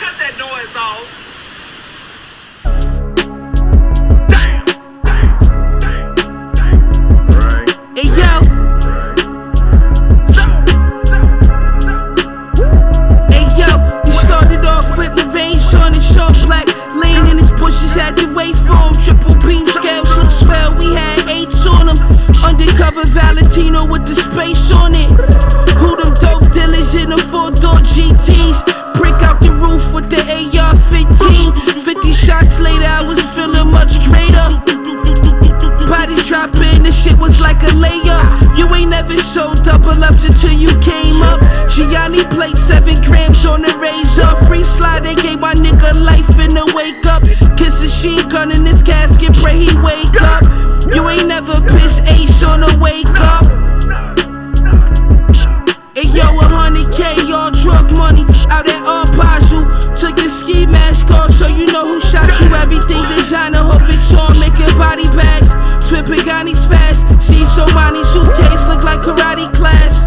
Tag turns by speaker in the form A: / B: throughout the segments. A: cut that noise off.
B: Hey yo, hey yo, we started off with Levine, Sean and Sean Black. Laying in his bushes, had to wait for him. Triple beam scales look swell, we had eights on him. Undercover Valentino with the space on it. Who them dope dealers in the four door GTs? Break out the roof with the AR 15. 50 shots later, I was feeling much greater. Bodies dropping, this shit was like a layup. You ain't never showed double ups until you came up. Gianni played seven grams on the razor. Free slide, they gave my nigga life in the wake up. Kiss a sheen gun in his casket, pray he wake up. You ain't never pissed ace on the wake up. And yo, 100k, all drug money out at Arpazu. Took your ski mask off, so you know who shot you. Everything designer, hope it's on, making body bags. Twin Pagani's fast, see Somani suitcase, look like karate class.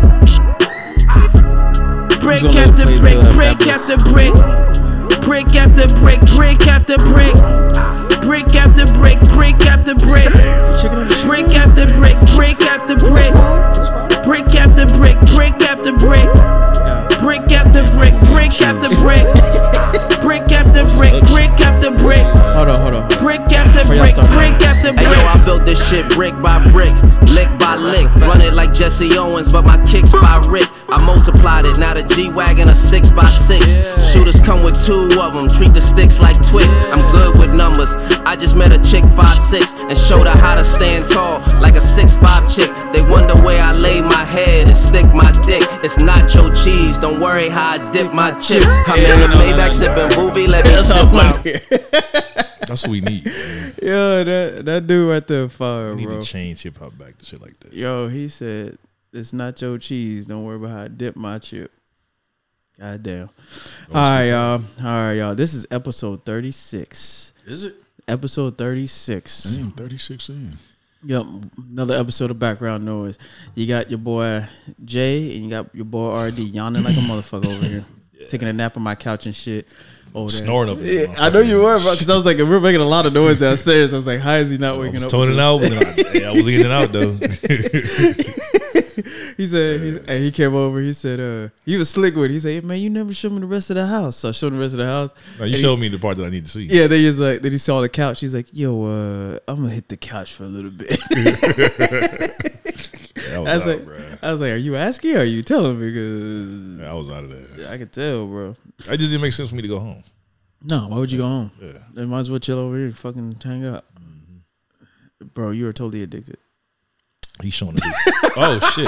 B: Brick
C: gonna let it
B: after
C: play
B: brick,
C: till, uh,
B: brick
C: Peppers.
B: after brick. Brick after brick, brick after brick. Brick after brick, brick after brick. Brick after brick, brick after brick. Brick after brick, brick after brick. Brick after brick, brick after brick. Brick after brick, brick after brick.
C: Hold on, hold on.
B: Brick after brick, brick after
D: Hey, yo, I
B: brick.
D: built this shit brick by brick, lick by lick. Run it like Jesse Owens, but my kicks by Rick. I multiplied it, now the G Wagon a 6 by 6 Shooters come with two of them, treat the sticks like Twix. I'm good with numbers. I just met a chick 5'6 and showed her how to stand tall, like a 6'5 chick. They wonder where I lay my head and stick my dick. It's nacho cheese, don't worry how I dip my chip. I'm in the Maybach sipping movie, let me
C: That's all
D: sip
C: I
D: my
C: want to hear.
E: That's what we need. man.
F: Yo, that that dude right there, fire,
E: We need
F: bro.
E: to change hip hop back to shit like that.
F: Yo, he said, "It's not your cheese. Don't worry about how I dip my chip." God damn. All right, y'all. All right, y'all. This is episode thirty-six.
E: Is it?
F: Episode thirty-six.
E: Damn, 36 in.
F: Yep, another episode of background noise. You got your boy Jay and you got your boy RD yawning like a motherfucker over here, taking a nap on my couch and shit. Over there.
E: Snort up. that
F: Yeah, I know you
E: motherfucker.
F: were, bro, because I was like, we're making a lot of noise downstairs. I was like, how is he not
E: I
F: waking
E: was
F: up?
E: toning out, but then I, I was in and out though.
F: He said, he, and he came over. He said, uh, he was slick with. It. He said, hey, man, you never showed me the rest of the house. So I showed him the rest of the house.
E: No, you
F: And he-
E: showed me the part that I need to see.
F: Yeah, they just like then he saw the couch. He's like, "Yo, uh, I'm gonna hit the couch for a little bit."
E: That was
F: I was
E: out,
F: like,
E: bruh.
F: "I was like, are you asking? Or are you telling?" Because
E: Yeah, I was out of there.
F: I could tell, bro.
E: It just didn't make sense for me to go home.
F: No, why would you go home?
E: Yeah.
F: They might as well chill over here and fucking hang out.
E: Mm-hmm.
F: Bro, you are totally addicted.
E: He's showing his. oh shit!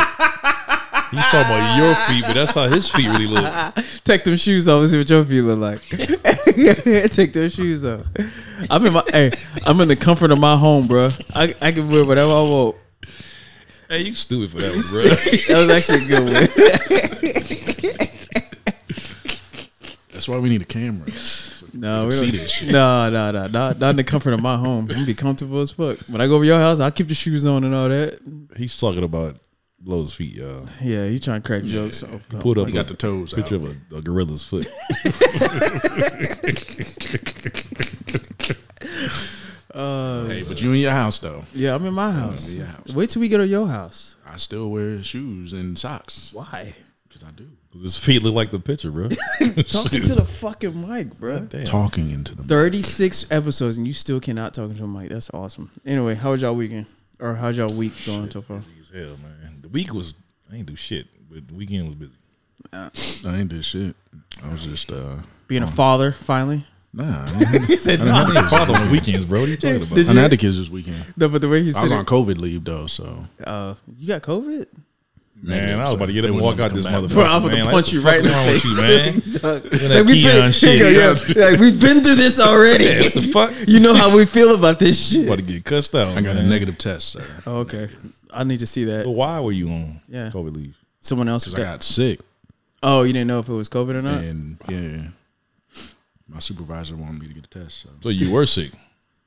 E: He's talking about your feet, but that's how his feet really look.
F: Take them shoes off and see what your feet look like. Take those shoes off. I'm in my hey, I'm in the comfort of my home, bro. I, I can wear whatever I want.
E: Hey, you stupid for that, one, bro.
F: That was actually a good one.
G: That's why we need a camera. So
F: No, we
G: we can see
F: don't.
G: this shit.
F: No, no, no, not, not in the comfort of my home. I'm gonna be comfortable as fuck. When I go over your house, I'll keep the shoes on and all that.
E: He's talking about Lowe's feet, y'all.
F: Yeah, you trying to crack jokes. Oh, oh.
E: Pulled up.
G: He
E: a
G: got the toes out.
E: picture of a, a gorilla's foot.
G: Hey, but Uh, you in your house though.
F: Yeah, I'm in my house.
G: your house.
F: Wait till we go to your house.
G: I still wear shoes and socks
F: Why?
G: because I do.
E: His feet look like the picture, bro.
F: Talking to the fucking mic, bro.
G: Talking into the
F: 36 episodes and you still cannot talk into a mic. That's awesome. Anyway, how was y'all weekend? Or how's y'all week going so far?
E: Hell, man. The week was. I ain't do shit, but the weekend was busy.
G: I ain't did shit. I was just uh
F: Being a father, finally.
G: nah. I didn't have-
F: said,
G: I didn't have kids.
E: Father on weekends, bro. What are you talking about?
G: I didn't have the kids this weekend.
F: No, but the way he
G: I
F: said
G: was on
F: it,
G: COVID leave though, so
F: uh, you got COVID?
E: Man, I was about to get
G: They
E: up and
G: wouldn't
E: walk out
G: let me
E: this
G: come back.
E: motherfucker.
F: Bro, I'm about to
E: man.
F: punch
E: Like,
F: you
E: what
F: right in
E: the
F: the
E: fuck wrong with you, man? Doing that
F: we've
E: Keon
F: been,
E: shit.
F: nigga, yeah, like, we've been through this already.
E: Yeah, what the fuck?
F: You know how we feel about this
E: I'm about
F: shit.
E: to get cussed out.
G: I got a
E: man. Uh,
G: negative test, sir.
F: Oh, okay. I need to see
E: But
F: that.
E: why were you on
F: Yeah.
E: COVID leave?
F: Someone else
G: Because
F: was
G: Oh, I got sick
F: Oh, you didn't know if it was COVID or not?
G: and yeah. My supervisor wanted me to get a test, so
E: So you were sick.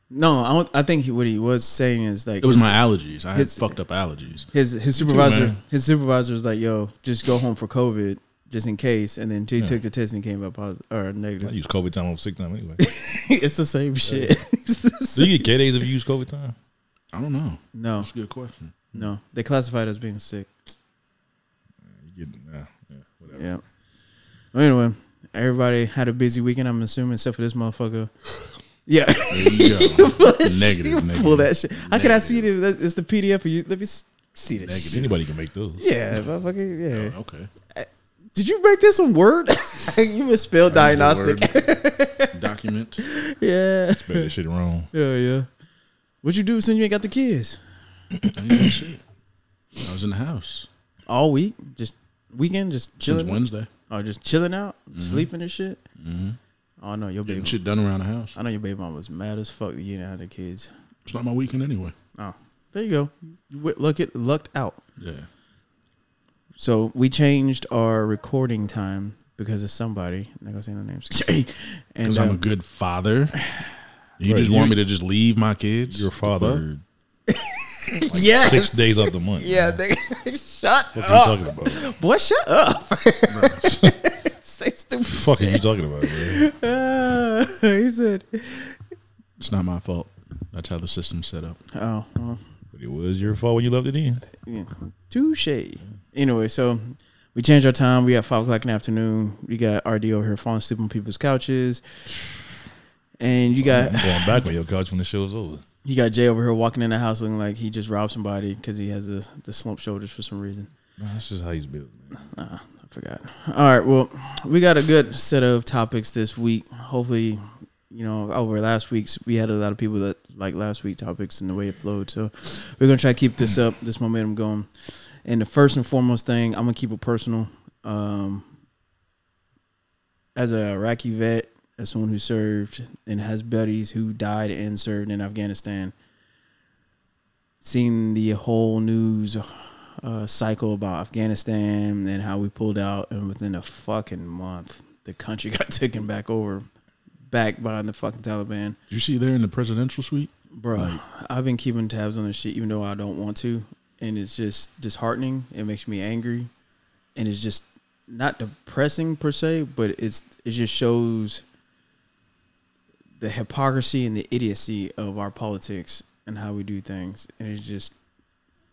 F: No, I, don't, I think he, what he was saying is like
G: it was my allergies. I had
F: His-
G: fucked up allergies.
F: his his supervisor
E: man.
F: his supervisor was like, "Yo, just go home for COVID." just in case. And then Jay
E: Yeah.
F: took the test and he came up positive or negative.
E: I use COVID time on sick time anyway.
F: it's the same shit. It's the
E: Do
F: same-
E: you get K days if you use COVID time?
G: I don't know.
F: no,
G: That's a good question.
F: no. They classified as being sick.
E: You get, nah, yeah, whatever.
F: Yeah. Well, anyway, everybody had a busy weekend. I'm assuming, except for this motherfucker. Yeah.
G: There you go. negative,
F: You
G: negative.
F: Pull that shit. How can I see it? That's- It's the PDF. Of you. Let me s- see this.
G: Negative.
E: Anybody can make those.
F: Yeah, motherfucker. Yeah.
G: Okay.
F: Did you break this on Word? you misspelled diagnostic.
G: Document.
F: yeah.
E: Spell that shit wrong.
F: Yeah, yeah. What'd you do since you ain't got the kids?
G: I ain't doing shit. I was in the house
F: All week, just weekend, just
G: since
F: chilling,
G: Wednesday.
F: or Oh, just chilling out, sleeping and shit. Oh no, your
G: Mm-hmm. Getting
F: baby.
G: shit done around the house.
F: I know your baby mom was mad as fuck that you didn't have the kids.
G: It's not my weekend anyway.
F: Oh, there you go. You wi- Look it lucked out.
G: Yeah.
F: So we changed our recording time because of somebody. I'm not gonna say no names. And
G: Because
F: uh,
G: I'm a good father. You
E: Right,
G: just
E: you-
G: want me to just leave my kids?
E: Your father,
F: yes,
E: six days out the month.
F: yeah,
E: man.
F: nigga. shut
E: What
G: Oh.
F: up,
E: are you talking about?
F: boy, shut up. Say stupid.
E: Fuck are you talking about, man?
F: Uh, he said,
G: It's not my fault. That's how the system's set up.
F: "Oh, well,
E: But it was your fault when you left it in.
F: yeah. touche." Anyway, so we changed our time. We got five o'clock in the afternoon. We got RD over here falling asleep on people's couches, and you
E: I'm
G: Uh.
F: got
E: going back on your couch when the show's over.
F: you got Jay over here walking in the house looking like he just robbed somebody because he has the the slumped shoulders for some reason.
E: Nah, that's just how he's built. Man.
F: Uh, I forgot. All right, well, we got a good set of topics this week. Hopefully, you know, over last week's, we had a lot of people that like last week topics and the way it flowed. So we're gonna try to keep this up, this momentum going. And the first and foremost thing, I'm gonna keep it personal. Um, as a Iraqi vet, as someone who served and has buddies who died and served in Afghanistan, seeing the whole news uh, cycle about Afghanistan and how we pulled out, and within a fucking month, the country got taken back over, back by the fucking Taliban.
G: Did you see there in the presidential suite?
F: Bro, I've been keeping tabs on this shit, even though I don't want to, and it's just disheartening. It makes me angry, and it's just not depressing per se, but it's it just shows the hypocrisy and the idiocy of our politics and how we do things, and it's just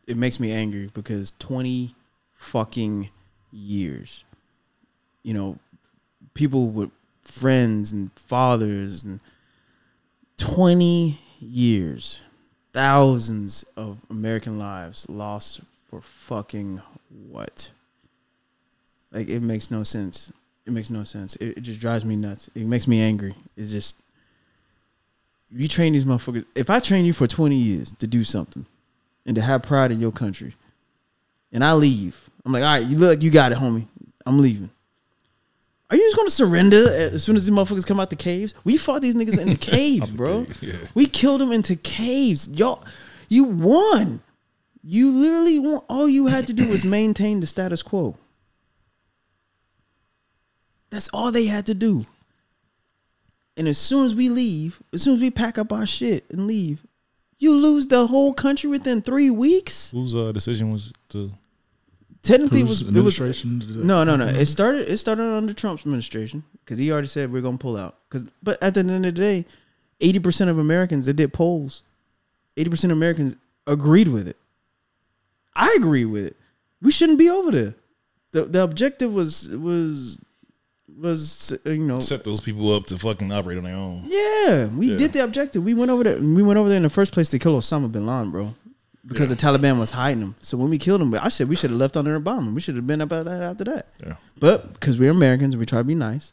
F: it makes me angry because twenty fucking years, you know, people with friends and fathers and 20 years, thousands of American lives lost for fucking what? Like, it makes no sense. It makes no sense. It, it just drives me nuts. It makes me angry. It's just, you train these motherfuckers. If I train you for 20 years to do something and to have pride in your country, and I leave, I'm like, all right, you look, you got it, homie. I'm leaving. Are you just gonna surrender as soon as these motherfuckers come out the caves? We fought these niggas in the caves, bro. We killed them into caves. Y'all, you won. You literally won. All you had to do was maintain the status quo. That's all they had to do. And as soon as we leave, as soon as we pack up our shit and leave, you lose the whole country within three weeks.
E: Whose uh, decision was to?
F: Technically, it
G: Whose
F: was it was
G: administration did that?
F: no, no, no. It started. It started under Trump's administration because he already said we're gonna pull out. Because, but at the end of the day, eighty percent of Americans that did polls, eighty percent of Americans agreed with it. I agree with it. We shouldn't be over there. The the objective was was was uh, you know
E: Set those people up to fucking operate on their own.
F: yeah, we
E: Yeah.
F: did the objective. We went over there. We went over there in the first place to kill Osama bin Laden, bro, because the Taliban was hiding him. So when we killed him, I said we should have left under a bomb. We should have been about that after that.
E: Yeah.
F: But because we're Americans and we try to be nice,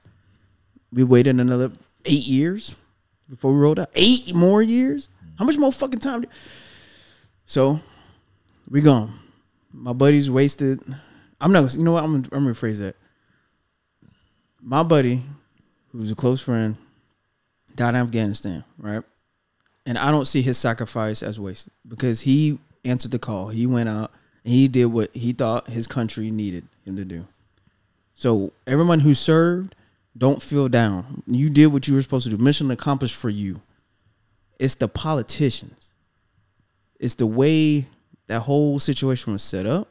F: we waited another eight years before we rolled out. Eight more years? How much more fucking time? Do- so we gone. My buddies wasted. I'm not. You know what? I'm. gonna- I'm gonna rephrase that. My buddy, who's a close friend, died in Afghanistan, right? And I don't see his sacrifice as wasted because he answered the call. He went out and he did what he thought his country needed him to do. So everyone who served, don't feel down. You did what you were supposed to do. Mission accomplished for you. It's the politicians. It's the way that whole situation was set up.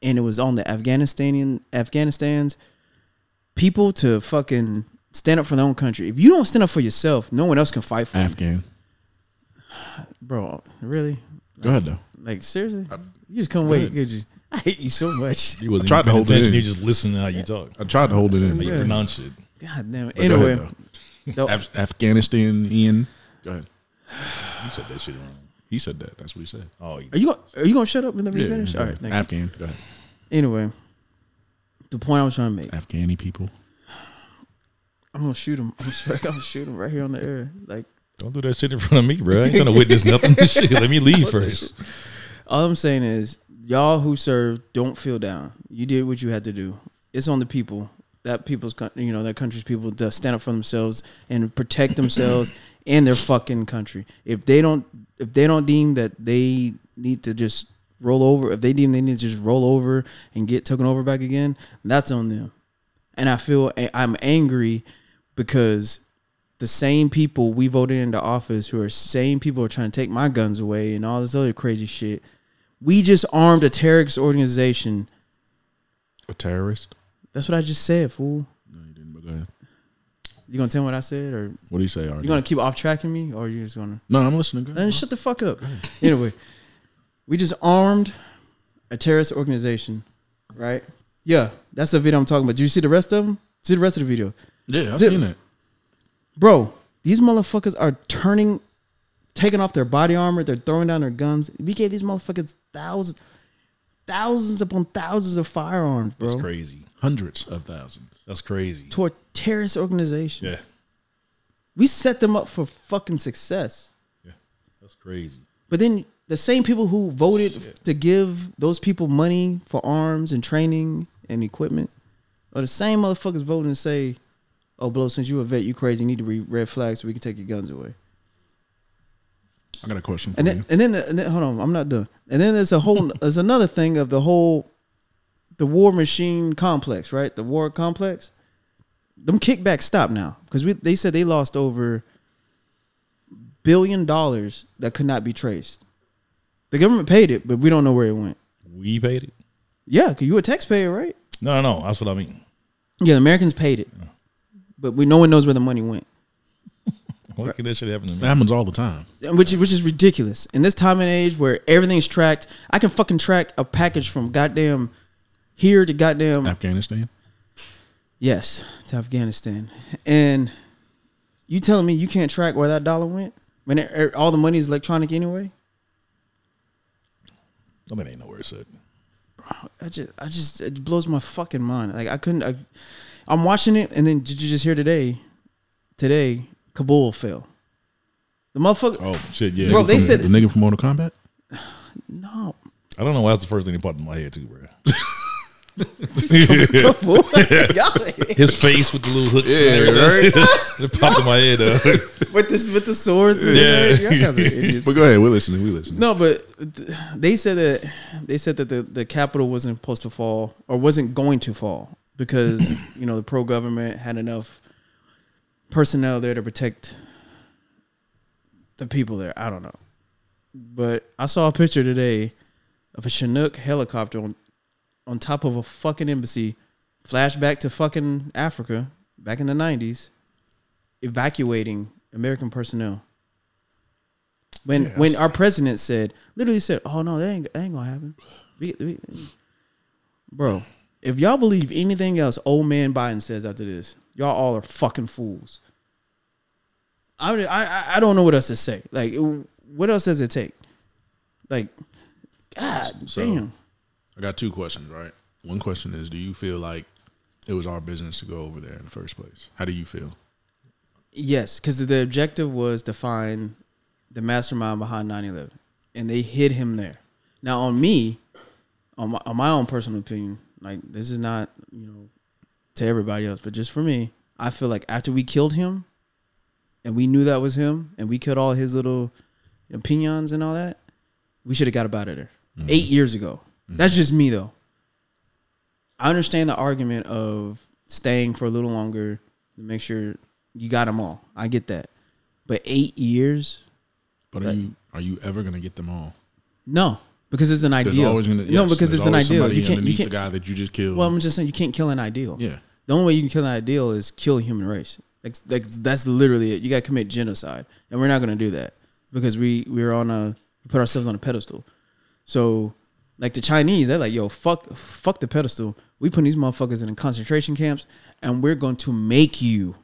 F: and it was on the Afghanistanian Afghanistan's people to fucking stand up for their own country. If you don't stand up for yourself, no one else can fight for you,
G: Afghan.
F: bro. Really?
G: Go ahead though.
F: Like seriously? You just couldn't wait, could you? I hate you so much.
E: You wasn't
G: tried
E: even
G: to
E: paying
G: hold it
E: attention.
G: in.
E: You just listening to how you talk.
G: I tried to hold it in.
E: How you
F: Yeah.
E: pronounce shit.
F: God damn it.
G: But go ahead,
F: Anyway,
G: though.
F: though,
G: Af- Afghanistan. Ian. Go ahead.
E: You said that shit wrong.
G: He said that. That's what he said.
E: Oh, you,
F: are you gonna are you gonna shut up and let me finish?
G: go
F: All right.
G: ahead.
F: thank you.
G: Afghan. Go ahead.
F: Anyway, the point I was trying to make.
G: Afghani people.
F: I'm gonna shoot him. I'm gonna, I'm gonna shoot him right here on the air. Like
E: don't do that shit in front of me, bro. I ain't trying to witness nothing. shit. Let me leave first.
F: all I'm saying is, y'all who serve, don't feel down. You did what you had to do. It's on the people. That people's, coun- you know, that country's people to stand up for themselves and protect themselves and their fucking country. If they don't, if they don't deem that they need to just roll over, if they deem they need to just roll over and get taken over back again, that's on them. And I feel I'm angry because the same people we voted into office who are same people who are trying to take my guns away and all this other crazy shit. We just armed a terrorist organization.
G: A terrorist.
F: That's what I just said, fool.
G: No, he didn't. But go ahead.
F: You gonna tell me what I said, or
G: What do you say,
F: you
G: Arden?
F: gonna keep off tracking me, or you just gonna
G: no, I'm listening. Go ahead.
F: then shut the fuck up. Anyway, we just armed a terrorist organization, right? Yeah, that's the video I'm talking about. Do you see the rest of them? See the rest of the video.
G: Yeah, I've
F: Zip.
G: seen it.
F: bro, these motherfuckers are turning, taking off their body armor. They're throwing down their guns. We gave these motherfuckers thousands, thousands upon thousands of firearms, bro,
E: That's crazy.
G: Hundreds of thousands.
E: That's crazy.
F: to a terrorist organization.
E: Yeah,
F: We set them up for fucking success.
E: yeah. That's crazy.
F: But then the same people who voted to give those people money for arms and training and equipment are the same motherfuckers voting to say, "Oh, blow, since you a vet, you crazy. You need to be red flags so we can take your guns away."
G: I got a question for
F: And then,
G: you.
F: and then, and then, hold on, I'm not done. And then there's a whole, there's another thing of the whole, the war machine complex, right? The war complex. Them kickbacks stop now because we they said they lost over billion dollars that could not be traced. The government paid it, but we don't know where it went.
E: We paid it.
F: Yeah, cause you a taxpayer, right?
E: No, no, no. That's what I mean.
F: Yeah, the Americans paid it, but we no one knows where the money went.
E: Why could that shit happen to me?
G: That happens all the time.
F: which is which is ridiculous in this time and age where everything's tracked. I can fucking track a package from goddamn here to goddamn
G: Afghanistan.
F: yes to Afghanistan, and you telling me you can't track where that dollar went when it- er, all the money is electronic anyway?
E: I mean, Oh, ain't nowhere it's at.
F: I just I just it blows my fucking mind. Like I couldn't. I, I'm watching it, and then did you just hear today? Today, Kabul fell. The motherfucker.
E: Oh shit, yeah.
F: Bro,
G: Nigga
F: they
G: from-
F: said-
G: the nigga from Mortal Kombat.
F: No,
E: I don't know why that's the first thing that popped in my head too, bro.
F: Kabul. Y'all-
E: His face with the little hooks and everything. it popped in my head though.
F: with the with the swords. And
E: Yeah.
F: yeah, you guys are idiots.
G: But go ahead. We're listening. We listening.
F: No, but th- they said that they said that the the capital wasn't supposed to fall or wasn't going to fall because you know the pro government had enough personnel there to protect the people there. I don't know, but I saw a picture today of a Chinook helicopter on on top of a fucking embassy. Flashback to fucking Africa back in the nineties, evacuating American personnel. When when our president said, literally said, "Oh no, that ain't, that ain't gonna happen," We- we- bro. If y'all believe anything else, old man Biden says after this, y'all all are fucking fools. I mean, I I- I don't know what else to say. Like, it- what else does it take? Like, God
G: So-
F: damn.
G: I got two questions, right? One question is, do you feel like it was our business to go over there in the first place? How do you feel?
F: Yes, because the objective was to find the mastermind behind 9-11. and they hid him there. Now, on me, on my, on my own personal opinion, like this is not you know to everybody else, but just for me, I feel like after we killed him, and we knew that was him, and we killed all his little opinions and all that, we should have got up out of there eight years ago. That's just me though. I understand the argument of staying for a little longer to make sure you got them all. I get that. But eight years?
G: But are you are you ever gonna get them all?
F: No. because it's an
G: There's
F: ideal.
G: always
F: no,
G: gonna yes,
F: because
G: there's
F: it's an
G: always
F: ideal.
G: somebody
F: You can't. You
G: underneath
F: can't.
G: the guy that you just killed.
F: Well, I'm just saying you can't kill an ideal.
G: Yeah.
F: The only way you can kill an ideal is kill human race. Like, like that's literally it. You got to commit genocide, and we're not going to do that because we we're on a we put ourselves on a pedestal. So, like the Chinese, they're like, "Yo, fuck, fuck the pedestal. We put these motherfuckers in concentration camps, and we're going to make you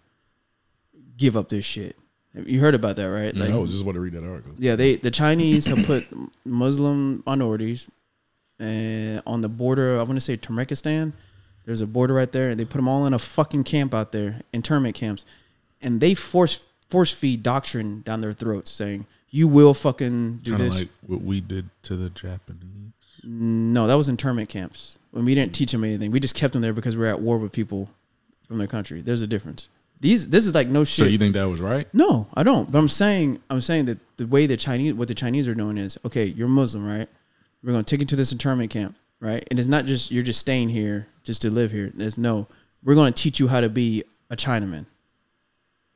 F: give up this shit." You heard about that, right? Like,
G: I was just about to read that article.
F: yeah, they the Chinese have put Muslim minorities and on the border. I want to say Turkmenistan. There's a border right there, and they put them all in a fucking camp out there, internment camps, and they force force feed doctrine down their throats, saying you will fucking do
G: Kind of
F: this.
G: like what we did to the Japanese.
F: no, that was internment camps. When we didn't teach them anything, we just kept them there because we are at war with people from their country. There's a difference. These this is like no
G: So
F: shit.
G: you think that was right?
F: No, I don't. But I'm saying I'm saying that the way the Chinese what the Chinese are doing is okay, you're Muslim, right? We're gonna take you to this internment camp, right? And it's not just you're just staying here just to live here. There's no we're gonna teach you how to be a Chinaman.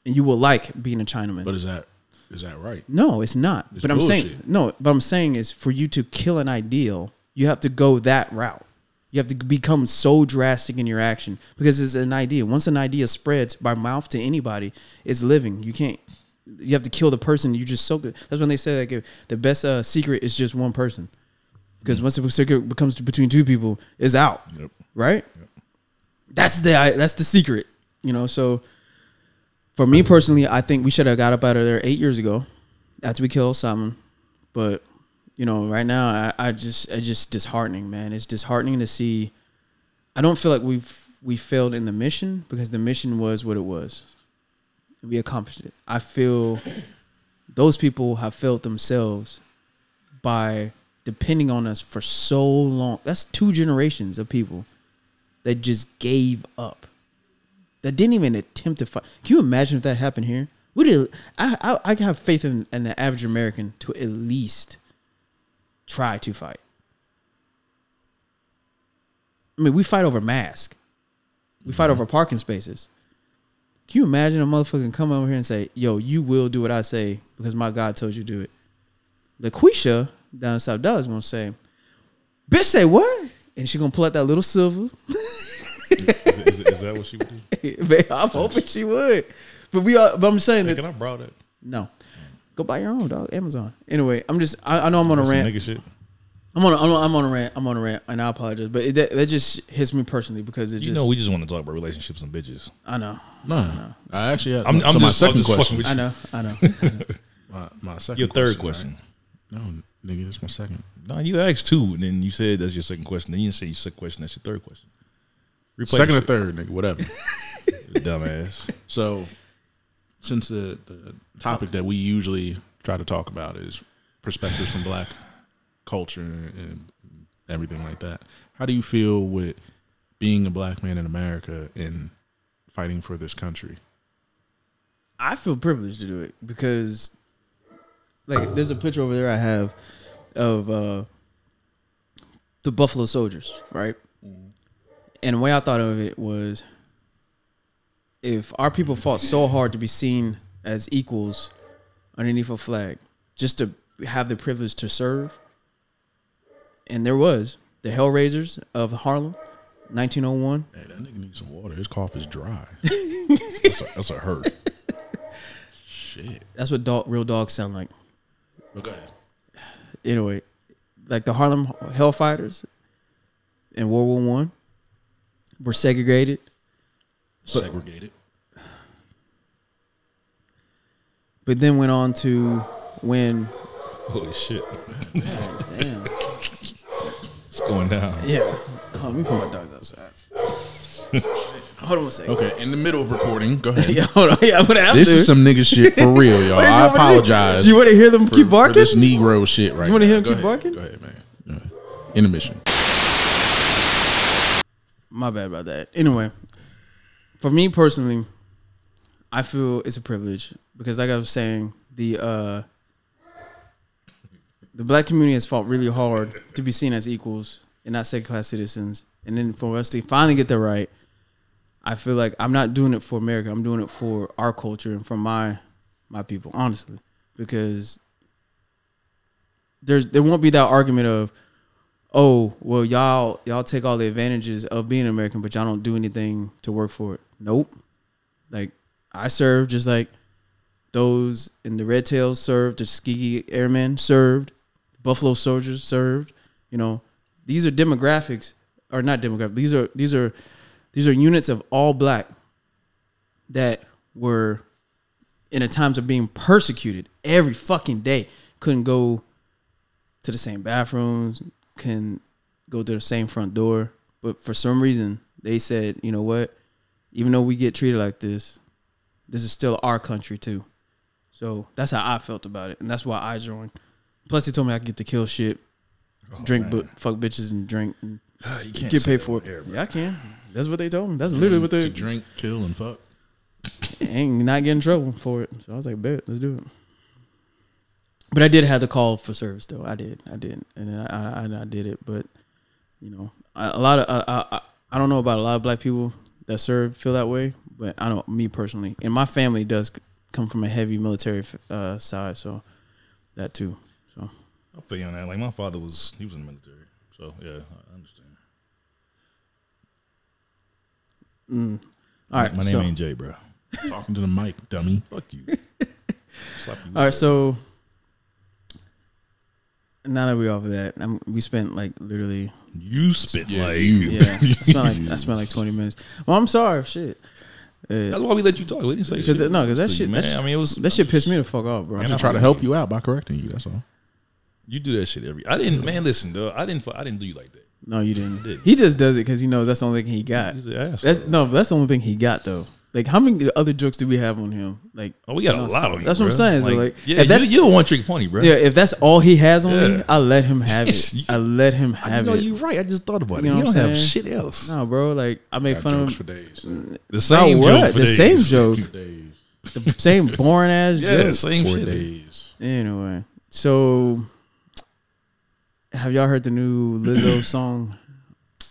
F: And you will like being a Chinaman.
G: But is that is that right?
F: no, it's not.
G: It's
F: but I'm saying
G: bullshit.
F: no, but I'm saying is for you to kill an ideal, you have to go that route. You have to become so drastic in your action because it's an idea. Once an idea spreads by mouth to anybody, it's living. You can't. You have to kill the person you just so good. That's when they say like if the best uh, secret is just one person, because once the secret becomes between two people, it's out.
G: Yep.
F: Right. That's the I, that's the secret. You know. So for me personally, I think we should have got up out of there eight years ago after we killed Simon. But you know, right now, I, I just it's just disheartening, man. It's disheartening to see. I don't feel like we've we failed in the mission because the mission was what it was. We accomplished it. I feel those people have failed themselves by depending on us for so long. That's two generations of people that just gave up that didn't even attempt to fight. Can you imagine if that happened here? Would it, I, I I have faith in, in the average American to at least try to fight. I mean, we fight over masks. We fight over parking spaces. Can you imagine a motherfucker come over here and say, "Yo, you will do what I say because my God told you to do it." LaQuisha down in South Dallas gonna say, "Bitch, say what?" And she gonna pull out that little silver.
E: Is, is, is that what she would do?
F: Man, I'm hoping she would. But we are. But I'm saying
E: Hey,
F: that
E: can I borrow that?
F: no. Go buy your own dog, Amazon. Anyway, I'm just. I, I know I'm on a
E: That's some
F: rant.
E: nigga shit.
F: I'm on. A, I'm, on I'm on a rant. I'm on a rant, and I apologize. But it, that, that just hits me personally because it
E: You
F: just.
E: know, we just want to talk about relationships and bitches.
F: I know.
G: Nah. I actually had.
E: I'm-
G: so
E: I'm
G: my
E: just- I'm
G: second
E: just fucking
G: question.
E: with
F: I know. I know.
G: My, my second.
E: Your third
G: question.
E: question.
G: right? No, nigga, that's my second.
E: No, you asked two, and then you said that's your second question. Then you didn't say your second question. That's your third question. Replay
G: second or
E: your
G: third, nigga, whatever.
E: shit, dumbass.
G: so, since the, the topic that we usually try to talk about is perspectives from black culture and everything like that, how do you feel with being a black man in America and fighting for this country?
F: I feel privileged to do it because, like, there's a picture over there I have of uh, the Buffalo Soldiers, right? And the way I thought of it was if our people fought so hard to be seen as equals underneath a flag, just to have the privilege to serve, and there was the Hellraisers of Harlem, 1901.
G: Hey, that nigga needs some water. His cough is dry. that's, a, that's a hurt. Shit.
F: That's what dog, real dogs sound like.
G: Okay.
F: anyway, like the Harlem Hellfighters in World War One were segregated.
G: Segregated.
F: but then went on to win.
E: Holy shit,
F: Damn.
E: it's going down.
F: Yeah. Hold on, let me put my dogs outside. hold on a second.
G: Okay, in the middle of recording, go ahead.
F: Yeah, hold on. Yeah, I'm gonna have
G: This
F: to.
G: is some nigga shit for real, y'all.
F: What is
G: I
F: wrong with you?
G: apologize.
F: Do you want to hear them
G: for-
F: keep
G: for
F: barking?
G: this Negro shit right
F: You wanna hear
G: now.
F: him
G: Go
F: keep barking?
G: ahead. Go ahead, man. Go ahead. Intermission.
F: my bad about that. Anyway, for me personally, I feel it's a privilege because, like I was saying, the uh, the black community has fought really hard to be seen as equals and not second class citizens. And then for us to finally get the right, I feel like I'm not doing it for America. I'm doing it for our culture and for my my people, honestly, because there's there won't be that argument of, oh, well, y'all y'all take all the advantages of being American, but y'all don't do anything to work for it. Nope. Like I serve just like those in the red tails served, the Tuskegee Airmen served, Buffalo soldiers served. You know, these are demographics, or not demographic. These are these are these are units of all black that were in the times of being persecuted every fucking day. Couldn't go to the same bathrooms, couldn't go to the same front door. But for some reason, they said, you know what? Even though we get treated like this, this is still our country too. So that's how I felt about it, and that's why I joined. Plus, they told me I could get to kill shit, drink, bu- fuck bitches, and drink, and
A: You can't
F: get
A: say
F: paid
A: that
F: for
A: on
F: it.
A: air, bro.
F: yeah, I can. That's what they told me. That's literally what
G: to
F: they
G: drink, kill, and fuck.
F: and not get in trouble for it. So I was like, bet, let's do it. But I did have the call for service though. I did, I did, and then I, I, I did it. But you know, I, a lot of I, I, I- I don't know about a lot of black people that serve feel that way, but I know me personally, and my family does c- come from a heavy military uh, side, so that too. So
A: I'll feel you on that. Like my father was, he was in the military, so yeah, I understand.
F: Mm. all right,
A: my name
F: so-
A: ain't Jay, bro.
G: Talking to the mic, dummy.
A: Fuck you. Slap you.
F: All right, so now that we're off of that, i we spent like literally
A: you spit
G: Yeah,
A: like
G: you.
F: Yeah, I spent like I spent like twenty minutes. Well, I'm sorry, shit.
A: That's why we let you talk. We didn't say
F: Because
A: shit.
F: that, no, because that
A: Just,
F: shit,
A: man,
F: that, shit
A: I mean, it was
F: that shit pissed me the fuck off, bro.
A: Man,
G: I'm trying to help you out by correcting you. That's all.
A: You do that shit every. I didn't, man. Listen, though, I didn't. fu- I didn't do you like that.
F: no, you didn't.
A: Did.
F: He just does it because he knows that's the only thing he got.
A: He's an asshole.
F: That's no, that's the only thing he got though. Like, how many other jokes do we have on him? Like,
A: Oh, we got a
F: no,
A: lot on you.
F: That's what I'm
A: bruh.
F: saying. so, like,
A: yeah,
F: if that's
A: you, you're a one trick pony, bro.
F: yeah, if that's all he has on me,
A: Yeah.
F: I let him have
A: You-
F: it. I let him
A: I
F: have
A: know
F: it.
A: you're right. I just thought about
F: You know
A: it. You
F: what I'm
A: don't have
F: saying?
A: shit else.
F: no, bro. Like, I made
G: Got
F: fun
G: jokes
F: of
G: for
F: him.
A: The
G: days.
F: Bro,
A: same joke.
F: what?
A: For
F: The
A: days.
F: same joke,
G: Two days.
F: the same boring ass
A: Yeah,
F: joke.
A: same
G: Four
A: shit.
G: days.
F: Anyway, so have y'all heard the new Lizzo song?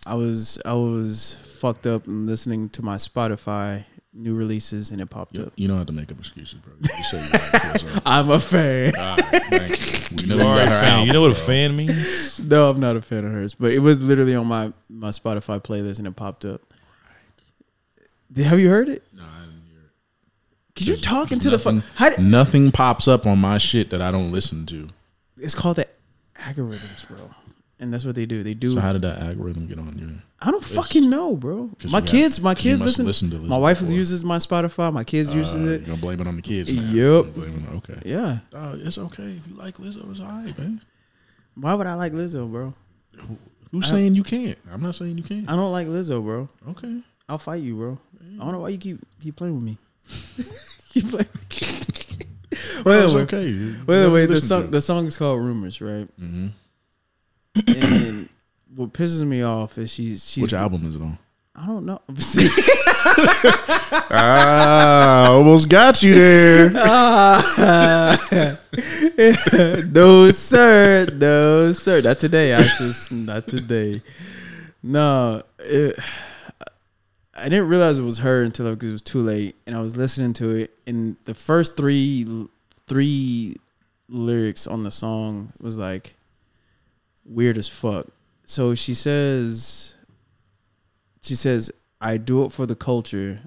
F: I was I was fucked up and listening to my Spotify new releases and it popped
G: You,
F: up.
G: you don't have to make up excuses, bro. You say you like kids, all
F: I'm a fan.
G: right, thank you. We know
E: You are a
G: got her
E: fan.
G: out,
E: You know what a
G: bro.
E: fan means?
F: No, I'm not a fan of hers, but it was literally on my my Spotify playlist and it popped up. Did- Have you heard it?
G: Nah, I didn't hear it.
F: Cause you're
G: There's-
F: talking to the
G: there's
F: fuck.
G: nothing-
F: How did,
G: Nothing pops up on my shit that I don't listen to.
F: it's called the algorithms, bro, and that's what they do. They do.
G: So how did that algorithm get on you?
F: I don't fucking know, bro.
G: 'Cause
F: My
G: you got-
F: kids, my
G: 'cause you
F: kids
G: must
F: listen.
G: listen to Lizzo
F: my wife
G: before.
F: uses my Spotify. My kids uses
G: Uh,
F: it.
G: You're gonna blame it on the kids. now.
F: Yup.
G: You're blaming- Okay.
F: Yeah.
G: Dog, it's okay if you like Lizzo. It's all right, man.
F: Why would I like Lizzo, bro?
G: Who's saying you can't? I'm not saying you can't.
F: I don't like Lizzo, bro.
G: Okay.
F: I'll fight you, bro. I don't know why you keep keep playing with me. keep playing. well,
G: Oh, It's
F: anyway,
G: okay. You-
F: well,
G: you
F: anyway, the
G: listen to
F: song
G: it.
F: the song is called "Rumors," right? Mm-hmm. And, then what pisses me off is she's she's.
G: Which album is it on?
F: I don't know.
G: Ah, almost got you there.
F: no sir, no sir. Not today, Isis. Not today. No, it, I didn't realize it was her until it was too late, and I was listening to it. And the first three three lyrics on the song was like weird as fuck. So she says, she says, "I do it for the culture,"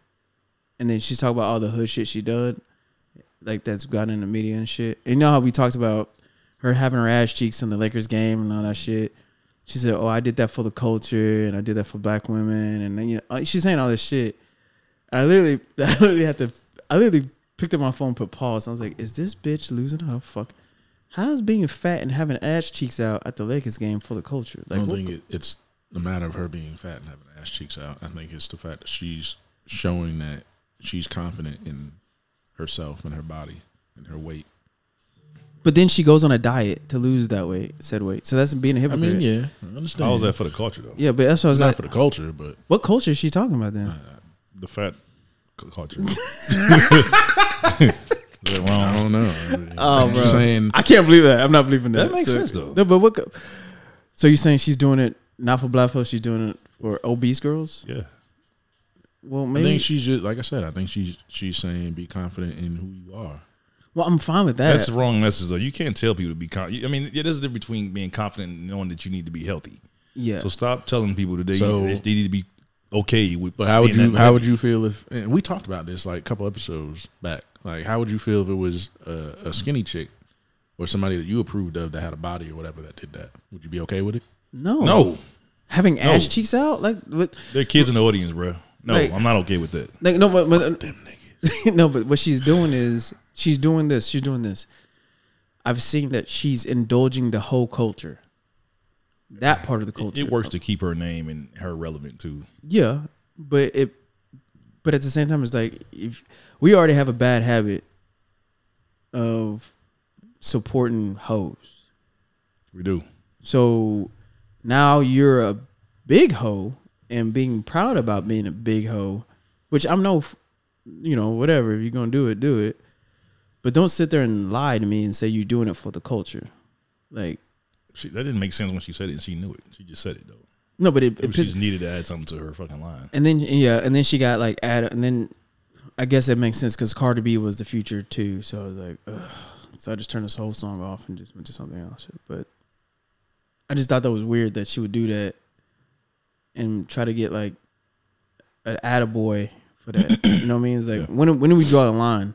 F: and then she's talking about all the hood shit she done like that's gotten in the media and shit. And you know how we talked about her having her ass cheeks in the Lakers game and all that shit. She said, "Oh, I did that for the culture, and I did that for black women," and then, you know like, she's saying all this shit. And I literally, I literally had to, I literally picked up my phone, put pause, and I was like, "Is this bitch losing her fuck? How is being fat and having ass cheeks out at the Lakers game for the culture?
G: I
F: Like,
G: don't
F: what
G: think it, it's a matter of her being fat and having ass cheeks out. I think it's the fact that she's showing that she's confident in herself and her body and her weight.
F: But then she goes on a diet to lose that weight, said weight. So that's being a
G: I
F: hypocrite.
G: mean, yeah, I understand.
A: How was that for the culture though?
F: yeah, but that's what I was
G: Not
F: like.
G: for the culture, but
F: What culture is she talking about then?
A: The fat c- culture.
G: Is that wrong? I don't know.
F: Oh,
G: I'm
F: bro.
G: just saying
F: I can't believe that. I'm not believing that.
A: That makes
F: So-
A: sense, though.
F: No, but what? co- So you're saying she's doing it not for black folks? She's doing it for obese girls?
A: yeah.
F: Well,
G: I
F: maybe.
G: think she's just like I said. I think she's she's saying be confident in who you are.
F: Well, I'm fine with that.
A: That's the wrong message though. You can't tell people to be confident. I mean, yeah, there's a difference between being confident and knowing that you need to be healthy.
F: yeah.
A: So stop telling people that they,
G: So-
A: they need to be okay with.
G: But how would
A: being
G: you
A: that
G: how
A: way.
G: would you feel if and we talked about this like a couple episodes back? Like how would you feel if it was a, a skinny chick or somebody that you approved of that had a body or whatever that did that? Would you be okay with it?
F: no.
A: No,
F: Having ass cheeks out? Like what
A: there are kids in the audience, bro. No,
F: Like-
A: I'm not okay with that.
F: like no but, but no, but what she's doing is she's doing this, she's doing this. I've seen that she's indulging the whole culture. That part of the culture.
A: It works to keep her name and her relevant too.
F: Yeah, but it, but at the same time, it's like if we already have a bad habit of supporting hoes,
A: We do.
F: so now you're a big hoe and being proud about being a big hoe, which I'm no, f- you know, whatever. If you're gonna do it, do it, but don't sit there and lie to me and say you're doing it for the culture, like.
A: She, that didn't make sense when she said it. and She knew it. She just said it though.
F: No, but it, it
A: she
F: pisses,
A: just needed to add something to her fucking line.
F: And then yeah, and then she got like add, and then I guess that makes sense because Cardi B was the future too. So I was like, Ugh. so I just turned this whole song off and just went to something else. But I just thought that was weird that she would do that and try to get like an attaboy for that. you know what I mean? It's like when when do we draw the line?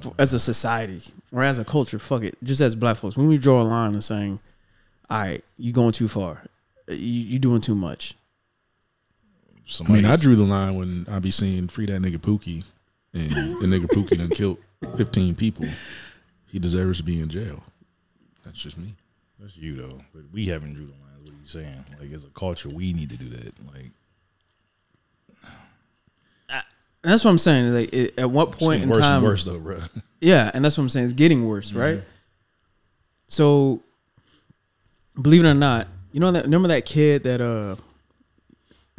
F: For- As a society or as a culture, fuck it. Just as black folks, when we draw a line and saying, "All right, you going too far, you you doing too much,"
G: I
A: Somebody
G: mean, I drew the line when I be seeing free that nigga Pookie and the nigga Pookie done killed fifteen people. He deserves to be in jail. That's just me.
A: That's you though. But we haven't drew the line. is What you saying? Like as a culture, we need to do that. Like
F: And that's what I'm saying. is Like it, at what point
A: it's getting
F: in
A: worse
F: time?
A: and worse Mm-hmm. though, bro.
F: Yeah, and that's what I'm saying. It's getting worse, right? So, believe it or not, you know that remember that kid that uh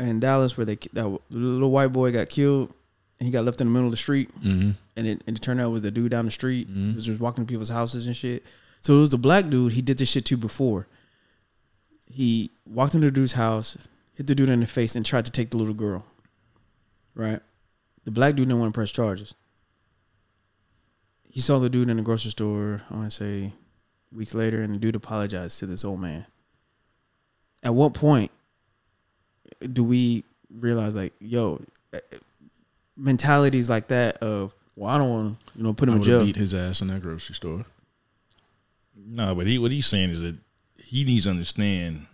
F: in Dallas where they that little white boy got killed and he got left in the middle of the street
G: Mm-hmm.
F: and it and it turned out it was the dude down the street
A: Mm-hmm.
F: who was just walking to people's houses and shit. So it was the black dude he did this shit to before. He walked into the dude's house, hit the dude in the face, and tried to take the little girl. Right? The black dude didn't want to press charges. He saw the dude in the grocery store, I want to say weeks later, and the dude apologized to this old man. At what point do we realize, like, yo, eh, mentalities like that of, well, I don't want to, you know, put him
G: I
F: in
G: would have
F: jail.
G: beat his ass in that grocery store.
A: no, but he what he's saying is that he needs to understand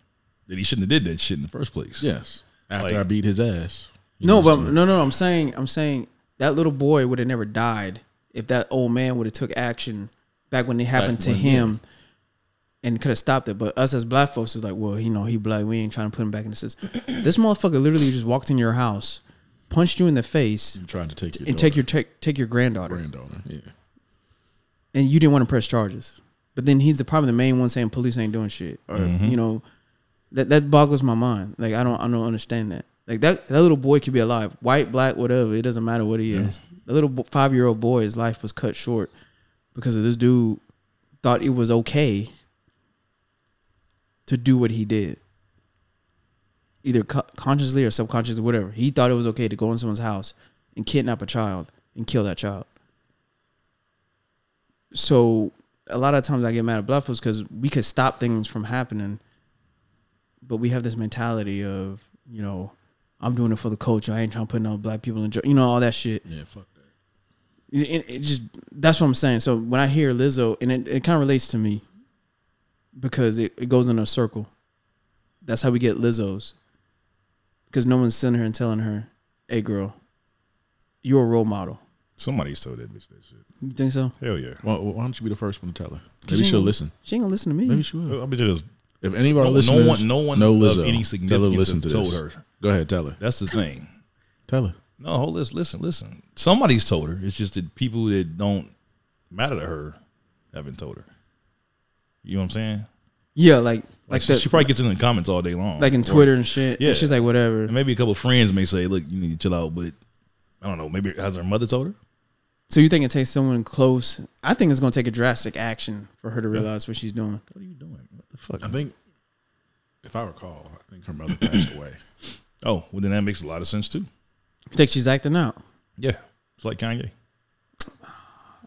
A: that he shouldn't have did that shit in the first place.
G: Yes, after
A: Like-
G: I beat his ass. He
F: No,
G: was
F: but
G: gonna-
F: no, no. I'm saying, I'm saying that little boy would have never died if that old man would have took action back when it happened to
G: when,
F: him, and could have stopped it. But us as black folks is like, well, you know, he black. We ain't trying to put him back in the system. this motherfucker literally just walked in your house, punched you in the face,
G: you tried to take your
F: and take your take take your granddaughter,
G: granddaughter. Yeah,
F: and you didn't want to press charges. But then he's the probably the main one saying police ain't doing shit, or you know, that that boggles my mind. Like I don't I don't understand that. Like that that little boy could be alive, white, black, whatever. It doesn't matter what he is. The little five year old boy's life was cut short because of this dude thought it was okay to do what he did, either co- consciously or subconsciously, whatever. He thought it was okay to go in someone's house and kidnap a child and kill that child. So a lot of times I get mad at black folks because we could stop things from happening but we have this mentality of you know I'm doing it for the culture. I ain't trying to put no black people in jail. You know all that shit.
G: yeah. Fuck that.
F: It, it just that's what I'm saying. So when I hear Lizzo, and it, it kind of relates to me because it, it goes in a circle. That's how we get Lizzo's because no one's sending her and telling her, "Hey, girl, you're a role model."
A: Somebody's told that bitch that shit.
F: You think so?
A: Hell yeah.
G: Why, why don't you be the first one to tell her?
F: she
G: Maybe she'll
F: ain't-
G: listen.
F: She ain't gonna listen to me.
G: Maybe she will.
A: I bet you there's
G: If any of our
A: no,
G: listeners,
A: no one no one
G: know
A: of
G: Lizzo,
A: any
G: tell her
A: significance
G: to listen to
A: have told
G: this.
A: her.
G: Go ahead, tell her.
A: That's the thing.
G: Tell her.
A: No, hold this. Listen, listen. Somebody's told her. It's just that people that don't matter to her haven't told her. You know what I'm saying?
F: Yeah, like like
A: she,
F: the,
A: she probably gets in the comments all day long,
F: like in
A: Or-
F: Twitter and shit. Yeah,
A: Yeah. Mm-hmm.
F: she's like whatever.
A: And maybe a couple of friends may say, "Look, you need to chill out," but I don't know. Maybe has her mother told her?
F: So you think it takes someone close? I think it's going to take a drastic action for her to realize what she's doing.
A: What are you doing? What the fuck?
G: I think, if I recall, I think her mother passed away.
A: Oh, well, then that makes a lot of sense too.
F: You think she's acting out?
A: Yeah, it's like Kanye.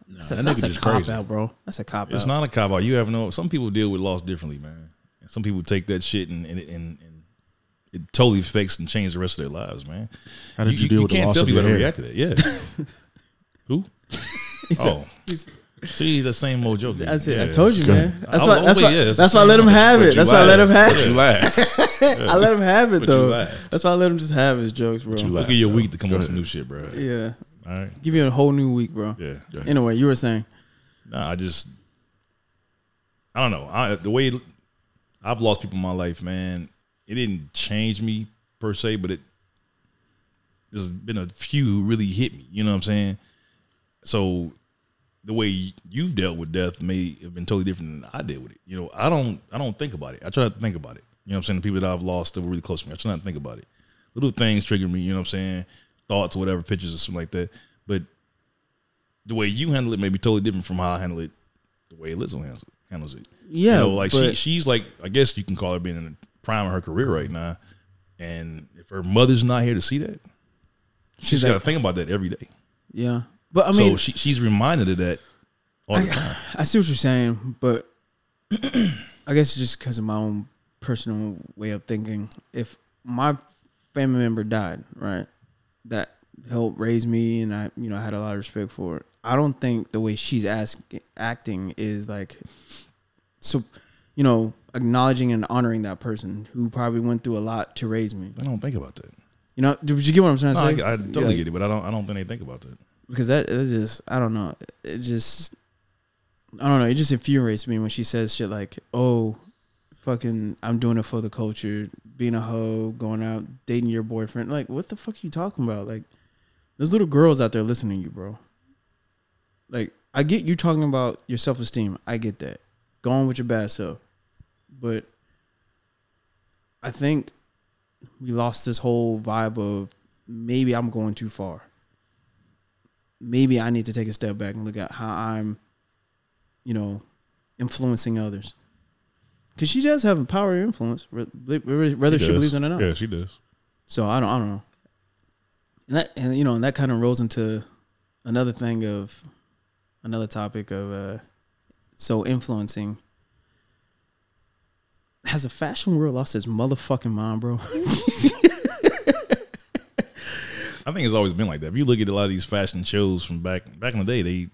F: That's a,
G: that
F: that's
G: nigga
F: a
G: just
F: cop
G: crazy.
F: out, bro. That's a cop
A: It's
F: out.
A: not a cop out. You have no. Some people deal with loss differently, man. And some people take that shit and and, and and it totally affects and changes the rest of their lives, man.
G: How did you, deal with the loss of your
A: people
G: hair?
A: react to that. Yeah. Who? oh, see, that same old joke.
F: That's it.
A: Yeah.
F: I told you, man. That's
A: I'll
F: why. That's
A: always-
F: why.
A: oh, yeah, it's the
F: that's why I
A: same
F: let him
A: motherfucker,
F: have
A: but
F: it.
A: you
F: That's why I let him have
G: You
F: it.
G: laugh.
F: I let him have it
G: you
F: though.
G: laugh.
F: That's why I let him just have his jokes, bro.
G: you laugh.
A: Look at your
G: though.
A: week to come
G: Go
A: up with some
G: ahead.
A: new shit, bro.
F: Yeah,
A: All right.
F: give you a whole new week, bro.
A: Yeah.
F: Anyway, you were saying
A: Nah, I just, I don't know. I the way I've lost people in my life, man. It didn't change me per se, but it there's been a few who really hit me. You know what I'm saying? So the way you've dealt with death may have been totally different than I did with it. You know, I don't I don't think about it. I try not to think about it. You know what I'm saying? The people that I've lost that were really close to me. I try not to think about it. Little things trigger me, you know what I'm saying? Thoughts or whatever, pictures or something like that. But the way you handle it may be totally different from how I handle it, the way Lizzo handles it. Handles it.
F: Yeah,
A: You know, like she,
F: but-
A: she's like, I guess you can call her being in the prime of her career right now. And if her mother's not here to see that, she's got to think about that every day.
F: yeah, but I mean,
A: so she, she's reminded of that all the time.
F: I see what you're saying, but I guess just because of my own personal way of thinking, if my family member died, right, that helped raise me, and I, you know, I had a lot of respect for it. I don't think the way she's asking, acting is like, so, you know, acknowledging and honoring that person who probably went through a lot to raise me.
A: I don't think about that.
F: You know, did you get what I'm trying to
A: No, I,
F: say?
A: I totally
F: Like,
A: get it, but I don't. I don't think they think about that.
F: because that is just I don't know. It just I don't know. It just infuriates me when she says shit like, "Oh, fucking, I'm doing it for the culture, being a hoe, going out dating your boyfriend." Like, what the fuck are you talking about? Like, there's little girls out there listening to you, bro. Like, I get you talking about your self esteem. I get that. Go on with your bad self, but I think we lost this whole vibe of maybe I'm going too far maybe I need to take a step back and look at how I'm, you know, influencing others. Because she does have a power of influence, re- re- whether she, believes it or not.
A: Yeah, she does.
F: So I don't, I don't know. And that, and you know, and that kind of rolls into another thing of another topic of uh, so influencing. Has the fashion world lost its motherfucking mind, bro?
A: I think it's always been like that. If you look at a lot of these fashion shows from back back in the day, they,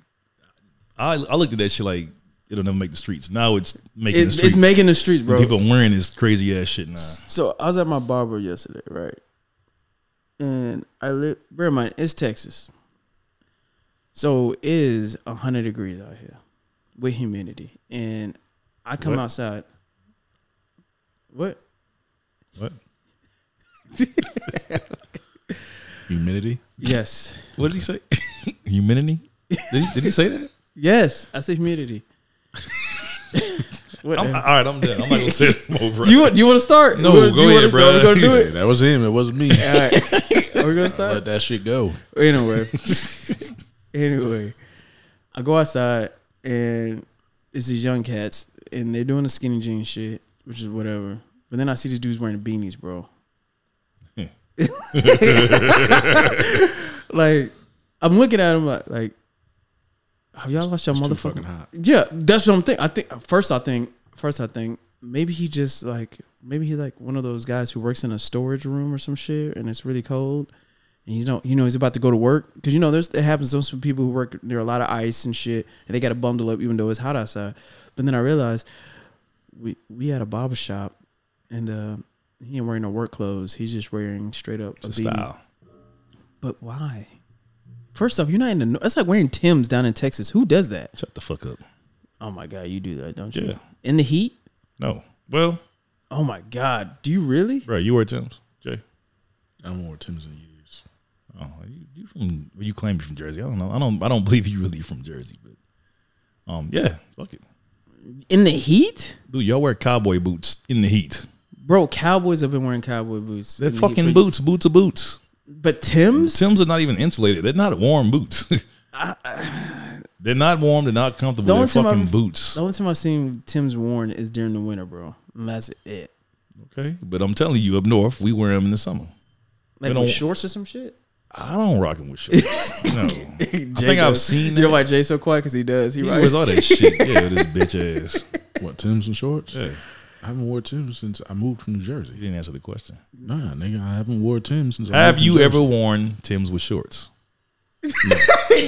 A: I, I looked at that shit like it'll never make the streets. Now it's making the
F: It,
A: streets.
F: it's making the streets, bro.
A: People are wearing this crazy ass shit now.
F: So I was at my barber yesterday, right? And I live. Bear in mind, it's Texas, so it is hundred degrees out here with humidity, and I come
A: What?
F: outside. What?
A: What?
G: Humidity.
F: Yes,
A: What did he say? Humidity? Did he, did he say that?
F: yes. I say humidity. what?
A: I'm, all right, I'm done. I'm not gonna say it no more, bro.
F: do you do you want to start?
A: No,
F: You wanna-
A: go
F: do you
A: ahead,
F: wanna- Are we gonna do
G: Hey,
F: it?
G: that was him. It wasn't me.
F: All right. Are we gonna start?
G: Let that shit go.
F: Anyway. anyway. I go outside and it's these young cats and they're doing the skinny jean shit, which is whatever. But then I see these dudes wearing beanies, bro. like I'm looking at them like like have y'all lost your
G: It's too
F: motherfucking
G: fucking hot.
F: yeah, that's what I'm thinking. I think first I think first I think maybe he just like maybe he like one of those guys who works in a storage room or some shit and it's really cold. And you know, you know he's about to go to work because you know there's it happens to some people who work near a lot of ice and shit, and they got to bundle up even though it's hot outside. But then I realized we we had a barber shop, and uh, he ain't wearing no work clothes. He's just wearing straight up a
A: It's a
F: beanie.
A: style.
F: But why? First off, you're not in the. That's like wearing Tim's down in Texas. Who does that?
A: Shut the fuck up.
F: Oh my god, you do that, don't you?
A: Yeah.
F: In the heat?
A: No. Well,
F: Oh my god, do you really?
A: bro, you wear Tim's, Jay.
G: I haven't worn Tim's in years.
A: Oh, you, you from? well, You claim you're from Jersey. I don't know. I don't. I don't believe you really from Jersey, but um, yeah, fuck it,
F: In the heat?
A: dude. Y'all wear cowboy boots in the heat.
F: Bro, cowboys have been wearing cowboy boots.
A: They're
F: in the heat
A: fucking
F: for-
A: boots. Boots are boots.
F: But Tim's?
A: Tim's are not even insulated. They're not warm boots. they're not warm. They're not comfortable.
F: The
A: They're
F: only time
A: fucking
F: I've-
A: boots.
F: The only time I've seen Tim's worn is during the winter, bro. And that's it.
A: Okay, but I'm telling you, up north, we wear them in the summer.
F: Like
A: don't-
F: with shorts or some shit?
A: I don't rocking with shorts. No, I think I've seen that.
F: You know why Jay's so quiet? Because he does. He,
A: He
F: rocks-
A: wears all that shit. Yeah, this bitch ass.
G: What Tim's and shorts?
A: Yeah,
G: I haven't wore Tim's since I moved from New
A: you
G: Jersey.
A: didn't answer the question.
G: Nah, nigga, I haven't wore Tim's since. I
A: Have
G: moved from
A: you
G: Jersey.
A: ever worn Tim's with shorts?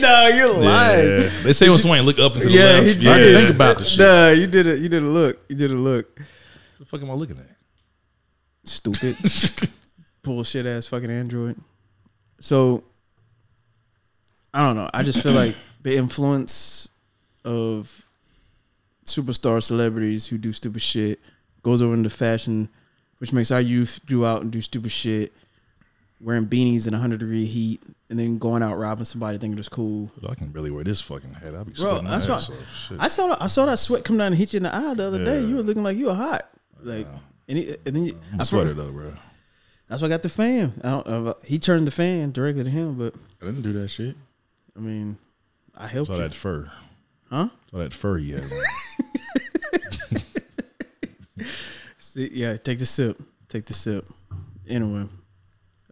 F: no, you're lying.
A: Yeah, they say when somebody look up and to the
F: Yeah,
A: left.
F: he
A: yeah,
F: did.
G: Think about the shit.
F: Nah, you did it. You did a look. You did a look.
A: What the fuck am I looking at?
F: Stupid, bullshit ass fucking Android. So I don't know. I just feel like the influence of superstar celebrities who do stupid shit goes over into fashion, which makes our youth do out and do stupid shit, wearing beanies in 100 degree heat, and then going out robbing somebody thinking it's cool.
A: Dude, I can really wear this fucking hat. I'll be
F: Bro,
A: sweating my
F: that's
A: ass
F: why-
A: off. Shit.
F: I saw I saw that sweat come down and hit you in the eye the other day. You were looking like you were hot, like and, it, and then you,
A: I'm
F: I fir-
A: a sweater though, bro.
F: That's why I got the fan. I don't, know about- he turned the fan directly to him, but
G: I didn't do that shit.
F: I mean, I helped
A: Saw
F: you.
A: that fur.
F: Huh?
A: Saw that fur he has. on.
F: See, yeah, take the sip. Take the sip. Anyway,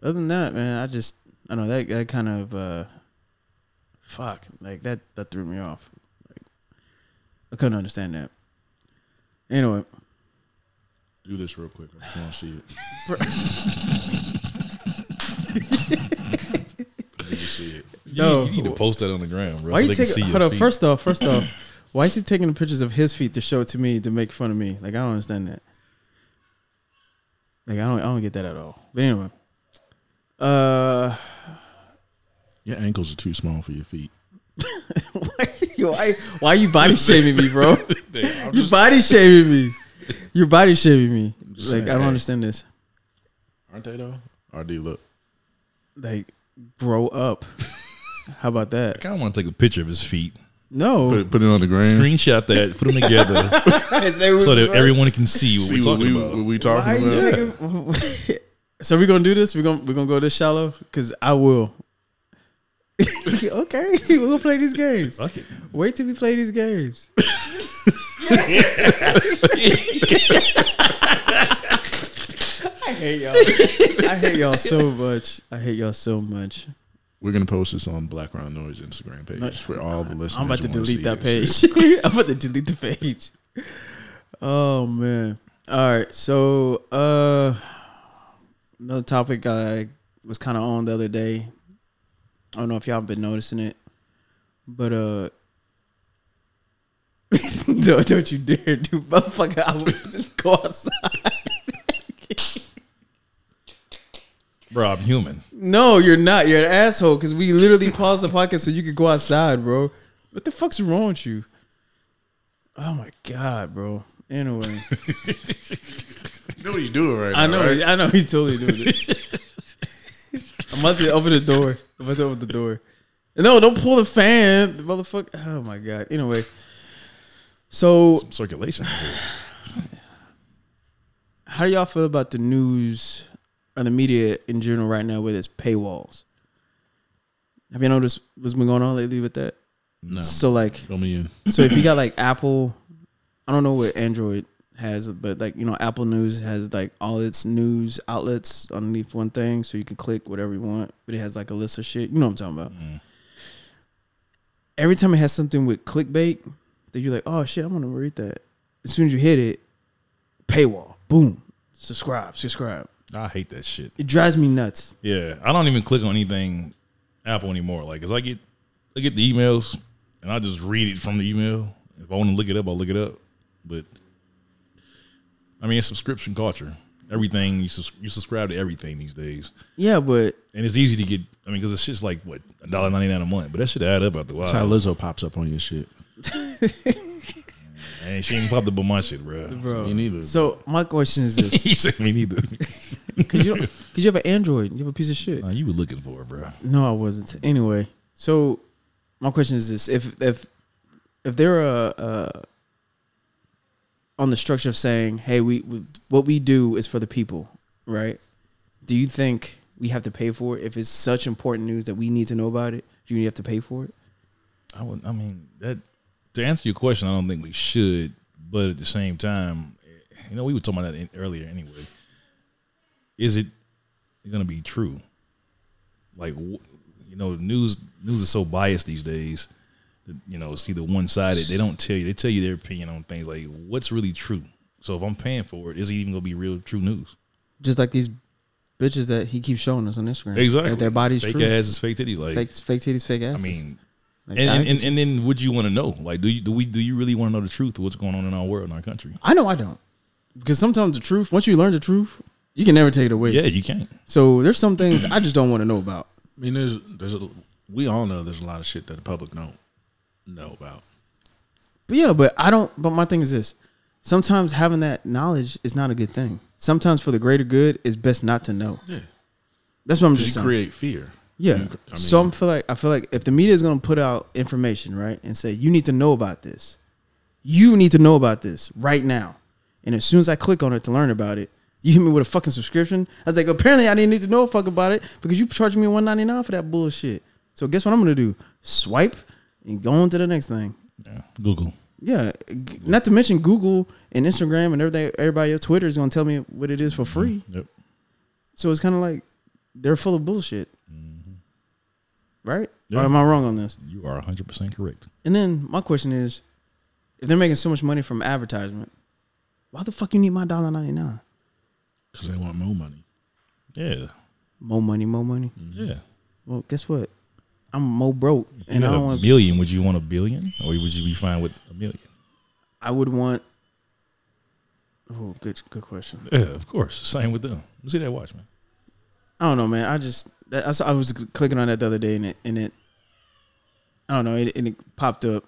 F: other than that, man, I just I know that that kind of uh, fuck like that that threw me off. Like, I couldn't understand that. Anyway,
G: Do this real quick. I just want to see it. I need to see it.
A: You,
F: No.
A: need, you need to post that on the ground, bro.
F: why
A: so
F: you
A: they can
F: taking?
A: see your
F: Hold up.
A: feet.
F: First off, first off, why is he taking the pictures of his feet to show it to me to make fun of me? Like I don't understand that. Like I don't I don't get that at all. But anyway, uh,
G: Your ankles are too small for your feet.
F: Yo, why, why you body shaming me, bro? you body shaming me. You're body shaming me.
G: just
F: Like I
G: saying,
F: don't
G: hey.
F: understand this.
G: Aren't they though? RD, look.
F: Like, grow up. How about
A: I
F: that?
A: kind of want to take a picture of his feet,
F: No.
G: Put, put it on the gram.
A: screenshot that, put them together, so that everyone can see what
G: See
A: we're
G: what
A: talking
G: we,
A: about.
G: what we
F: Why
G: talking
F: you
G: about.
F: taking- so we're gonna do this. We're gonna we're gonna go this shallow because I will. okay, we're gonna play these games.
A: Fuck it.
F: Wait till we play these games. I hate y'all. I hate y'all so much. I hate y'all so much.
G: We're gonna post this on Blackground Noise Instagram page for all the listeners.
F: I'm about to
G: who wanna see
F: delete that
G: this
F: page. I'm about to delete the page. Oh man. All right. So uh another topic I was kinda on the other day. I don't know if y'all been noticing it. But uh no, don't you dare do motherfucker I would just go outside.
A: Bro, I'm human.
F: No, you're not. You're an asshole because we literally paused the podcast so you could go outside, bro. What the fuck's wrong with you? Oh my god, bro. Anyway,
G: shit. You know what he's doing right now.
F: I know,
G: right?
F: I know, he's totally doing it. I'm about to open the door. I'm about to open the door. No, don't pull the fan, motherfucker. Oh my god. Anyway, so
A: Some circulation.
F: how do y'all feel about the news or the media in general right now with its paywalls? Have you noticed what's been going on lately with that?
G: No.
F: So like,
G: Fill me in.
F: so if you got like Apple, I don't know what Android has, but like you know, Apple News has like all its news outlets underneath one thing, so you can click whatever you want. But it has like a list of shit. You know what I'm talking about?
G: Mm-hmm.
F: Every time it has something with clickbait, that you're like, oh shit, I'm gonna read that. As soon as you hit it, paywall, boom, subscribe, subscribe.
A: I hate that shit.
F: It drives me nuts.
A: Yeah, I don't even click on anything Apple anymore. Like, cause I get, I get the emails, and I just read it from the email. If I want to look it up, I'll look it up. But I mean, it's subscription culture. Everything you subs- you subscribe to everything these days,
F: Yeah, but
A: and it's easy to get. I mean, because it's just like what a dollar ninety nine a month, but that should add up after a while.
G: That's how Lizzo pops up on your shit.
A: And she ain't popped up on my shit, bro.
G: Me neither.
F: so my question is this:
A: you said me neither.
F: Cause you don't, cause you have an Android, you have a piece of shit.
A: Nah, you were looking for it, bro.
F: No, I wasn't. Anyway, so my question is this: if if if they're uh, uh, on the structure of saying, "Hey, we, we what we do is for the people," right? Do you think we have to pay for it if it's such important news that we need to know about it? Do you have to pay for it?
A: I would. I mean, that to answer your question, I don't think we should. But at the same time, eh, you know, we were talking about that in, earlier anyway. Is it going to be true? like w- you know news news is so biased these days. that, You know, it's either one sided. They don't tell you. They tell you their opinion on things like what's really true. So if I'm paying for it, is it even gonna be real true news?
F: Just like these bitches that he keeps showing us on Instagram.
A: Exactly.
F: Like their body's
A: fake
F: true.
A: asses, fake titties. Like
F: Fake, fake titties, fake
A: I
F: asses.
A: mean,
F: Like,
A: and, and,
F: I-
A: and, and then would you want to know? Like, do you do we do you really want to know the truth of what's going on in our world, in our country?
F: I know I don't. Because sometimes the truth, once you learn the truth, you can never take it away.
A: Yeah, you can't.
F: So there's some things I just don't want to know about.
G: I mean, there's there's a, we all know there's a lot of shit that the public don't know about.
F: But yeah, but I don't. But my thing is this: sometimes having that knowledge is not a good thing. Sometimes for the greater good, it's best not to know.
G: Yeah.
F: That's what I'm just
G: Because you
F: saying.
G: create fear.
F: yeah.
G: You cr- I mean,
F: so I'm feel like I feel like if the media is going to put out information, right, and say you need to know about this, you need to know about this right now, and as soon as I click on it to learn about it. You hit me with a fucking subscription. I was like, apparently I didn't need to know a fuck about it because you charged me one ninety nine for that bullshit. So guess what I'm gonna do? Swipe and go on to the next thing.
A: Google.
F: Yeah, g- not to mention Google and Instagram and everything. Everybody, else, Twitter is gonna tell me what it is for free.
A: Yep.
F: So it's kind of like they're full of bullshit, right?
A: Yeah.
F: Or am I wrong on this?
A: You are 100 percent correct.
F: And then my question is, if they're making so much money from advertisement, why the fuck you need my dollar ninety nine?
G: because they want more money.
A: Yeah.
F: More money, more money.
A: Yeah.
F: Well, guess what? I'm mo broke,
A: And
F: and I
A: a
F: don't want.
A: million. Would you want a billion, or would you be fine with a million?
F: I would want. Oh, good, good question.
A: Yeah, of course. Same with them. You see that watch, man.
F: I don't know, man. I just that, I, saw, I was clicking on that the other day, and it and it, I don't know, it, and it popped up,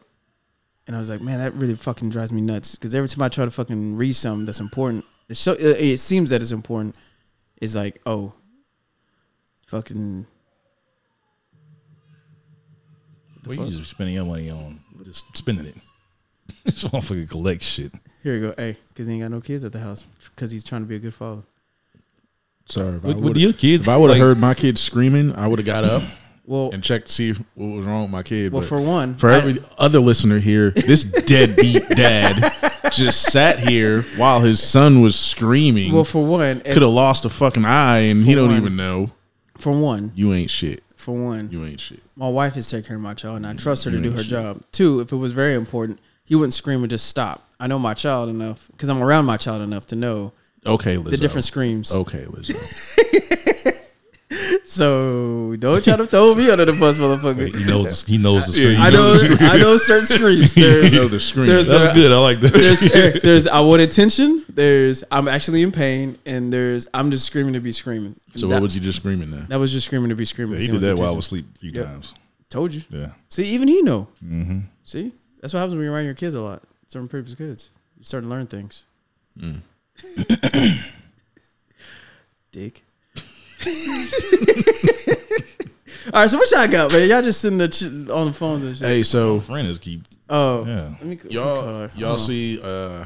F: and I was like, man, that really fucking drives me nuts. Because every time I try to fucking read something that's important, it so it, it seems that it's important. It's like, oh, fucking
A: Well, you just spending your money on just spending it. Just motherfucker collect shit.
F: here you go, hey, because he ain't got no kids at the house, because he's trying to be a good father.
G: Sorry, if I
A: With, with
G: would've-
A: your kids,
G: if I would have
A: like,
G: heard my kids screaming, I would have got up
F: Well,
G: and checked to see what was wrong with my kid.
F: well,
G: but
F: for one,
G: for
F: I-
G: every other listener here, this deadbeat dad just sat here while his son was screaming.
F: well, for one,
G: could have lost a fucking eye, and he
F: For
G: don't
F: one.
G: even know.
F: for one,
G: You ain't shit.
F: for one,
G: You ain't shit.
F: my wife is taking care of my child and I
A: Mm-hmm.
F: trust her to
G: you
F: do
G: ain't
F: her
G: shit.
F: job. Two, if it was very important, he wouldn't scream and just stop. I know my child enough because I'm around my child enough to know
G: Okay, Lizzo.
F: the different screams.
G: Okay, Lizzo.
F: So don't try to throw me under the bus, motherfucker.
A: he knows. He knows the screen.
F: I know, I know certain screams.
G: you
F: There's,
G: know the scream.
F: there's
A: That's good. I like that.
F: there's, there's I want attention. There's I'm actually in pain, and there's I'm just screaming to be screaming.
G: so
F: that,
G: what was you just screaming then?
F: that was just screaming to be screaming.
A: he
F: It
A: did
F: was
A: that while I
F: attention.
A: was asleep a few
F: Yep.
A: times.
F: Told you.
A: Yeah.
F: See, even he know.
A: Mm-hmm.
F: See, that's what happens when you're around your kids a lot. Certain people's kids, you start to learn things.
A: Mm.
F: Dick. All right, so what y'all got, man? Y'all just sitting there ch- on the phones and shit.
G: Hey, so
A: Friend is keep.
F: oh,
A: Yeah.
F: let me let me call
G: y'all
F: her. Hold
G: y'all
F: on.
G: see uh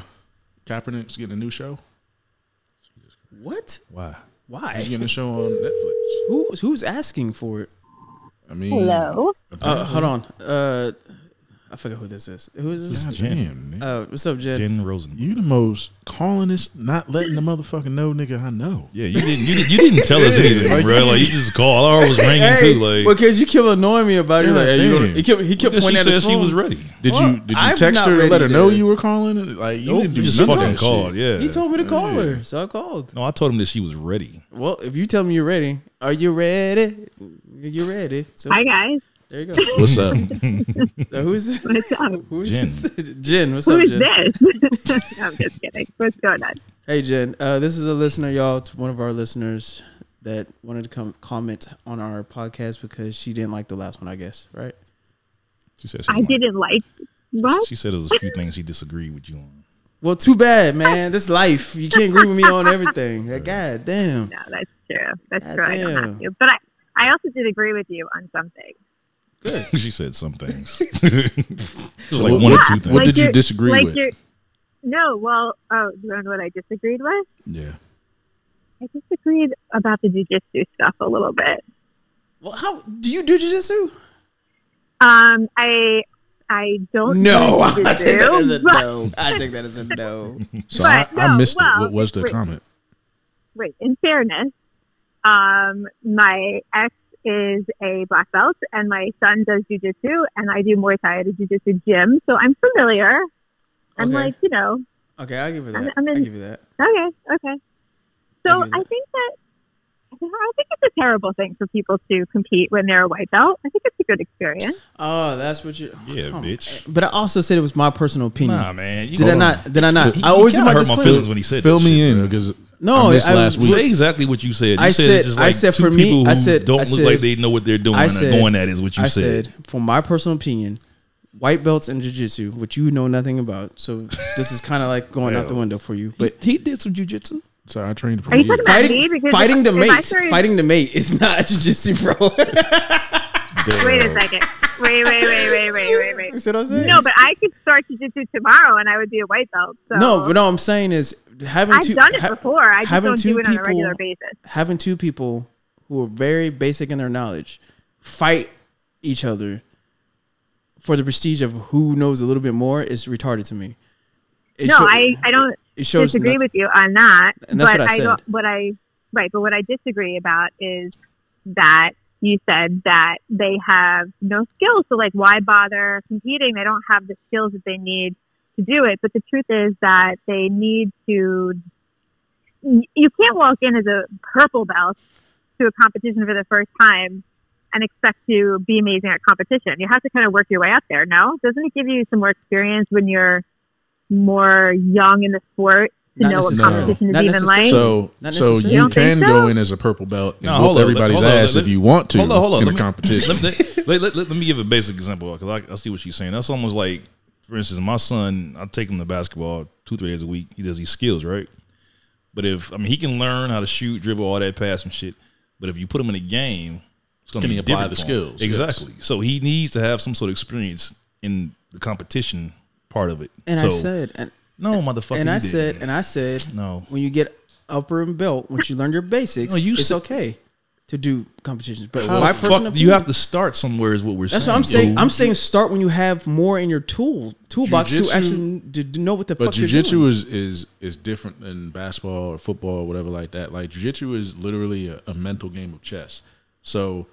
G: Kaepernick's getting a new show?
F: what?
A: Why?
G: He's
F: Why?
G: getting a show on Netflix.
F: Who who's asking for it?
G: I mean,
C: Hello.
F: Uh, hold on. Uh, I forget who this is. Who is this?
G: God damn, man.
F: Uh, what's up, Jed?
A: Jen Rosen.
G: you the most calling this, not letting the motherfucking know, nigga. I know.
A: Yeah, you didn't. You, did- you didn't tell us anything,
G: like-
A: bro. Like you just called. All I was ringing
F: Hey,
A: too. Like
F: well, cause you kept annoying me about it. You're
G: Yeah,
F: Like, hey, you
G: damn.
F: gonna- he kept he kept
A: because
F: pointing
A: she
F: at his
A: said she
F: phone.
A: was ready.
G: Did
F: Well,
G: you did you
F: I'm
G: text
F: not
G: her to let
F: ready
G: her know
F: to-
G: you were calling? Like you
A: Nope,
G: didn't do
A: you just
G: none of
A: fucking
G: that
A: called.
G: shit.
A: Yeah.
F: He told me to call her, so I called.
A: no, I told him that she was ready.
F: Well, if you tell me you're ready, are you ready? You're ready. So
C: Hi guys.
F: there you go.
G: What's up?
F: Now, who's this?
C: What's up?
F: Who's
A: Jen.
F: this? Jen, what's
C: Who
F: up,
C: is
F: Jen?
C: this? I'm just kidding. What's going on?
F: Hey, Jen. Uh, this is a listener, y'all. It's one of our listeners that wanted to come comment on our podcast because she didn't like the last one, I guess, right?
A: She said she
C: I
A: liked it.
C: didn't like what?
A: She said there was a few things she disagreed with you on.
F: Well, too bad, man. This life. You can't agree with me on everything. Like, God damn.
C: No, that's true. That's
F: God
C: true. I don't
F: damn.
C: have to. But I, I also did agree with you on something.
A: she said some things. It was like
G: what-
A: one or two
C: Yeah,
A: things.
G: What did you
C: your-
G: disagree with?
C: your- no, well, oh, you know what I disagreed with?
G: yeah.
C: I disagreed about the jujitsu stuff a little bit.
F: Well, how do you do jujitsu?
C: Um, I I don't
F: No,
C: know
F: I
C: what
F: think
C: to
F: that
C: do,
F: is a
C: but-
F: no. I think that is a no.
G: So
C: But,
G: I, I
C: no,
G: missed it.
C: well,
G: What was the
C: wait.
G: comment?
C: wait, in fairness, um, my ex is a black belt, and my son does jujitsu, and I do Muay Thai at a jujitsu gym, so I'm familiar. I'm
F: Okay.
C: like, you know,
F: Okay, I'll give you
C: I'm-
F: that.
C: I'm
F: I'll
C: in-
F: give you that.
C: Okay, okay.
F: I
C: So
F: knew
C: I
F: that.
C: think that I think it's a terrible thing for people to compete when they're a white belt. I think it's a good experience.
F: Oh, that's what you.
A: Yeah, bitch.
F: But I also said it was my personal opinion.
A: Nah, man. You
F: Did I
A: hold on.
F: not? Did I not?
A: He-
F: I
A: he
F: always do
A: kinda
F: my
A: hurt my
F: disclaimer.
A: feelings when he said
G: Fill
A: that
G: me
A: shit,
G: in
A: bro.
G: because
F: No,
G: I missed
F: I
G: last
F: was-
G: week.
A: Say exactly what you said. You
F: I
A: said,
F: said-
A: it's just
F: I
A: like
F: said
A: two
F: for me-
A: people who
F: I said-
A: don't
F: I
A: look
F: said-
A: like they know what they're doing
F: I
A: are
F: said,
A: going at is what you
F: I
A: said.
F: said, for my personal opinion, white belts and jujitsu, which you know nothing about. So this is kind of like going out the window for you. But
A: he did some jujitsu.
G: Sorry, I trained for
C: Are you
G: you.
C: talking about me?
F: fighting,
C: Because
F: fighting
C: if-
F: the
C: if I
F: mate,
C: started-
F: fighting the mate is not jujitsu, bro.
C: Wait a second. Wait, wait, wait, wait, wait, wait,
F: you
C: wait.
F: see what I'm saying?
C: No, but I could start to jujitsu tomorrow, and I would be a white belt. So
F: No, but no, I'm saying is having
C: I've
F: two.
C: done it
F: ha-
C: before. I just
F: having
C: don't
F: two
C: do it on a regular
F: people-
C: basis.
F: Having two people who are very basic in their knowledge fight each other for the prestige of who knows a little bit more is retarded to me. It
C: No,
F: sho-
C: I, I don't
F: It shows
C: disagree
F: nothing.
C: with you on that.
F: And that's
C: but
F: what I
C: don't,
F: said.
C: what I right, but what I disagree about is that you said that they have no skills. So like why bother competing? They don't have the skills that they need to do it. But the truth is that they need to y- you can't walk in as a purple belt to a competition for the first time and expect to be amazing at competition. You have to kind of work your way up there, no? Doesn't it give you some more experience when you're more young in the sport to
F: Not
C: know what
F: necessarily.
C: competition is
F: Not
C: even like?
F: necessarily.
G: So,
F: Not
G: so
F: necessarily.
C: You
G: you
C: don't
G: can
C: think so?
G: go in as a purple belt and
A: No,
G: whoop
A: hold on,
G: everybody's
A: hold on,
G: ass
A: let-
G: if you want to
A: Hold on, hold on.
G: in
A: Let
G: a
A: me,
G: competition.
A: Let, let- let- let- let- let me give a basic example because I, I see what she's saying. That's almost like, for instance, my son. I take him to basketball two, three days a week. He does these skills, right? But if I mean, he can learn how to shoot, dribble, all that, pass and shit. But if you put him in a game, it's going to
G: Can
A: be
G: he apply
A: different
G: the
A: for him.
G: skills?
A: Exactly. So he needs to have some sort of experience in the competition part of it.
F: And
A: so,
F: I said, and,
A: no, motherfucker.
F: and
A: you
F: I
A: didn't.
F: said, and I said,
A: No.
F: When you get upper and belt, once you learn your basics,
A: No, you
F: it's
A: said-
F: okay to do competitions. But
A: How
F: my
A: the
F: personal
A: fuck, you have
F: opinion-
A: to start somewhere. Is what we're
F: That's what
A: saying.
F: I'm saying.
A: dude.
F: I'm saying start when you have more in your tool toolbox
G: Jujitsu-
F: to actually to to know what the
G: But
F: fuck you're doing.
G: jujitsu is is is different than basketball or football or whatever like that. Like jujitsu is literally a, a mental game of chess. So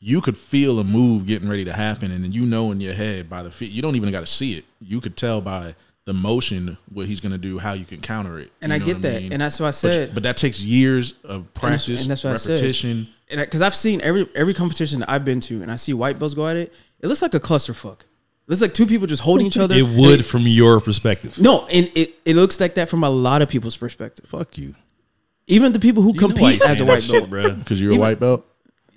G: you could feel a move getting ready to happen, and then you know in your head by the feet. You don't even got to see it. You could tell by the motion what he's going to do, how you can counter it.
F: And
G: You
F: I
G: know
F: get
G: what
F: that,
G: mean?
F: and that's what I
G: But-
F: said.
G: But, that takes years of
F: that's-
G: practice,
F: and that's what I said.
G: repetition.
F: and because I've seen every every competition that I've been to, and I see white belts go at it, it looks like a clusterfuck. It looks like two people just holding each other.
A: It
F: and
A: would from your perspective.
F: no, and it, it looks like that from a lot of people's perspective.
A: Fuck you.
F: Even the people who
A: You know why
F: compete
A: he's
F: as a
A: saying
F: white
A: that
F: belt.
A: shit, bruh.
G: Because you're a white belt.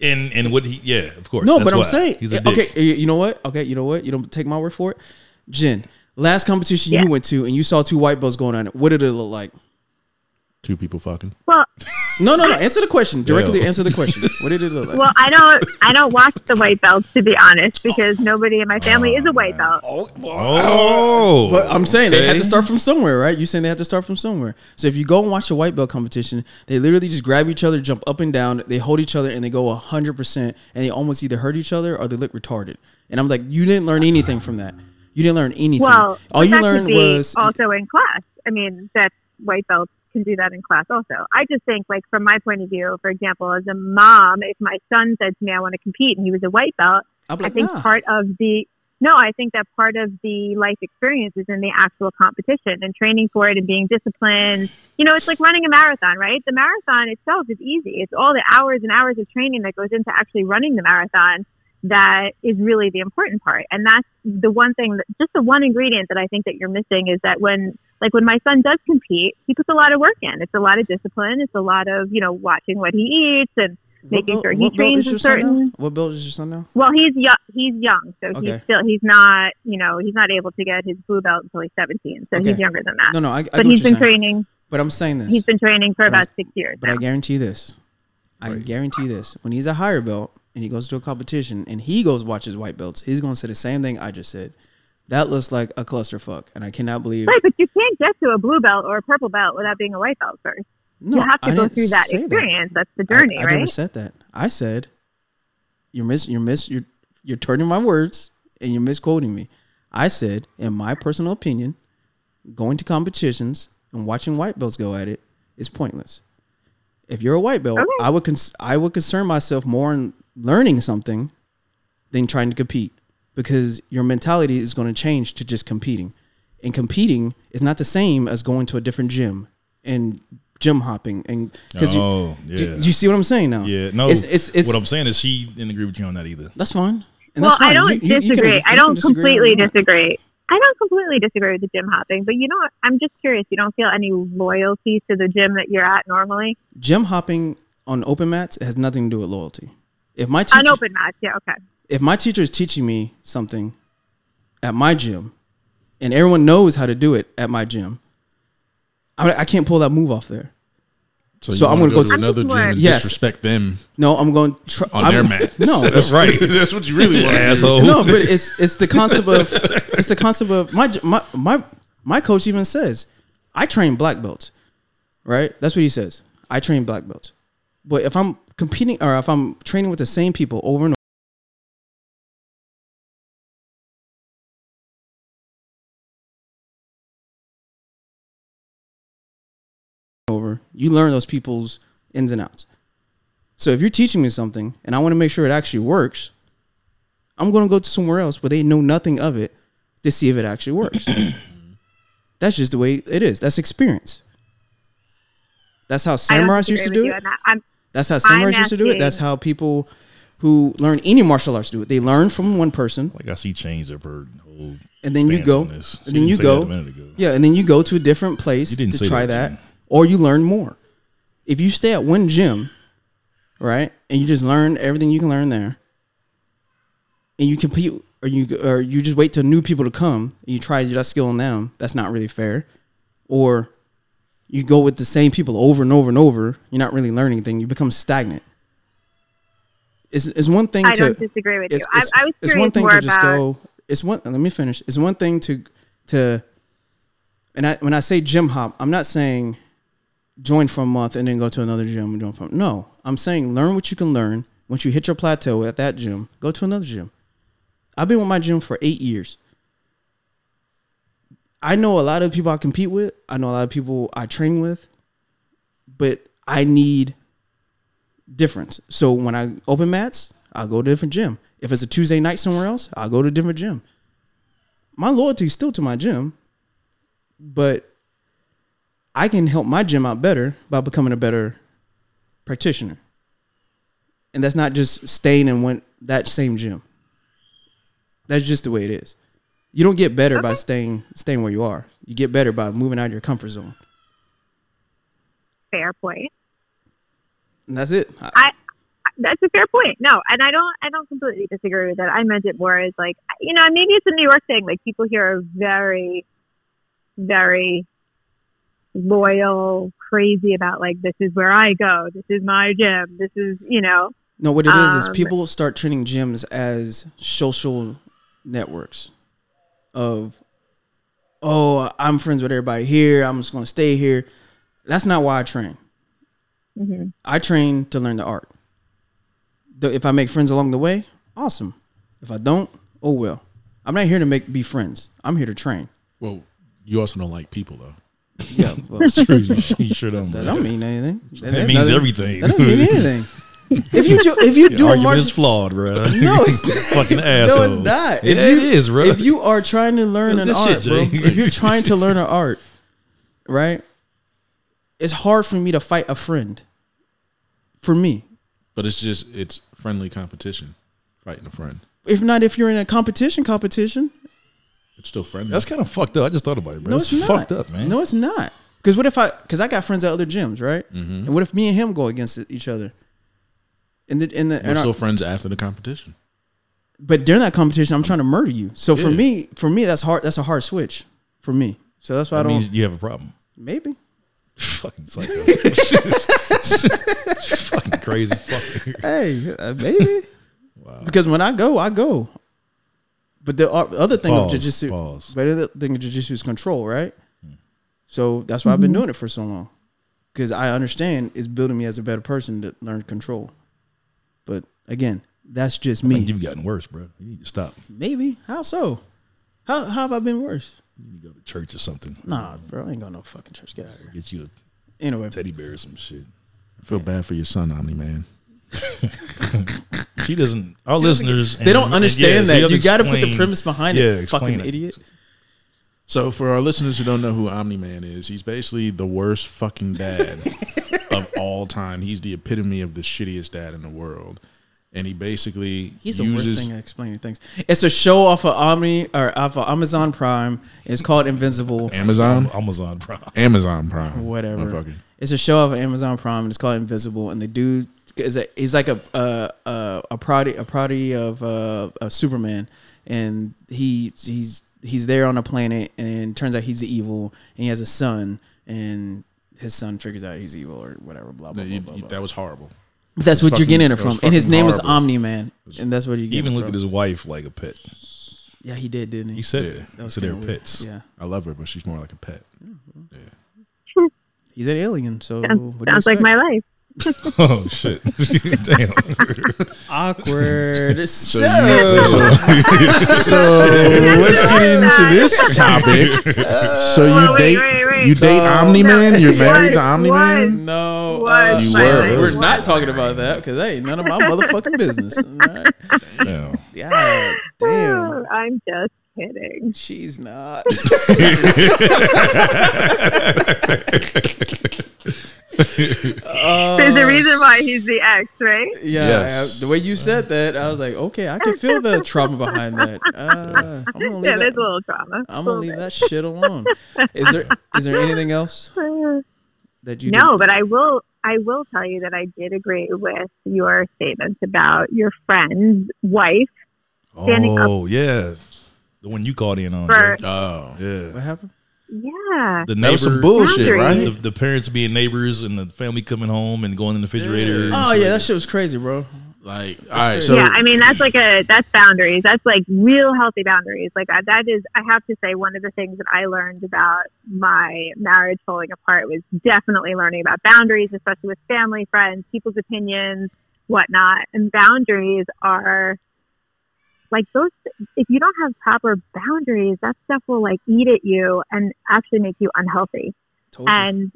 A: And and what he yeah, of course.
F: No,
A: That's
F: but I'm
A: why.
F: saying eh,
A: he's a dick.
F: okay. you- You know what? Okay, you know what? You don't take my word for it, Jen. Last competition
C: Yeah.
F: you went to, and you saw two white belts going on it. What did it look like?
G: Two people fucking.
C: Well,
F: No, no, no. Answer the question directly.
A: Yeah.
F: Answer the question. What did it look like?
C: well, I don't, I don't watch the white belts to be honest, because nobody in my family is a white belt.
A: Oh,
F: But I'm saying they had
A: okay.
F: to start from somewhere, right? You're saying they had to start from somewhere. So if you go and watch a white belt competition, they literally just grab each other, jump up and down, they hold each other, and they go 100%, and they almost either hurt each other or they look retarded. And I'm like, you didn't learn anything from that. You didn't learn anything.
C: Well,
F: All
C: but
F: you
C: that could
F: learned
C: be
F: was.
C: also in class. I mean, that white belts can do that in class also. I just think, like from my point of view, for example, as a mom, if my son said to me, "I want to compete," and he was a white belt,
F: I'm
C: I
F: like,
C: think
F: nah.
C: part of the no, I think that part of the life experience is in the actual competition and training for it and being disciplined. You know, it's like running a marathon, right? The marathon itself is easy. It's all the hours and hours of training that goes into actually running the marathon that is really the important part. And that's the one thing that just the one ingredient that I think that you're missing is that when like when my son does compete, he puts a lot of work in. It's a lot of discipline. It's a lot of, you know, watching what he eats and
F: What
C: making
F: belt-
C: sure he
F: what belt
C: trains
F: is your
C: a
F: son
C: certain
F: now? What belt is your son now?
C: well, he's young. He's young, so
F: Okay.
C: he's still he's not you know he's not able to get his blue belt until he's seventeen. So he's
F: Okay.
C: younger than that.
F: No, no, I, I get
C: but
F: what
C: he's
F: you're
C: been
F: saying.
C: training.
F: But I'm saying this.
C: He's been training for
F: But I-
C: about six years.
F: But I
C: now.
F: guarantee this. I guarantee this. When he's a higher belt and he goes to a competition and he goes watches white belts, he's going to say the same thing I just said. That looks like a clusterfuck, and I cannot believe.
C: Right, but you can't get to a blue belt or a purple belt without being a white belt first.
F: No,
C: you have to
F: I
C: go
F: didn't
C: through that
F: say
C: experience. That's the
F: I-
C: journey,
F: I,
C: right?
F: never said that. I said you're mis you're mis you're you're turning my words and you're misquoting me. I said, in my personal opinion, going to competitions and watching white belts go at it is pointless. If you're a white belt,
C: Okay.
F: I would cons- I would concern myself more on learning something than trying to compete because your mentality is going to change to just competing. And competing is not the same as going to a different gym and gym hopping and because
A: Oh,
F: you,
A: yeah.
F: do, do you see what I'm saying now?
A: Yeah, no.
F: it's it's, it's
A: what I'm saying is she didn't agree with you on that either.
F: that's fine. And
C: well,
F: that's fine.
C: I don't
F: You- you- you can
C: disagree.
F: agree- you
C: I
F: can
C: don't
F: disagree all you
C: completely
F: want.
C: disagree. I don't completely disagree with the gym hopping, but you know, what? I'm just curious. You don't feel any loyalty to the gym that you're at normally?
F: Gym hopping on open mats has nothing to do with loyalty. If my
C: An
F: teacher,
C: open match, yeah, okay.
F: if my teacher is teaching me something at my gym, and everyone knows how to do it at my gym, I, I can't pull that move off there.
G: you
F: So I'm
G: wanna
F: gonna go
G: to
F: to-
G: another gym and
F: Yes.
G: disrespect them
F: No, I'm going to try
G: on
F: I'm,
G: their mat.
F: No,
G: that's right. that's what you really want, asshole.
F: no, but it's it's the concept of it's the concept of my my my my coach even says I train black belts, right? That's what he says. I train black belts, but if I'm competing or if I'm training with the same people over and over, over, you learn those people's ins and outs. So if you're teaching me something and I want to make sure it actually works, I'm going to go to somewhere else where they know nothing of it to see if it actually works. That's just the way it is. That's experience. That's how
C: I don't
F: samurais used
C: disagree
F: to
C: with
F: do
C: you
F: it.
C: on that. I'm,
F: That's how samurais used to do it. That's
C: asking-
F: how people who learn any martial arts do it. They learn from one person,
A: Like I see changed up her whole.
F: and then you
A: stance
F: go,
A: on this. She
F: and then
A: didn't
F: you
A: say
F: go,
A: that a minute ago.
F: yeah, and then you go to a different place
A: You didn't
F: to
A: say
F: try
A: that,
F: that,
A: Jen.
F: or you learn more. If you stay at one gym, right, and you just learn everything you can learn there, and you compete, or you or you just wait till new people to come and you try that skill on them, that's not really fair. Or you go with the same people over and over and over, you're not really learning anything. You become stagnant. It's, it's one thing
C: I
F: to
C: don't disagree with
F: it's,
C: you.
F: it's,
C: I, I was
F: it's
C: curious
F: one thing
C: more
F: to just
C: about.
F: go it's one let me finish it's one thing to to and I, when i say gym hop i'm not saying join for a month and then go to another gym and join for no i'm saying learn what you can learn once you hit your plateau at that gym go to another gym i've been with my gym for eight years i know a lot of people i compete with i know a lot of people i train with but i need difference. So when I open mats, I'll go to a different gym. If it's a Tuesday night somewhere else, I'll go to a different gym. My loyalty is still to my gym, but I can help my gym out better by becoming a better practitioner. And that's not just staying in one that same gym. That's just the way it is. You don't get better by staying staying where you are. You get better by moving out of your comfort zone.
C: Fair point.
F: And that's it. I-
C: I that's a fair point. No, and I don't I don't completely disagree with that. I meant it more as like you know maybe it's a New York thing. Like people here are very, very loyal, crazy about like this is where I go. This is my gym. This is you know
F: No, what it is is
C: Um,
F: people start treating gyms as social networks of oh, I'm friends with everybody here, I'm just gonna stay here. That's not why I train. I train to learn the art. Though If I make friends along the way, awesome. If I don't, oh well. I'm not here to make be friends. I'm here to train.
G: Well, you also don't like people though.
F: Yeah, well, that
A: you sure don't.
F: don't mean anything. That,
A: It
F: that's
A: means
F: nothing-
A: everything.
F: That doesn't mean anything. if you do, if you do a
A: Argument
F: martial,
A: is flawed, bro.
F: no, it's
A: fucking asshole.
F: No, it's not.
A: Yeah, it is, bro.
F: If you are trying to learn an
A: That's
F: art,
A: that
F: bro,
A: shit, Jay.
F: if you're trying to learn an art, right? It's hard for me to fight a friend. For me,
G: But it's just it's friendly competition, fighting a friend.
F: if not, if you're in a competition, competition,
G: It's still friendly.
A: That's kind of fucked up. I just thought about it, bro.
F: no,
A: it's
F: it's, not.
A: fucked up, man.
F: No, it's not. Because what if I? Because I got friends at other gyms, right?
A: Mm-hmm.
F: And what if me and him go against e, each other? In the in the
G: We're
F: and our-
G: still friends after the competition.
F: but during that competition, I'm trying to murder you. So for
G: Yeah.
F: me, for me, that's hard. That's a hard switch for me. So that's why I
A: that
F: don't.
A: means you have a problem.
F: maybe.
A: Fucking psycho. fucking crazy. Fucking.
F: Hey, uh, maybe. Because when I go, I go. But the o- other thing
A: Pause,
F: of jujitsu,
A: pause. Hmm.
F: but the other thing of jujitsu is control, right? So that's why I've been doing it for so long, because I understand it's building me as a better person to learn control. But again, that's just
A: Like,
F: me.
A: you've gotten worse, bro. You need to stop.
F: Maybe how so? How how have I been worse?
A: You need to go to church or something.
F: Nah, bro, I ain't going to no fucking church. Get out of here.
A: Get you a
F: Anyway,
A: teddy bear or some shit.
G: I feel bad for your son, Omni man.
A: She doesn't. Our listeners,
F: They don't understand that. you got to put the
A: explain-
F: premise behind
A: yeah,
F: it,
A: explain
F: fucking
A: it.
F: idiot.
G: So for our listeners who don't know who Omni Man is, he's basically the worst fucking dad of all time. He's the epitome of the shittiest dad in the world. And he basically
F: He's the
G: uses
F: worst thing at explaining things. It's a show off of Omni or off of Amazon Prime. It's called Invincible.
G: Amazon
A: Amazon Prime.
G: Amazon Prime.
F: whatever.
G: Motherfucker.
F: It's a show off of Amazon Prime. And it's called Invisible, and the dude is a, he's like a a a, a prody a prody of uh, of Superman, and he he's he's there on a planet, and turns out he's evil, and he has a son, and his son figures out he's evil or whatever. Blah
G: No,
F: blah
G: you-
F: blah.
G: you-
F: blah.
G: that was horrible.
F: That's what you're
G: fucking-
F: getting it
G: that was
F: from, and his
G: fucking
F: name is
G: horrible.
F: Omni Man, and that's what you
A: He
F: get.
A: even
F: it
A: looked
F: from.
A: at his wife like a pet.
F: Yeah, he did, didn't he?
A: He said
G: Yeah.
A: it.
F: That
A: He
F: was
A: said they're
F: kinda weird.
A: pets.
F: Yeah,
G: I love her, but she's more like a pet.
F: he's an alien, so
C: Sounds,
F: what do you
C: sounds like my
F: expect?
C: life.
A: Oh shit! Damn.
F: awkward. so,
G: So let's get into this topic. So you
C: Wait,
G: date
C: wait, wait.
G: you date Omni Man? You're married to
C: What?
G: Omni Man?
F: no, uh,
C: What?
G: You
C: my
G: were.
C: life.
G: We're
F: We're not talking about that because that ain't none of my motherfucking business. all right?
A: Yeah.
F: God damn.
C: I'm just kidding.
F: She's not. Uh,
C: There's a reason why he's the ex, right?
F: Yeah,
G: Yes.
F: I- the way you said that, I was like, okay, I can feel the trauma behind that. Uh, I'm gonna leave
C: Yeah,
F: that.
C: there's a little drama.
F: I'm gonna leave that shit alone. Is there is there anything else that you
C: no,
F: did-
C: but I will. I will tell you that I did agree with your statements about your friend's wife. Standing up.
A: Oh yeah. The one you called in on.
C: For-
A: Jay.
G: Oh.
A: Yeah.
F: what happened?
C: Yeah,
A: The
G: That was some
A: neighbor-
G: bullshit,
A: the,
G: right?
C: Boundaries.
A: the parents being neighbors and the family coming home and going in the refrigerator. and
F: Oh
A: shit.
F: yeah, that shit was crazy, bro.
G: Like, all right,
F: crazy.
G: so
C: yeah. I mean, that's like a that's boundaries. That's like real healthy boundaries. Like I, that is, I have to say, one of the things that I learned about my marriage falling apart was definitely learning about boundaries, especially with family, friends, people's opinions, whatnot. And boundaries are like those if you don't have proper boundaries that stuff will like eat at you and actually make you unhealthy
F: Told you.
C: and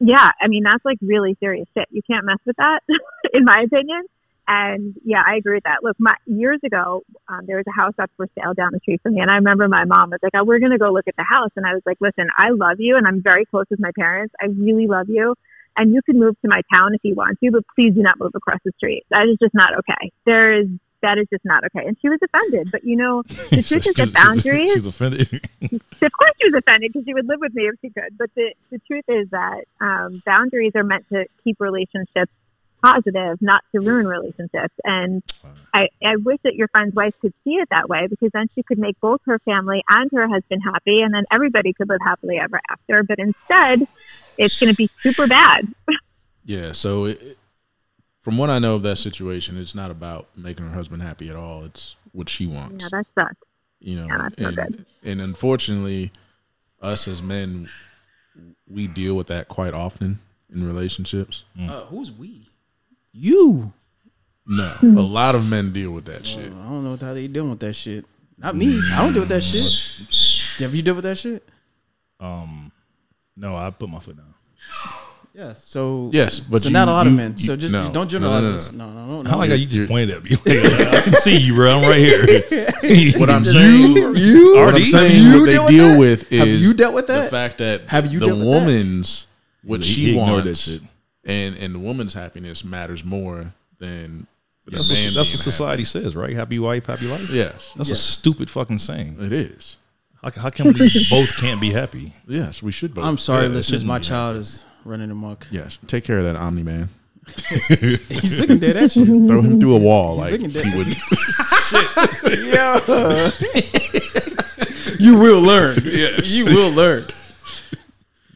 C: yeah i mean that's like really serious shit you can't mess with that in my opinion and yeah i agree with that look my years ago um, there was a house up for sale down the street from me and i remember my mom was like oh, we're going to go look at the house and i was like listen i love you and i'm very close with my parents i really love you and you can move to my town if you want to but please do not move across the street that is just not okay there is that is just not okay and she was offended but you know the truth is that boundaries
A: She's offended.
C: of course she was offended because she would live with me if she could. But the, the truth is that um, boundaries are meant to keep relationships positive, not to ruin relationships. And I, I wish that your friend's wife could see it that way because then she could make both her family and her husband happy and then everybody could live happily ever after. But instead, it's going to be super bad.
G: Yeah, so it, it- from what I know of that situation, it's not about making her husband happy at all. It's what she wants.
C: Yeah, that sucks.
G: you know,
C: that's not
G: and,
C: good.
G: and unfortunately, us as men, we deal with that quite often in relationships.
A: Mm.
F: Uh, who's we? You.
G: No, a lot of men deal with that shit.
F: I don't know what the hell they doing with that shit. Not me. I don't deal with that shit. Have you deal with that shit?
A: um, no, I put my foot down.
F: Yeah. So
G: Yes, but
F: so
G: you-
F: not a lot
G: you-
F: of men.
G: you-
F: So just
G: no.
F: don't
G: No, no, no,
F: generalize
G: no.
F: this. No, no, no.
A: I
F: no.
A: like how you just pointed at me. I can see you, bro. I'm right here.
G: What I'm saying,
F: You
G: what I'm saying,
F: You
G: what they
F: deal with
G: deal
F: that?
G: with is
F: Have you dealt with that?
G: The fact that
F: Have you
G: the
F: dealt with that?
G: woman's what
A: He- he
G: she
A: ignored
G: wants
A: that shit.
G: and and the woman's happiness matters more than the
A: That's
G: man
A: what, that's
G: being
A: what
G: happy.
A: society says, right? Happy wife, happy life.
G: Yes,
A: That's a stupid fucking saying.
G: it is.
A: How, how come we both can't be happy?
G: Yes, we should both.
F: I'm sorry,
A: Yeah, it
F: listeners.
A: shouldn't
F: My
A: be.
F: child is running amok.
G: Yes, take care of that Omni Man.
F: He's looking dead at you.
G: Throw him through a wall like
F: looking
G: he
F: dead.
G: would.
F: Yeah. you will learn.
A: Yes.
F: You will learn.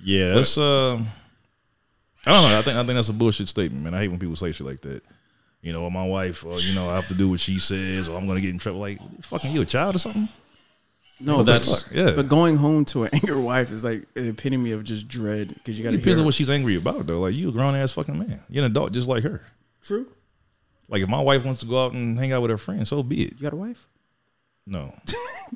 A: Yeah, that's um I don't know. I think I think that's a bullshit statement, man. I hate when people say shit like that. You know, my wife, or you know, I have to do what she says, or I'm gonna get in trouble. Like, fucking, you a child or something?
F: No,
A: But
F: but-
A: that's- yeah.
F: But going home to an angry wife is like the epitome of just dread because you got to
A: It depends
F: hear
A: on what she's angry about, though. Like, you a grown ass fucking man. You're an adult just like her.
F: True.
A: Like, if my wife wants to go out and hang out with her friends, so be it.
F: You got a wife?
A: No,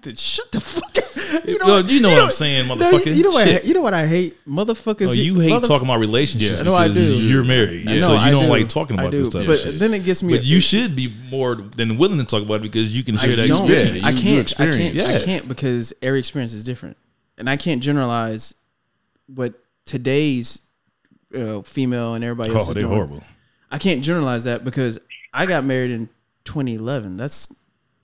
F: Then shut the fuck up.
A: You know, you know what I'm saying,
F: No,
A: motherfucker.
F: you, you know what? I,
A: Shit.
F: you know what I hate, motherfuckers.
A: Oh, you hate
F: motherf-
A: talking about relationships.
F: No, I
A: because
F: do.
A: You're married, yeah,
F: No,
A: so you
F: I
A: don't
F: do.
A: like talking
F: I
A: about this
F: do,
A: stuff.
F: But
A: Shit.
F: then it gets me.
A: But you should be more than willing to talk about it because you can
F: I
A: share that
F: don't.
A: experience.
F: I
G: You-
F: can't. I
G: you
F: can't.
G: experience.
F: I
A: Yeah.
F: can't because every experience is different, and I can't generalize what today's uh, female and everybody else
A: Oh,
F: is
A: they're
F: doing.
A: horrible.
F: I can't generalize that because I got married in 2011. That's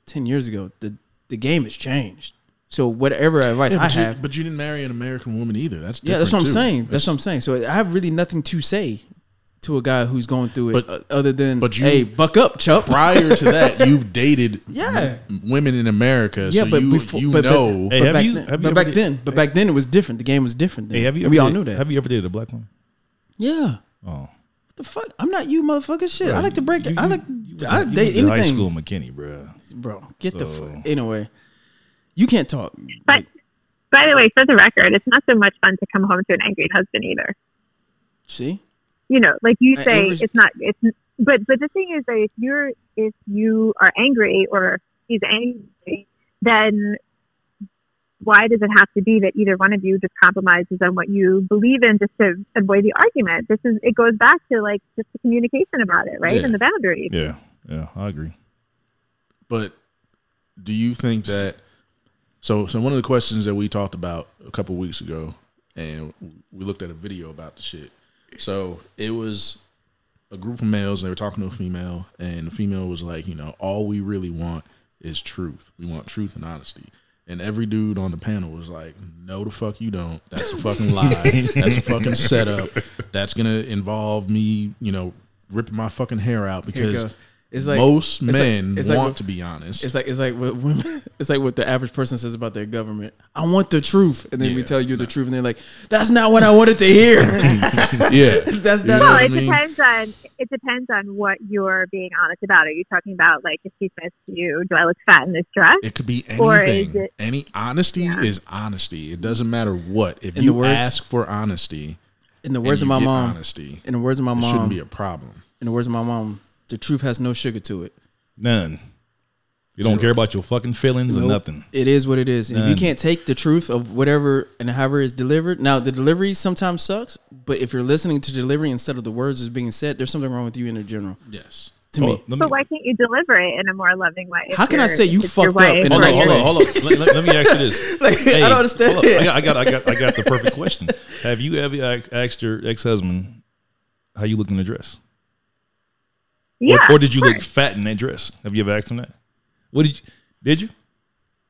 F: 10 years ago. The the game has changed. So whatever advice I
G: but, you,
F: have,
G: but you didn't marry an American woman either. That's
F: yeah, that's what I'm
G: different, too.
F: saying. That's, what I'm saying. So I have really nothing to say to a guy who's going through it,
G: But-
F: uh, other than
G: but you-
F: hey, buck up, Chup.
G: prior to that, you've dated
F: Yeah.
G: m- women in America.
F: Yeah,
G: so
F: but
G: you,
F: before,
G: you
F: but, but-
G: know.
F: but,
A: Hey, have
F: back,
A: you-
F: then,
A: have you
F: but
A: ever
F: back
A: did-
F: then, but back then it was different. The game was different. Then.
A: Hey, have you? Ever
F: we all
A: did-
F: knew that.
A: Have you ever dated a black woman?
F: yeah. What
A: Oh,
F: the fuck? I'm not you, motherfucker. Shit. I
A: Right.
F: like to break.
A: You-
F: it. I
A: you-
F: like.
A: you went
F: I
A: to- you
F: date
A: went
F: anything.
A: to High school, in McKinney, bro.
F: bro. Get the
A: So-
F: fuck. Anyway, you can't talk.
C: But by the way, for the record, it's not so much fun to come home to an angry husband either.
F: see,
C: You know, like you
F: I-
C: say,
F: angry's-
C: it's not. It's but but the thing is that if you're if you are angry or he's angry, then why does it have to be that either one of you just compromises on what you believe in just to avoid the argument? This is it goes back to like just the communication about it, right?
G: Yeah.
C: And the boundaries.
A: Yeah, yeah, I agree.
G: But do you think that? So, so one of the questions that we talked about a couple weeks ago, and we looked at a video about the shit. So it was a group of males, and they were talking to a female, and the female was like, you know, all we really want is truth. We want truth and honesty. And every dude on the panel was like, no, the fuck you don't. That's a fucking lie. That's a fucking setup. That's going to involve me, you know, ripping my fucking hair out
F: you
G: because
F: go. It's like- it's
G: most
F: like-
G: men
F: it's like
G: want
F: with-
G: to be honest.
F: it's like it's like what women. It's like what the average person says about their government. I want the truth, and then we
G: Yeah,
F: tell you the truth, and they're like, "That's not what I wanted to hear."
G: yeah.
F: That's
G: You know
F: not.
G: what
C: Well,
G: I
C: it
G: mean?
C: depends on it depends on what you're being honest about. Are you talking about like if he says to you, "Do I look fat in this dress?"
G: It could be anything.
C: Or is it-
G: Any honesty is honesty. It doesn't matter what. If
F: In the
G: you
F: words-
G: ask for honesty,
F: In the
G: and
F: words of
G: you
F: my
G: get
F: mom.
G: honesty,
F: In the words of my
G: it
F: mom.
G: shouldn't be a problem.
F: in the words of my mom, the truth has no sugar to it.
A: None. You don't care about your fucking feelings or
F: Nope.
A: nothing.
F: It is what it is. And if you
A: None.
F: can't take the truth of whatever and however it's delivered, now the delivery sometimes sucks, but if you're listening to delivery instead of the words that's being said, there's something wrong with you in the general.
G: Yes.
F: To
A: Hold
F: me,
A: up, let me-
C: But why can't you deliver it in a more loving way? if
F: How can I
C: you're-
F: say you
C: if it's your
F: fucked up
C: wife
F: in
C: or
A: Hold on,
C: your-
A: hold on, hold on. Let, let- let me ask you this.
F: Like, I don't understand.
A: hold up. I, got, I got, I got, I got the perfect question. Have you ever ac- asked your ex-husband how you look in the dress,
C: Yeah,
A: or, or did you
C: of
A: look
C: course.
A: fat in that dress? Have you ever asked him that? What did you? Did you?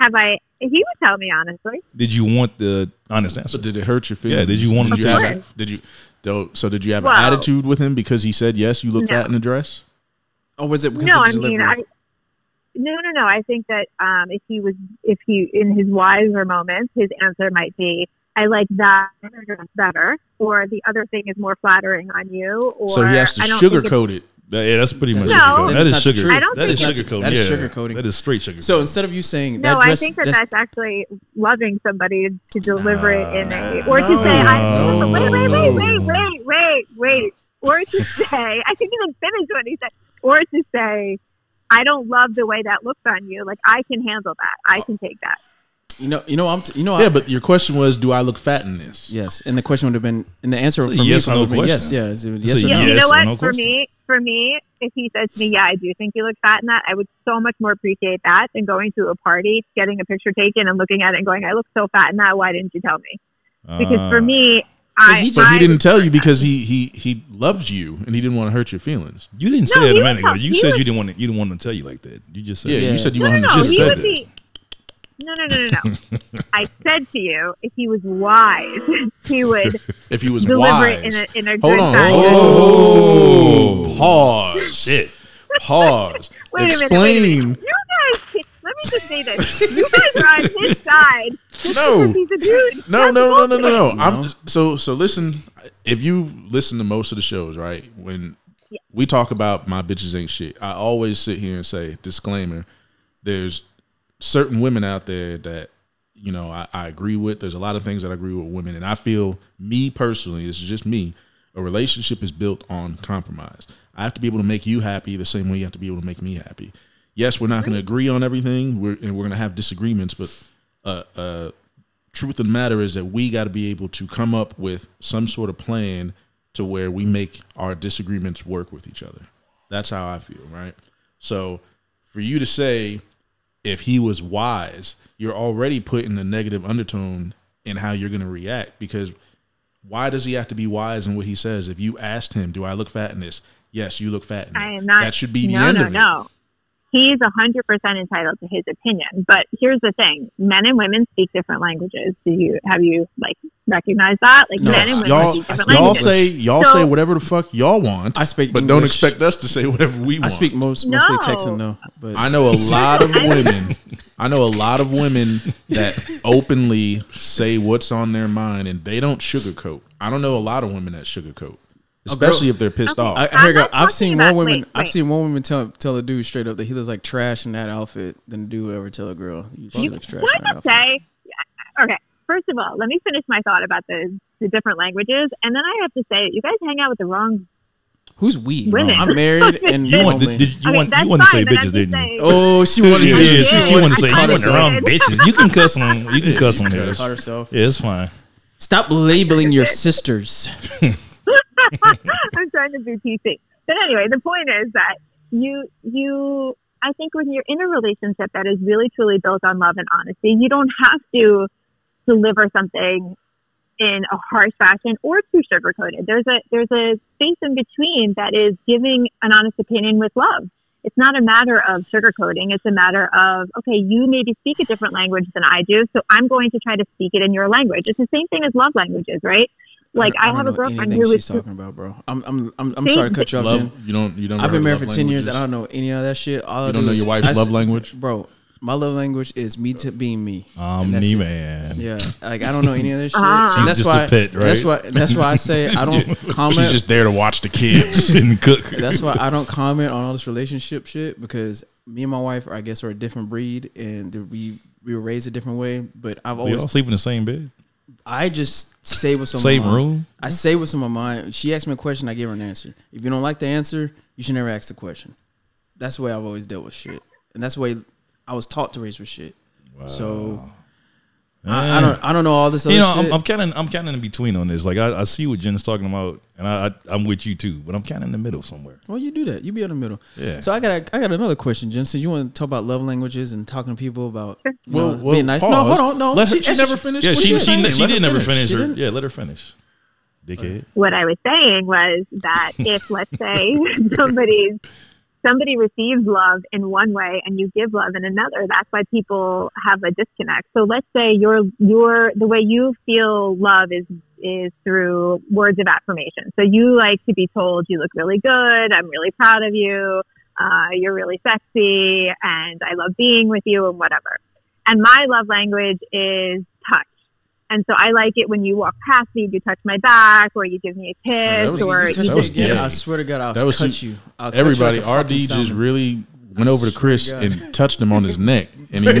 C: Have I? He would tell me honestly.
A: Did you want the honest
G: So
A: answer?
G: did it hurt your feelings?
A: Yeah, did you want him
G: did you
A: to-
G: have
A: Of
G: a- Did you? though- So did you have
C: Well-
G: an attitude with him because he said yes? You look fat in a dress.
A: Oh.
F: Or was it because
C: No,
F: of
C: I
F: delivery?
C: mean, I. No, no, no. I think that um, if he was, if he in his wiser moments, his answer might be, "I like that better," or the other thing is more flattering on you, or
G: so he has to
C: I don't think it's-
G: sugarcoat it.
A: That- yeah, that's pretty much
C: No.
A: sugarcoat.
C: Then
F: it's
A: That is
F: not the
A: sugar.
F: truth.
C: I don't
A: That is
C: think-
A: sugarcoating.
F: That
A: yeah.
F: is sugarcoating.
A: That is straight sugarcoating.
F: so instead of you saying
C: No,
F: that dress,
C: I think that
F: that's-
C: that's actually loving somebody to deliver it in a, or to say,
G: no,
C: I, wait, wait, wait,
G: no.
C: wait, wait, wait, wait, or to say, I couldn't even finish what he said, or to say, I don't love the way that looks on you. Like I can handle that. I can take that.
F: you know, you know, I'm, t- you know, I,
G: Yeah, but your question was, do I look fat in this?
F: yes. And the question would have been, and the answer
A: It's
F: for
A: a
F: me,
A: yes or
F: probably
A: no
F: would have been yes,
A: question.
F: yes, it was
A: It's
F: yes
A: a
F: or no.
A: yes.
C: you know what?
A: no
C: for
A: question.
C: me, for me, if he says to me, "Yeah, I do think you look fat in that," I would so much more appreciate that than going to a party, getting a picture taken, and looking at it and going, "I look so fat in that. Why didn't you tell me?" Because
A: Uh,
C: for me,
G: But
C: I
G: he, but
C: I-
G: he didn't tell you because he he he loved you and he didn't want to hurt your feelings.
A: You didn't say
C: No,
A: that
C: he
A: a
C: was
A: minute ago.
C: talk-
A: You
C: he
A: said
C: was-
A: you didn't want to, you didn't want him to tell you like that. You just said
G: Yeah,
F: Yeah.
G: you said you
C: No,
G: want
C: no,
G: him
C: no.
G: to
A: should've
C: He
A: said
C: would
A: that.
C: be. No, no, no, no, no. I said to you, if he was wise, he would
G: if he was
C: deliver
G: wise.
C: it in a in a
G: Hold
C: good
G: on.
C: fashion.
G: Oh, pause. Shit. Pause.
C: Wait a minute. Wait a
G: Explain.
C: minute. You guys, can- let me just say this. You guys are on his side. Just
G: No.
C: because He's a dude.
G: No,
C: That's
G: no, no, no,
C: bullshit.
G: no, no. I'm so so. Listen, if you listen to most of the shows, right? When we talk about my bitches ain't shit, I always sit here and say disclaimer. There's certain women out there that you know I, I agree with. There's a lot of things that I agree with women, and I feel me personally. This is just me. A relationship is built on compromise. I have to be able to make you happy the same way you have to be able to make me happy. Yes, we're not going to agree on everything, we're, and we're going to have disagreements, but uh, uh, truth of the matter is that we got to be able to come up with some sort of plan to where we make our disagreements work with each other. That's how I feel, right? So for you to say if he was wise, you're already putting a negative undertone in how you're going to react because why does he have to be wise in what he says? If you asked him, "Do I look fat in this?" Yes, you look fat in
C: I
G: it.
C: am not.
G: That should be the
C: no,
G: end
C: no,
G: of it.
C: no. He's hundred percent entitled to his opinion. But here's the thing: men and women speak different languages. Do you have you like recognized that? Like
F: No,
C: men and
F: I-
C: women
G: y'all,
C: speak different
G: y'all
C: languages.
G: say y'all
C: So-
G: say whatever the fuck y'all want.
F: I speak
G: but don't
F: English.
G: expect us to say whatever we want.
F: I speak most mostly
C: No.
F: Texan though, but
G: I know a lot of women. I know a lot of women that openly say what's on their mind and they don't sugarcoat. I don't know a lot of women that sugarcoat, especially if they're pissed off.
F: Oh, I,
C: I'm
F: here you go.
C: not
F: I've
C: talking
F: seen
C: about-
F: one woman.
C: wait,
F: I've
C: wait.
F: seen one woman tell tell a dude straight up that he looks like trash in that outfit than a dude would ever tell a girl. You, she looks trash in that
C: What
F: outfit.
C: okay? Okay. First of all, let me finish my thought about the the different languages, and then I have to say you guys hang out with the wrong.
F: Who's we?
C: Women.
F: I'm married and
A: You want,
F: lonely.
A: did, did, you
C: I mean,
A: want,
C: that's
A: you want to
C: fine,
A: say
C: but I'm
A: bitches,
C: just
A: didn't you?
C: saying-
F: oh, she wanted
A: Yeah,
F: to.
A: yeah,
F: She,
A: she,
C: yeah,
A: she wanted to
C: I
A: say you
C: caught
A: want the
C: herself.
A: wrong bitches. You can cuss on, you can cuss on here.
F: Caught herself.
A: Yeah, it's fine.
F: Stop labeling your sisters.
C: I'm trying to be PC. But anyway, the point is that you you I think when you're in a relationship that is really truly built on love and honesty, you don't have to deliver something in a harsh fashion or too sugarcoated. There's a there's a space in between that is giving an honest opinion with love. It's not a matter of sugarcoating. It's a matter of okay, you maybe speak a different language than I do, so I'm going to try to speak it in your language. It's the same thing as love languages, right? Like I,
F: don't
C: have a
F: know
C: girlfriend
F: anything
C: who
F: she's
C: is
F: talking about, bro. I'm I'm I'm, I'm
C: See,
F: sorry to cut you off. Jen.
G: love, you don't. You don't.
F: I've been
G: know
F: married for
G: love
F: ten years and I
G: languages?
F: don't know any of that shit. All I
G: You don't
F: do
G: know
F: is-
G: your wife's
F: I s-
G: love language?
F: bro. My love language is me to being me.
G: Ah,
F: And that's
A: Omni
F: it.
A: man.
F: Yeah, like I don't know any of this shit.
C: Ah.
F: And
A: She's
F: that's
A: just a
F: why.
A: pet,
F: and That's why.
A: right?
F: That's why I say I don't comment.
G: She's just there to watch the kids.
A: Didn't cook.
F: that's why I don't comment on all this relationship shit because me and my wife, are, I guess, are a different breed and the- we we were raised a different way. But I've
A: We
F: always
A: all sleep in the same bed,
F: I just say what's on
A: same
F: my mind.
A: room.
F: I say what's on my mind. She asks me a question, I give her an answer. If you don't like the answer, you should never ask the question. That's the way I've always dealt with shit, and that's the way I was taught to raise with shit. So I, I don't, I don't know all this other
A: You know,
F: shit.
A: I'm, I'm kind of, I'm kind of in between on this. Like, I, I see what Jen's talking about, and I, I, I'm with you too, but I'm kind of in the middle somewhere.
F: well, you do that. You be in the middle.
A: Yeah.
F: So I got, a, I got another question, Jen. Since you want to talk about love languages and talking to people about you
G: Well,
F: know,
G: well,
F: being nice. No,
G: pause.
F: hold on. No,
G: Let her- she
F: actually-
G: never finished
A: Yeah,
G: Well,
A: she,
G: yeah,
A: she,
G: fine.
A: she,
G: Let her
A: did never
G: finish.
A: finish.
G: She
A: her.
G: didn't-
A: Yeah, let her finish. Dickhead.
C: what I was saying was that if let's say somebody's somebody receives love in one way and you give love in another, that's why people have a disconnect. So let's say your your the way you feel love is is through words of affirmation. So you like to be told you look really good, I'm really proud of you, uh, you're really sexy, and I love being with you and whatever. And my love language is touch. And so I like it when you walk past me, you touch my back, or you give me a kiss,
G: that was-
C: or
G: you
F: Touch
G: That
F: me
G: was
F: again.
G: gay.
F: I swear to God, I'll
G: That was
F: cut
G: su-
F: you. I'll cut you
G: Everybody,
F: like a fucking
G: RD just
F: salmon.
G: really went over
F: swear
G: to
F: to
G: Chris
F: God.
G: and touched him on his neck, and he, went, he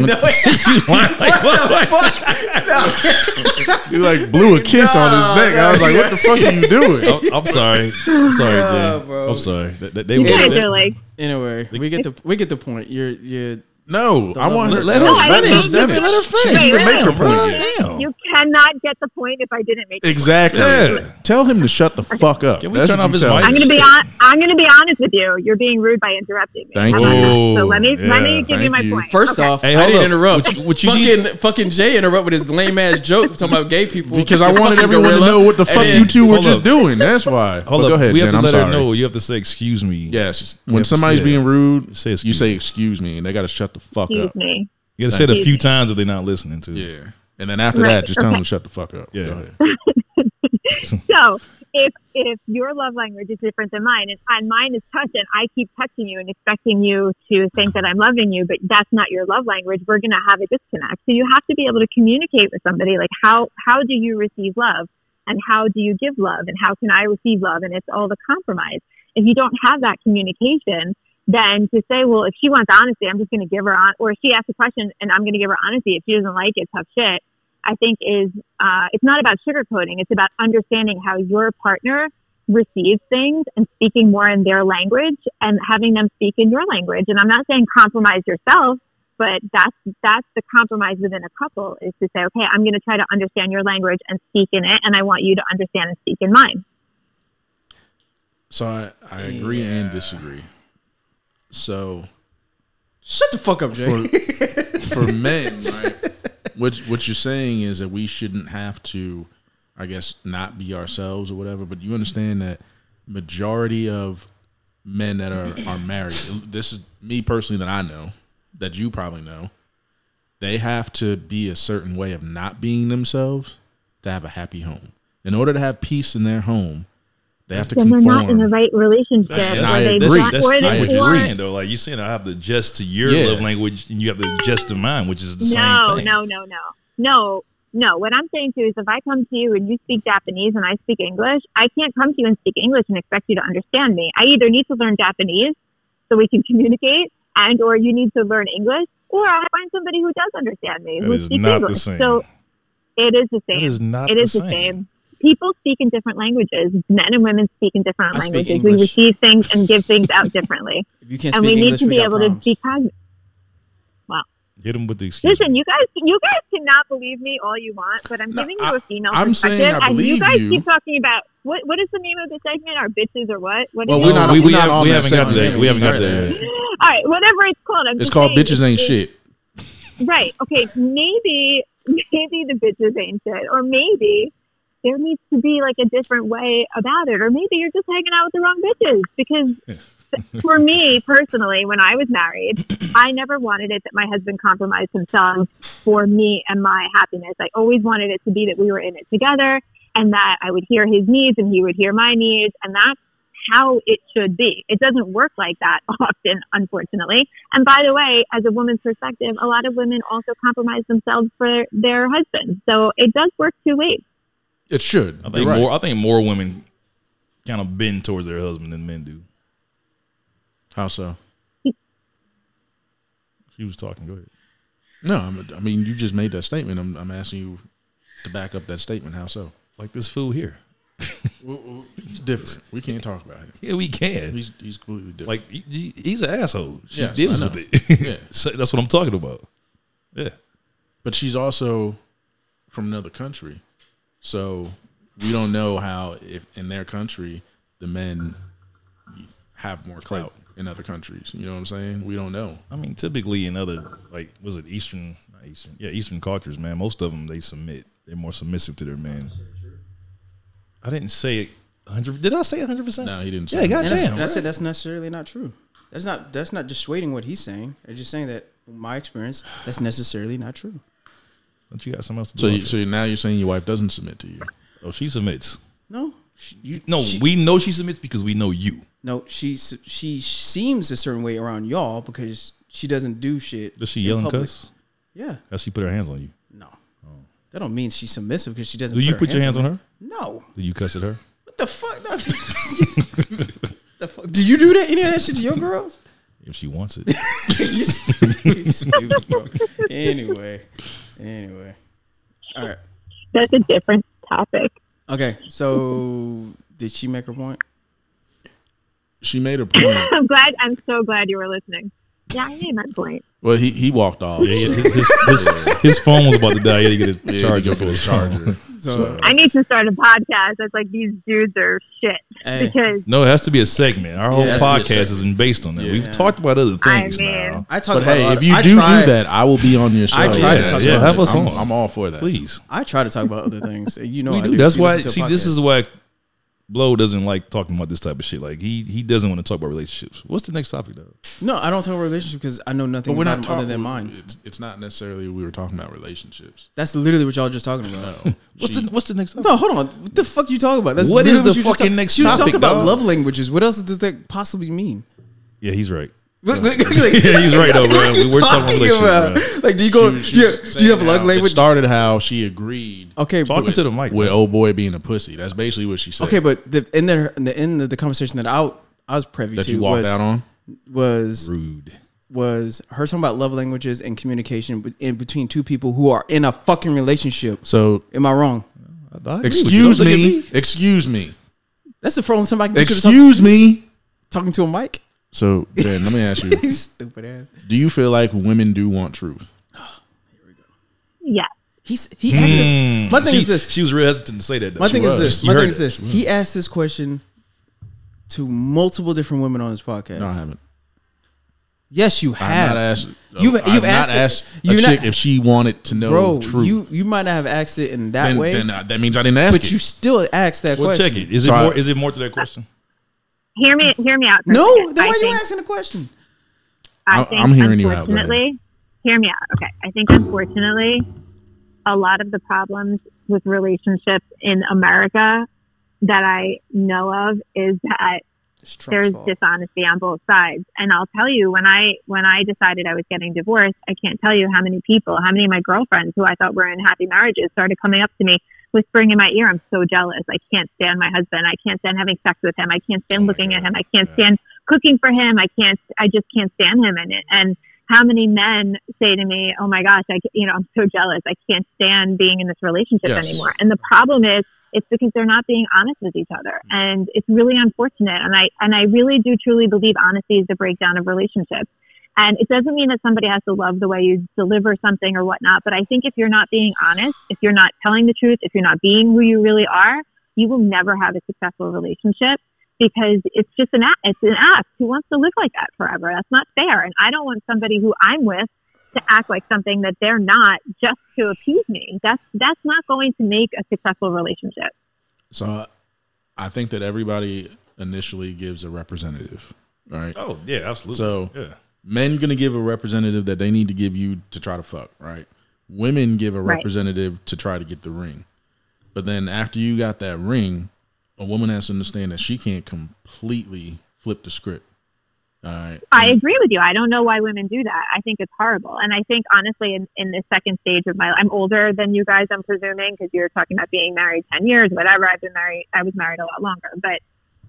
G: like blew a kiss on his neck. I was like, "What the fuck are you doing?"
F: Oh,
G: Oh,
A: I'm, I'm sorry. I'm sorry, Jen.
F: bro.
A: I'm sorry. That, that, they
C: you
A: were-
C: guys
A: that-
C: are like
F: Anyway, we get the we get the point. You're you're
G: No, I want her. Let
F: No,
C: I
G: her finish.
C: didn't mean
G: Let her-
C: to.
G: let her
C: Wait,
G: finish. You can
C: wait,
G: make her point.
A: Damn.
C: You cannot get the point if I didn't make. the point.
G: Exactly.
A: Yeah.
G: Tell him to shut the fuck up.
A: Can we
G: That's
A: turn
G: what
A: off
G: you
A: his
G: tell
A: mic?
G: him.
C: I'm gonna be on. I'm gonna be honest with you. You're being rude by interrupting me.
G: Thank
C: How
G: you.
C: about that? So let me let
A: Oh,
C: me
A: yeah,
C: give you
G: thank
C: my
G: you.
C: point.
F: First
C: Okay.
F: off,
A: Hey,
F: I
A: hold
F: didn't
A: up.
F: interrupt.
A: What you- what you
F: fucking fucking Jay interrupt with his lame ass joke talking about gay people
G: Because I
F: You
G: wanted
F: fucking
G: everyone to
F: gorilla.
G: know what the
F: And
G: fuck
F: then-
G: you two were
A: Hold
G: just
A: up.
G: doing. That's why.
A: Hold
G: But
A: up.
G: Go ahead,
A: we have
G: Jen.
A: to
G: I'm
A: let
G: sorry.
A: her know. You have to say excuse me.
G: Yes.
A: You
G: When
A: have to-
G: somebody's
A: yeah.
G: being rude,
A: Say
G: you
A: excuse
G: say
A: me.
G: excuse me, and they got to shut the fuck
C: excuse
G: up.
C: me.
A: You gotta say it a few times if they're not listening to.
G: Yeah. And then after
C: Right,
G: that, just tell
C: okay.
G: them to shut the fuck up.
A: Yeah.
G: Go ahead.
C: So if if your love language is different than mine, and, and mine is touch, and I keep touching you and expecting you to think that I'm loving you, but that's not your love language, we're gonna have a disconnect. So you have to be able to communicate with somebody. Like how how do you receive love, and how do you give love, and how can I receive love, and it's all the compromise. If you don't have that communication. Then to say, well, if she wants honesty, I'm just going to give her on, or if she asks a question and I'm going to give her honesty. If she doesn't like it, tough shit. I think is uh, it's not about sugarcoating. It's about understanding how your partner receives things and speaking more in their language and having them speak in your language. And I'm not saying compromise yourself, but that's that's the compromise within a couple is to say, okay, I'm going to try to understand your language and speak in it, and I want you to understand and speak in mine.
G: So I, I agree and disagree. So
F: Shut the fuck up, Jay.
G: for for men, right? What what you're saying is that we shouldn't have to, I guess, not be ourselves or whatever. But you understand that majority of men that are are married, this is me personally that I know, that you probably know, they have to be a certain way of not being themselves to have a happy home. In order to have peace in their home, they have to
C: Then they're
G: conform.
C: not in the right relationship.
A: That's,
C: or
A: that's,
G: I
C: they
G: agree.
A: that's,
C: want-
A: that's
C: or
A: not
C: they
A: what you're
C: want-
A: saying though. Like you're saying, I have to adjust to your
G: Yeah.
A: love language, and you have to adjust to mine, which is the
C: no,
A: same thing.
C: no, no, no, no, no. What I'm saying to you is, if I come to you and you speak Japanese and I speak English, I can't come to you and speak English and expect you to understand me. I either need to learn Japanese so we can communicate, and or you need to learn English, or I find somebody who does understand me
A: That
C: who
A: is
C: speaks
A: not the
C: English.
A: same.
C: So it is the
A: That
C: same.
A: is not
C: It
A: the
C: is the
A: same.
C: same. People speak in different languages. Men and women speak in different
F: I speak
C: languages.
F: English.
C: We receive things and give things out differently,
F: if you can't
C: and
F: speak
C: we need
F: English,
C: to be
F: got
C: able
F: problems.
C: to be cognizant.
A: Hit them with the excuse.
C: Listen, you guys, you guys cannot believe me all you want, but I'm
G: No,
C: giving
G: I-
C: you a female
G: I'm saying
C: perspective,
G: I
C: and you
G: believe
C: guys
G: you.
C: keep talking about what? What is the name of the segment? Our bitches or what? What is
G: Well,
C: it?
G: we're not.
A: we-
G: We,
A: we
G: not
A: have-
G: on
A: we
G: that
A: haven't got
G: segment
A: there.
G: yet.
A: We haven't got
G: started
A: there
G: that.
A: yet.
C: all right, whatever it's called. I'm
G: It's
C: just
G: called
C: saying,
G: bitches ain't
C: it's-
G: shit.
C: Right? Okay, maybe maybe the bitches ain't shit, or maybe there needs to be like a different way about it, or maybe you're just hanging out with the wrong bitches because. For me personally, when I was married, I never wanted it that my husband compromised himself for me and my happiness. I always wanted it to be that we were in it together and that I would hear his needs and he would hear my needs. And that's how it should be. It doesn't work like that often, unfortunately. And by the way, as a woman's perspective, a lot of women also compromise themselves for their husbands. So it does work two ways.
G: It should.
A: I
G: You're
A: think
G: right.
A: more. I think more women kind of bend towards their husband than men do.
G: How so?
A: She was talking. Go ahead.
G: No, I'm, I mean you just made that statement. I'm, I'm asking you to back up that statement. How so?
A: Like this fool here.
G: It's different. We can't talk about him.
A: Yeah, we can.
G: He's he's completely different.
A: like he- he, he's an asshole. She
G: Yes,
A: deals
G: I
A: with
G: know.
A: it.
G: Yeah.
A: so that's what I'm talking about. Yeah.
G: but she's also from another country, so we don't know how if in their country the men have more clout in other countries. You know what I'm saying? We don't know.
A: I mean, typically in other like was it Eastern, not Eastern, yeah, Eastern cultures, man. Most of them they submit. They're more submissive to their men. I didn't say hundred. Did I say hundred percent?
G: No, he didn't
A: Yeah,
G: say that.
F: And that's,
A: goddamn.
F: that's it. That's necessarily not true. That's not that's not dissuading what he's saying. It's just saying that from my experience, that's necessarily not true.
A: Don't you got something else to
G: So
A: do?
G: you, so now you're saying your wife doesn't submit to you?
A: oh, she submits.
F: No, she,
A: You no,
F: She-
A: we know she submits because we know you.
F: no, she s- she seems a certain way around y'all because she doesn't do shit.
A: Does she
F: in
A: yell and
F: public.
A: cuss?
F: Yeah,
A: Has she put her hands on you?
F: no. That don't mean she's submissive because she doesn't.
A: Do you put your hands on her?
F: No.
A: Do you cuss at her?
F: What the fuck? No. the fuck? Do you do that? Any of that shit to your girls?
A: If she wants it.
F: You stupid. You stupid, bro. Anyway, anyway. All right.
C: That's a different topic.
F: Okay. So did she make her point?
G: She made a point.
C: I'm glad. I'm so glad you were listening. Yeah, I made my point.
G: Well, he he walked off.
A: Yeah, yeah, his, his, his, his phone was about to die. He had to get a
G: Yeah,
A: charger
G: go
A: for
G: get a
A: his charger.
F: So
C: I need to start a podcast that's like these dudes are shit
F: Hey.
C: because
A: No, it has to be a segment. Our whole
F: Yeah, it
G: has to be
A: podcast
G: a
A: isn't based on that. We've
F: Yeah.
A: talked about other
C: I
A: things
C: mean-
A: now.
F: I talk
G: But
F: about a
G: hey,
F: lot
G: if you
F: I
G: do
F: try-
G: do that, I will be on your show.
F: I try to
A: yeah,
F: talk
A: yeah,
F: about
A: have
F: that.
A: us
G: I'm,
A: on.
G: I'm all for that.
A: Please.
F: I try to talk about other things. You know,
A: We
F: I
A: do.
F: do.
A: That's
F: You
A: why.
F: listen to
A: See, this
F: podcasts.
A: is why Blow doesn't like talking about this type of shit. Like he he doesn't want to talk about relationships. What's the next topic though?
F: no. I don't talk about relationships because I know nothing
G: But we're
F: about
G: not
F: them other
G: talking.
F: than mine.
G: It's, it's not necessarily we were talking about relationships.
F: That's literally what y'all just talking about.
G: No,
A: What's
G: She-
A: the What's the next topic?
F: No, hold on. What the fuck you talking about? That's
A: What is
F: literally
A: the
F: you just
A: fucking
F: talk-
A: next
F: She was
A: topic,
F: talking about
A: dog?
F: love languages. What else does that possibly mean?
A: Yeah, he's right.
F: Like, like, like,
A: Yeah, he's right though,
F: what
A: bro.
F: are you
A: We were talking about relationships. bro.
F: Like, do you go?
G: she-
F: do, you,
G: she was
F: do you have
G: saying
F: love
G: how It
F: language?
G: started how she agreed
F: Okay, but-
A: Talking to the mic.
G: with
A: bro.
G: old boy being a pussy. That's basically what she said.
F: okay, but the, in the in the end of the conversation that I I was privy
G: that
F: to
G: you walked
F: was,
G: out on.
F: was
A: rude.
F: was her talking about love languages and communication be- in between two people who are in a fucking relationship.
G: So
F: Am I wrong?
A: I- I agree with you.
G: excuse
A: Don't look at
G: me, excuse me,
F: That's the first time I can get you to talk-
G: excuse me.
F: talking to a mic.
G: So, Jen, let me ask you:
F: Stupid ass.
G: Do you feel like women do want truth?
C: Yes.
F: He's he asked this. My thing
A: Mm. she,
F: is this.
A: She was real hesitant to say that. though.
F: My
A: She
F: thing
A: was.
F: is this.
A: You
F: My
A: heard
F: thing is
A: it.
F: this. He
G: Hmm.
F: asked this question to multiple different women on his podcast.
G: No, I haven't.
F: Yes, you
G: I've
F: have.
G: not asked.
F: You've-
G: I've
F: you've
G: not
F: asked it-
G: asked a
F: you're not-
G: chick if she wanted to know
F: Bro,
G: truth.
F: you you might not have asked it in that
G: then,
F: way,
G: then, uh, that means I didn't ask.
F: but
G: it.
F: you still asked that
A: Well,
F: question.
A: check it. Is it
G: So I-
A: more? Is it more to that question?
C: Hear me. Hear me out. for a
F: No,
C: second.
F: then
C: I
F: why are you
C: think-
F: asking the question?
G: I- I'm hearing you out. Go ahead.
C: Unfortunately, hear me out. Okay, I think unfortunately, a lot of the problems with relationships in America that I know of is that
F: It's
C: there's dishonesty on both sides. And I'll tell you, when I when I decided I was getting divorced, I can't tell you how many people, how many of my girlfriends who I thought were in happy marriages started coming up to me whispering in my ear, I'm so jealous. I can't stand my husband. I can't stand having sex with him. I can't stand looking at him. I can't stand cooking for him. I can't I just can't stand him and and how many men say to me, "Oh my gosh, I ca- you know, I'm so jealous. I can't stand being in this relationship
G: Yes.
C: anymore." And the problem is it's because they're not being honest with each other and it's really unfortunate and i and i really do truly believe honesty is the breakdown of relationships and it doesn't mean that somebody has to love the way you deliver something or whatnot but i think if you're not being honest if you're not telling the truth if you're not being who you really are you will never have a successful relationship because it's just an act it's an act who wants to live like that forever that's not fair and i don't want somebody who i'm with to act like something that they're not just to appease me that's that's not going to make a successful relationship
G: So I- I think that everybody initially gives a representative, right?
A: Oh yeah, absolutely.
G: So-
A: yeah,
G: Men gonna give a representative that they need to give you to try to fuck, right? Women give a
C: Right.
G: representative to try to get the ring. But then after you got that ring, a woman has to understand that she can't completely flip the script. All right.
C: I agree with you. I don't know why women do that. I think it's horrible. And I think honestly, in, in the second stage of my, I'm older than you guys. I'm presuming because you're talking about being married ten years, whatever. I've been married. I was married a lot longer, but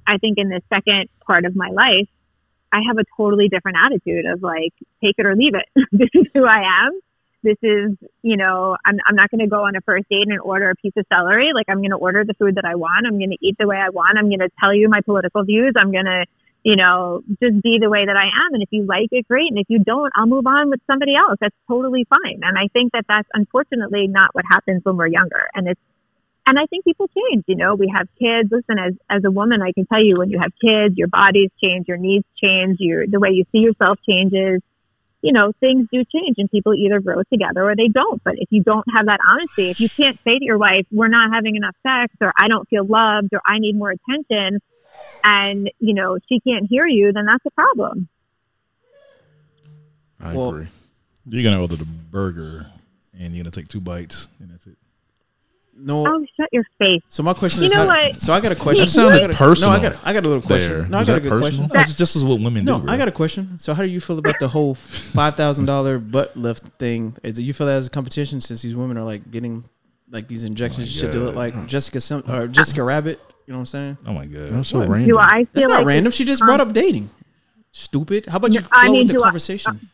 C: I think in the second part of my life, I have a totally different attitude of like, take it or leave it. this is who I am. This is, you know, I'm, I'm not going to go on a first date and order a piece of celery. Like, I'm going to order the food that I want. I'm going to eat the way I want. I'm going to tell you my political views. I'm going to, you know, just be the way that I am. And if you like it, great. And if you don't, I'll move on with somebody else. That's totally fine. And I think that that's unfortunately not what happens when we're younger. And it's, and I think people change, you know, we have kids. Listen, as, as a woman, I can tell you when you have kids, your bodies change, your needs change, your, the way you see yourself changes. You know, things do change and people either grow together or they don't. But if you don't have that honesty, if you can't say to your wife, we're not having enough sex or I don't feel loved or I need more attention, and you know she can't hear you, then that's a problem.
G: I
F: Well-
G: agree.
A: you're gonna order the burger and you're gonna take two bites and that's it.
F: No.
C: Oh, shut your face!
F: So my question
C: You
F: is,
C: know
F: how-
C: what?
F: so I got a question.
C: That sounded
F: I got a-
G: personal
F: No, I got, I got a little question.
G: there.
F: No, I
G: Was
F: got a
G: that
F: good
G: personal?
F: question.
A: That's just, this is what women
F: No,
A: do.
F: I got a question. So how do you feel about the whole five thousand dollar butt lift thing? Is it you feel that as a competition since these women are like getting like these injections and shit to
G: Oh
F: look like Jessica Sim- or Jessica Rabbit? You know what I'm saying?
A: Oh my god.
G: That's so
F: What?
G: random.
C: Do I
F: That's
C: feel
F: not
C: like
F: random. She just brought up dating. Stupid. How about you
C: No, I
F: flow
C: mean,
F: with the
C: do I-
F: conversation?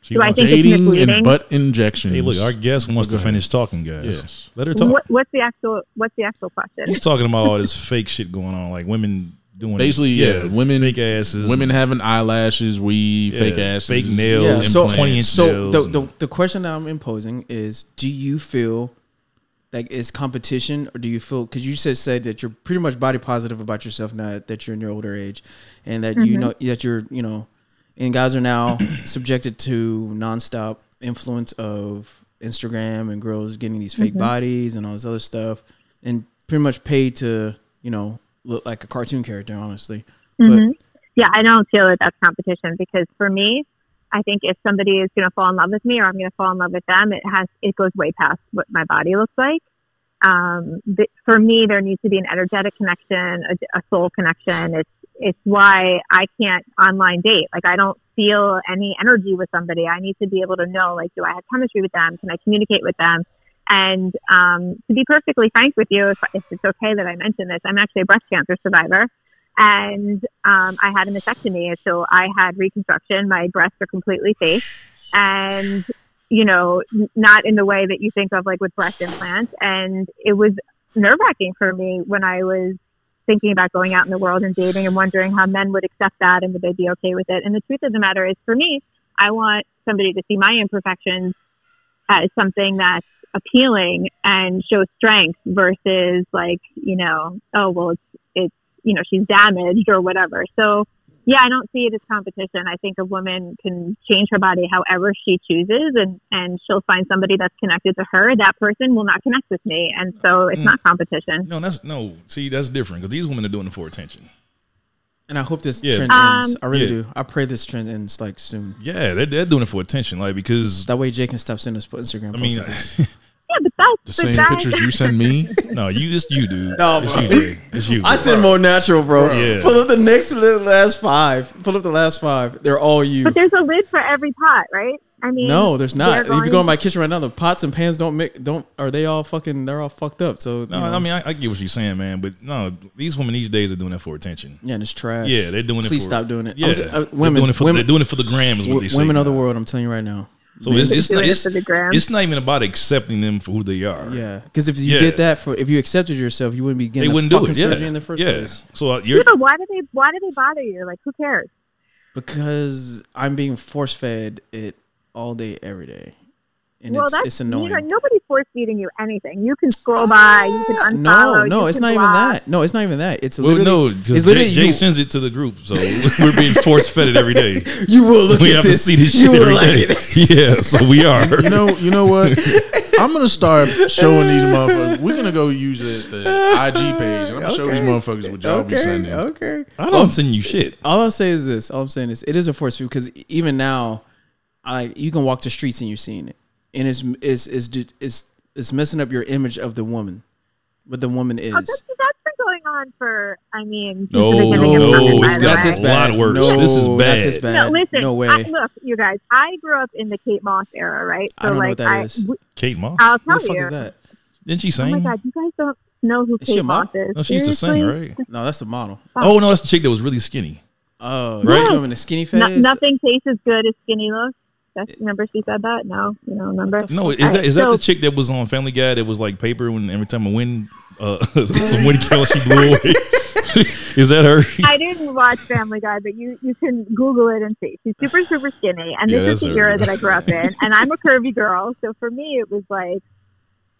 A: She
C: do I
A: wants-
C: think it's
G: Dating
C: misleading?
G: and butt injections.
A: Hey, look, our guest wants to
G: ahead.
A: finish talking, guys.
G: Yes.
A: Let her talk.
C: What, what's the actual What's the actual question?
A: He's talking about all this fake shit going on, like women doing
G: Basically, yeah, women-
A: fake asses,
G: Women having eyelashes, weave,
A: yeah,
G: fake asses,
A: fake nails,
F: Yeah, so-
A: implants, twenty inch
F: So
A: nails.
F: the,
A: and-
F: the the question that I'm imposing is: Do you feel like it's competition, or do you feel because you just said that you're pretty much body positive about yourself now that you're in your older age, and that you know that you're you know, and guys are now subjected to nonstop influence of Instagram and girls getting these fake bodies and all this other stuff, and pretty much paid to you know look like a cartoon character, honestly. But
C: Yeah, I don't feel that that's competition because for me, I think if somebody is going to fall in love with me or I'm going to fall in love with them, it has it goes way past what my body looks like. Um, th- for me, there needs to be an energetic connection, a, a soul connection. It's it's why I can't online date. Like I don't feel any energy with somebody. I need to be able to know like, do I have chemistry with them? Can I communicate with them? And um, to be perfectly frank with you, if, if it's okay that I mention this, I'm actually a breast cancer survivor and um, I had a mastectomy. So I had reconstruction. My breasts are completely fake, and you know, n- not in the way that you think of, like with breast implants. And it was nerve wracking for me when I was thinking about going out in the world and dating and wondering how men would accept that and would they be okay with it. And the truth of the matter is, for me, I want somebody to see my imperfections as something that's appealing and shows strength versus like, you know, oh, well, it's, it's, you know, she's damaged or whatever. So, yeah, I don't see it as competition. I think a woman can change her body however she chooses, and and she'll find somebody that's connected to her. That person will not connect with me, and so
F: Mm.
C: it's not competition.
A: No, that's no. See, that's different because these women are doing it for attention.
F: And I hope this
A: Yeah.
F: trend
C: Um,
F: ends. I really
A: Yeah.
F: do. I pray this trend ends like soon.
A: Yeah, they're, they're doing it for attention, like because
F: That way, Jay can stop sending us Instagram.
A: I mean,
F: posts.
C: Yeah, but that's
G: The
C: but
G: same
C: that's-
G: pictures you send me.
A: no, you just you, dude.
F: No,
A: it's
F: bro.
A: you, Jay. It's you.
F: I said more natural, bro.
A: Yeah.
F: Pull up the next the last five. Pull up the last five. They're all you.
C: But there's a lid for every pot, right? I mean,
F: No, there's
C: they're
F: not. If you
C: going-
F: go in my kitchen right now, the pots and pans don't make don't are they all fucking they're all fucked up. So
A: No, I mean I, I get what you're saying, man, but no, these women these days are doing it for attention.
F: Yeah, and it's trash.
A: Yeah, they're doing it.
F: Please
A: for,
F: stop doing it.
A: Yeah,
F: I'm s- uh,
A: they're
F: women-
A: doing it for
F: women-
A: they're doing it for the gram is what
F: W-
A: they say.
F: women of the
A: now.
F: world, I'm telling you right now.
A: So it's it's
C: Doing
A: not,
C: it
A: it's,
C: for the gram.
A: it's not even about accepting them for who they are.
F: Yeah. Because if you
A: Yeah.
F: did that for if you accepted yourself, you wouldn't be
A: they
F: getting the
A: wouldn't do
F: fucking
A: it. Yeah,
F: surgery in the first
A: yeah.
F: place.
A: So uh,
C: Yeah,
A: you're
C: but why do they why do they bother you? Like, who cares?
F: Because I'm being force fed it all day, every day. And
C: well,
F: it's
C: that's
F: it's
C: you know,
F: annoying.
C: nobody's force feeding you anything. You can scroll by, you can
F: no,
C: unfollow.
F: no,
C: you
F: it's
C: can
F: not even
C: block.
F: that. No, it's not even that. It's
A: well,
F: literally
A: no,
F: it's
A: because
F: literally
A: Jay, Jay
F: you-
A: sends it to the group, so we're being force fed it every day.
F: You will look
A: We
F: at
A: have
F: this.
A: to see this
F: you
A: shit
F: will
A: every
F: like
A: day.
F: it.
A: yeah, so we are.
G: You know, you know what? I'm gonna start showing these motherfuckers. We're gonna go use it the IG page, and I'm gonna show these motherfuckers what y'all be
F: Okay,
G: sending.
F: okay.
A: I don't send you shit.
F: All I'll say is this. All I'm saying is it is a force field because even now, I you can walk the streets and you're seeing it, and it's it's it's d- it's, it's messing up your image of the woman, what the woman is.
C: Oh, that's, that's been going on for. I mean, since the
F: Oh,
A: No,
C: beginning of
A: no,
C: time, by
A: it's
C: the
A: not
C: way.
A: this bad. A lot worse. This is
F: not
A: bad.
F: this bad.
C: No, listen.
F: No way.
C: I, look, you guys. I grew up in the Kate Moss era, right?
F: I don't know what that
C: I,
F: is.
C: w-
A: Kate Moss.
C: I'll tell
F: Who the fuck
C: you.
F: is that?
A: Didn't she
C: Uh, Oh
A: sing?
C: my god, you guys don't know who
F: Is she a Oh,
C: Kate
F: model?
C: Moss is.
A: no, she used to sing,
C: Seriously?
A: right?
F: No, that's the model.
A: Oh no, that's the chick that was really skinny.
F: Oh,
A: Right.
F: right. in the skinny face.
C: No, nothing tastes as good as skinny looks. That's, remember she said that? No, you don't remember?
A: No, is
C: All
A: that
C: right,
A: is that
C: so-
A: the chick that was on Family Guy that was like paper when every time a wind uh some wind came she blew away? is that her?
C: I didn't watch Family Guy, but you, you can Google it and see. She's super, super skinny. And this
A: Yeah,
C: is
A: that's
C: the
A: her.
C: era that I grew up in. And I'm a curvy girl. So for me, it was like,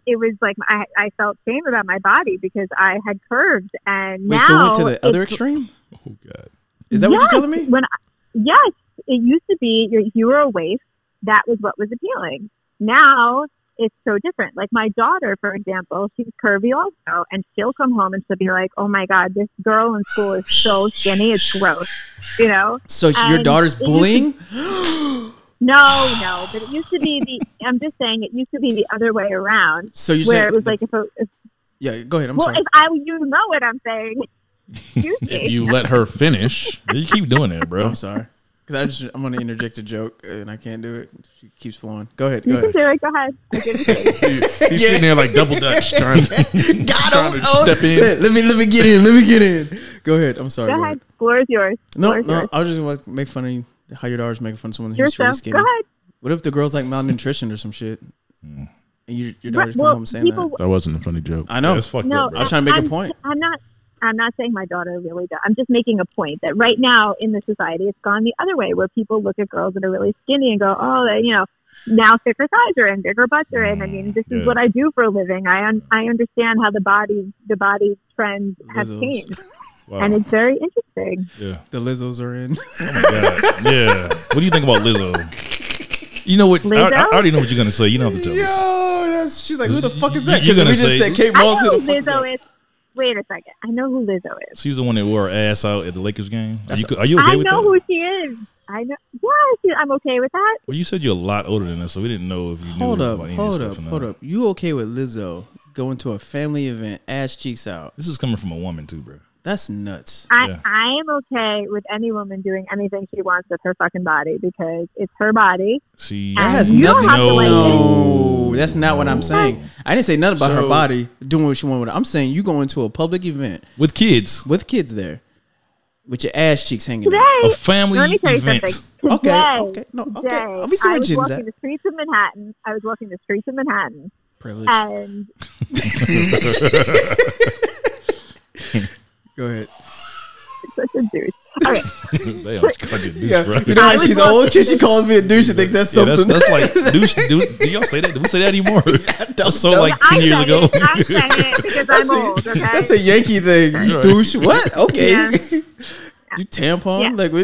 C: it was like I, I felt shame about my body because I had curves. And
F: Wait,
C: now.
F: so went to the other
C: it's-
F: extreme.
A: Oh god.
F: Is that what
C: Yes,
F: you're telling me?
C: When I, yes, it used to be you- you were a waif. That was what was appealing. Now it's so different. Like my daughter, for example, she's curvy also, and she'll come home and she'll be like, "Oh my god, this girl in school is so skinny. It's gross." You know?
F: So your
C: And
F: daughter's
C: it used to-
F: bullying?
C: No, no. But it used to be the. I'm just saying, it used to be the other way around,
F: So you're
C: where
F: saying
C: it was
F: the-
C: like if, a, if
F: yeah. Go ahead. I'm
C: well,
F: sorry.
C: if I you know what I'm saying. Excuse me.
G: If you let her finish,
A: You keep doing that, bro.
F: I'm sorry. Because I just I'm gonna interject a joke and I can't do it. She keeps flowing. Go ahead. Go
C: you can
F: ahead.
C: do it. Go ahead. I give it to you.
G: he's sitting there like double dutch trying to
F: God,
G: to step in.
F: Let, let me let me get in. Let me get in. Go ahead. I'm sorry.
C: Go ahead. Floor is yours.
F: No,
C: Floor is
F: no.
C: yours.
F: I was just gonna make fun of you, how your daughter's making fun of someone
C: Your
F: who's really
C: stuff.
F: skinny.
C: Go ahead.
F: What if the girl's like malnutrition or some shit, and your your daughter's
C: Well,
F: coming home saying
C: people-
F: that?
G: That wasn't a funny joke.
F: I know.
A: That's fucked
C: No,
A: up, bro.
F: I was trying to make a
C: I'm-
F: point.
C: I'm not. I'm not saying my daughter really does. I'm just making a point that right now in the society, it's gone the other way, where people look at girls that are really skinny and go, "Oh, they, you know, now thicker thighs are in, bigger butts are in." I mean, this
A: Yeah.
C: is what I do for a living. I un- I understand how the body the body trends have
F: Lizzos.
C: changed,
A: Wow.
C: and it's very interesting.
A: yeah.
F: The Lizzos are in.
A: God. Yeah. What do you think about Lizzo? You know what? I,
C: Lizzo?
A: I already know what you're gonna say. You don't have to tell us.
F: Yo, that's she's like, who the fuck is that?
A: You're
F: Because we
A: gonna
F: just
A: say-
F: said Kate
C: I
F: Moss.
C: know
F: Who
C: who
F: the fuck is that?
C: Lizzo is. Wait a second. I know who Lizzo is.
A: She's the one that wore her ass out at the Lakers game. Are
F: That's-
A: you, co- are you okay
C: I
A: with
C: know
A: that?
C: who she is. I know. Yes, I'm okay with that.
A: well, you said you're a lot older than us, so we didn't know if you
F: Hold
A: knew
F: up,
A: about any
F: hold
A: of this
F: up,
A: stuff or
F: hold
A: not.
F: up. You okay with Lizzo going to a family event, ass cheeks out?
A: This is coming from a woman too, bro.
F: That's nuts.
C: I,
A: Yeah.
C: I am okay with any woman doing anything she wants with her fucking body because it's her body.
A: She
C: That
F: has
C: You
F: nothing.
C: don't have to like
F: no, that's not what I'm saying. I didn't say nothing about her
G: So-
F: body doing what she wanted. with it. I'm saying you going to a public event
A: with kids.
F: with kids there, with your ass cheeks hanging.
C: Today,
F: out.
A: A family
C: let me tell you
A: event.
C: something.
F: Okay,
C: Today,
F: okay, no, okay.
C: today,
F: I'll be seeing
C: I
F: what
C: was
F: Jim's
C: walking
F: at.
C: the streets of Manhattan. I was walking the streets of Manhattan,
F: Privilege.
C: and
F: Go ahead.
C: Such a douche. Okay.
A: they are fucking douche,
F: Yeah,
A: right?
F: you know
C: I
F: when
C: was
F: she's
C: wrong.
F: old, she, she calls me a douche and thinks that's
A: Yeah, that's,
F: something.
A: that's like douche. Do, do y'all say that? Do we say that anymore? That's so
F: know.
A: like ten
C: I
A: years
C: said
A: ago.
C: It, I said it because I'm old. Okay.
F: That's a Yankee thing. You
A: Right.
F: douche. What? Okay.
C: Yeah.
F: you tampon?
C: Yeah.
F: Like, we-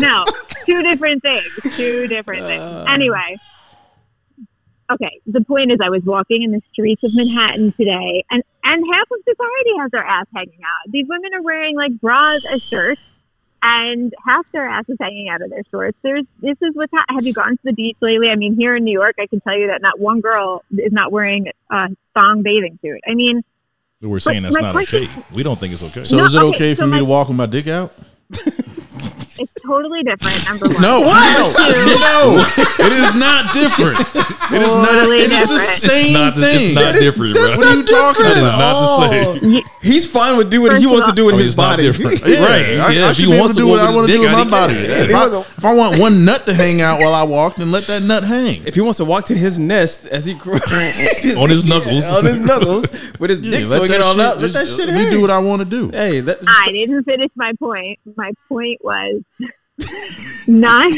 C: no, two different things. Two different things. Anyway, okay. The point is, I was walking in the streets of Manhattan today, and and half of society has their ass hanging out. These women are wearing like bras as shirts, and half their ass is hanging out of their shorts. There's this is what's ha- have you gone to the beach lately? I mean, here in New York, I can tell you that not one girl is not wearing a thong bathing suit. I mean,
A: We're saying that's
C: my
A: not
C: question-
A: okay. We don't think it's okay.
G: So
C: No,
G: is it
C: okay,
G: okay, for
C: so
G: me to
C: like-
G: walk with my dick out?
C: it's totally different. Number one.
G: What?
C: Number two,
G: No, it is not different. It is not.
C: Totally
G: It is the
C: different. It's
G: same
A: it's not,
G: thing.
A: It's not different, bro.
G: what are you talking
A: That is
G: about?
A: not the same.
F: Oh. He's fine with doing what he
C: First of
F: wants to
C: all-
F: do with
A: I mean,
F: his
A: it's not
F: body.
A: different.
G: Yeah,
A: Right.
G: I,
A: Yeah,
G: I
A: if
G: should
A: he
G: be able
A: wants
G: to
A: to
G: do
A: walk
G: what I
A: with
G: want to
A: his
G: do with
A: dick
G: my
A: out,
G: body.
A: he can.
G: If,
F: He
G: I,
F: was a-
G: if I want one nut to hang out while I walk, then let that nut hang.
F: If he wants to walk to his nest as he grows
A: On his knuckles.
F: on his knuckles, with his dick
G: let
F: swinging
G: that
F: on
G: shit-
F: up, let that
G: just
F: shit
G: Let me
F: hang.
G: do what I want to do.
F: hey, that's
C: I didn't finish my point. My point was not.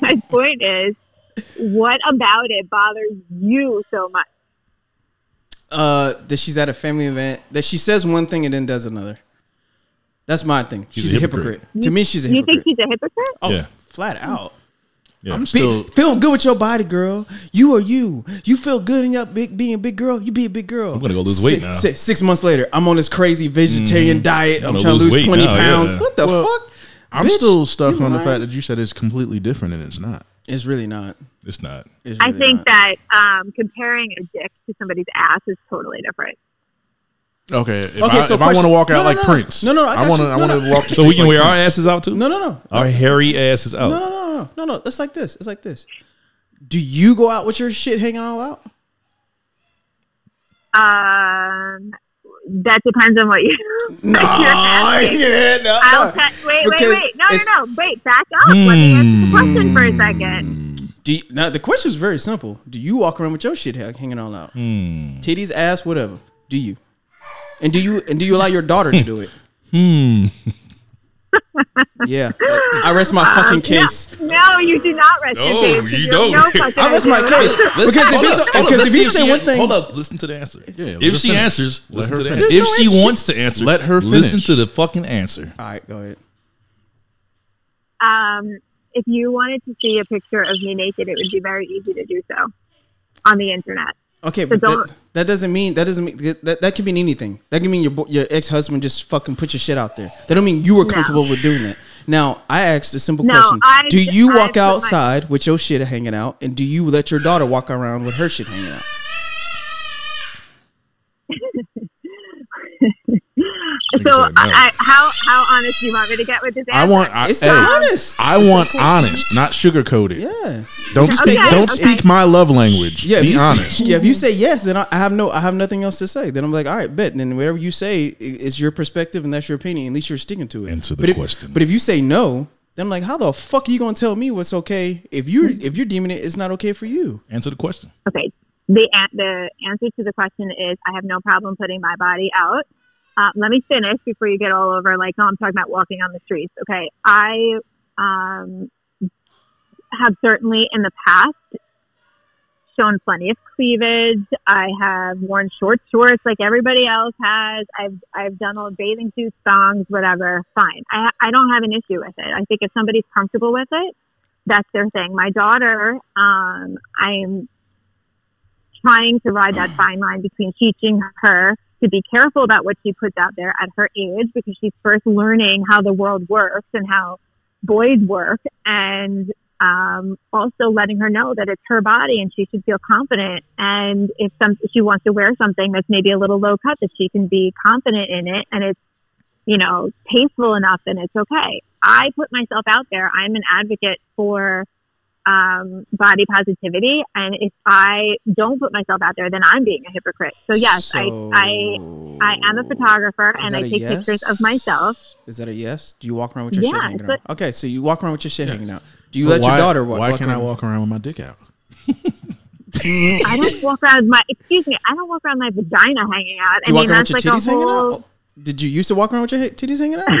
C: My point is, what about it bothers you so much?
F: uh, that she's at a family event. That she says one thing and then does another. That's my thing. She's, a hypocrite. To me, she's a
C: You think
F: hypocrite.
C: she's a hypocrite?
F: Oh,
A: Yeah.
F: flat out.
A: I'm
G: I'm
F: Be-
G: still.
F: feel good with your body, girl. You are you. You feel good in your big being a big girl. You be a big girl. I'm
A: gonna go lose weight now. Mm-hmm.
F: Six, months later, I'm on this crazy vegetarian diet. I'm
A: gonna
F: trying to
A: lose
F: lose
A: weight
F: twenty
A: now,
F: pounds.
A: yeah.
F: What the
G: Well,
F: fuck?
G: I'm
F: Bitch,
G: still stuck
F: you
G: on the
F: lying.
G: fact that you said it's completely different and it's not.
F: It's really not.
A: It's not.
F: It's
C: I
F: really
C: think
F: not.
C: that um, comparing a dick to somebody's ass is totally different.
G: Okay. If
F: Okay,
G: I,
F: so
G: if I
F: question-
G: want to walk out
F: No, no,
G: like
F: no.
G: Prince,
F: No, no, I got
G: want to.
F: you.
G: I
F: No,
G: want
F: no.
G: to walk. the
A: So we
G: streets
A: can
G: like
A: wear our
G: Prince.
A: asses out too.
F: No, no, no.
A: Our hairy asses out.
F: No, no, no, no, no, no. It's like this. It's like this. Do you go out with your shit hanging all out?
C: Um, that depends on what you.
F: No, yeah, no,
C: I'll
F: no.
C: te- wait, wait,
F: Because
C: wait. No,
F: it's-
C: no, no. Wait, back up. Let
A: Hmm.
C: me answer the question for a second.
F: Do you, now the question is very simple. Do you walk around with your shit ha- hanging all out? Titties, ass, whatever. Do you? And do you and do you allow your daughter to do it? Hmm. yeah. I rest my fucking case.
C: No, you do not rest your
A: No,
C: case. 'cause
A: you
C: have
A: don't.
C: No fucking
F: I rest my
C: idea.
F: case. because if, it's, because if you say one thing,
A: hold up, listen to the answer.
G: Yeah,
A: if
G: let
A: she
G: her finish.
A: answers,
G: Let
A: listen
G: her
A: to the
G: finish.
A: answer. If
F: There's no
A: she
F: way she-
A: wants to answer,
G: Let her
A: listen
G: finish.
A: to the fucking answer.
F: All right, go ahead.
C: um, if you wanted to see a picture of me naked, it would be very easy to do so on the internet.
F: Okay, but
C: don't-
F: that, that doesn't mean that doesn't mean that, that can mean anything. That can mean your bo- your ex husband just fucking put your shit out there. That don't mean you were comfortable with doing that. Now I asked a simple
C: No,
F: question:
C: I-
F: Do you
C: I
F: walk
C: put my-
F: outside with your shit hanging out, and do you let your daughter walk around with her shit hanging out?
C: So,
G: said no.
C: I, how how honest do you want me to get with this?
G: I
C: answer?
G: want. I,
F: It's
G: hey,
F: not honest.
G: I
F: It's
G: want
F: simple.
G: honest, not sugarcoated.
F: Yeah,
G: Don't
F: Okay,
G: speak. Don't
C: okay.
G: speak my love language.
F: yeah. if
G: Be
F: you say-
G: honest.
F: yeah, if you say yes, then I, I have no, I have nothing else to say. Then I'm like, all right, bet. And then whatever you say i- is your perspective and that's your opinion. At least you're sticking to it.
A: Answer the
F: but if-
A: question.
F: but if you say no, then I'm like, how the fuck are you gonna tell me what's okay if you're if you're deeming it it's not okay for you?
A: Answer the question.
C: Okay. The, an- the answer to the question is I have no problem putting my body out. Uh, let me finish before you get all over. Like, no, I'm talking about walking on the streets. Okay. I um, have certainly in the past shown plenty of cleavage. I have worn short shorts like everybody else has. I've, I've done all bathing suits, thongs, whatever. Fine. I, I don't have an issue with it. I think if somebody's comfortable with it, that's their thing. My daughter, um, I'm trying to ride that fine line between teaching her to be careful about what she puts out there at her age because she's first learning how the world works and how boys work and um, also letting her know that it's her body and she should feel confident and if some if she wants to wear something that's maybe a little low cut that she can be confident in it and it's you know tasteful enough and it's okay i put myself out there i'm an advocate for um, body positivity. And if I don't put myself out there, then I'm being a hypocrite. So yes,
F: So-
C: I, I, I am a photographer
F: Is
C: and
F: that
C: I
F: a
C: take
F: yes?
C: pictures of myself.
F: Is that a yes? Do you walk around with your
C: Yeah,
F: shit hanging out?
C: but-
F: Okay, so you walk around with your shit hanging out. Do you
G: But
F: let
G: why-
F: your daughter walk?
G: Why
F: walk
G: can't I
F: around?
G: walk around with my dick out?
C: I don't walk around my, excuse me, I don't walk around my vagina hanging out.
F: Do you
C: I
F: walk
C: mean,
F: around with
C: that's
F: your
C: like a
F: titties hanging
C: whole,
F: out? Did you used to walk around with your he- titties hanging out?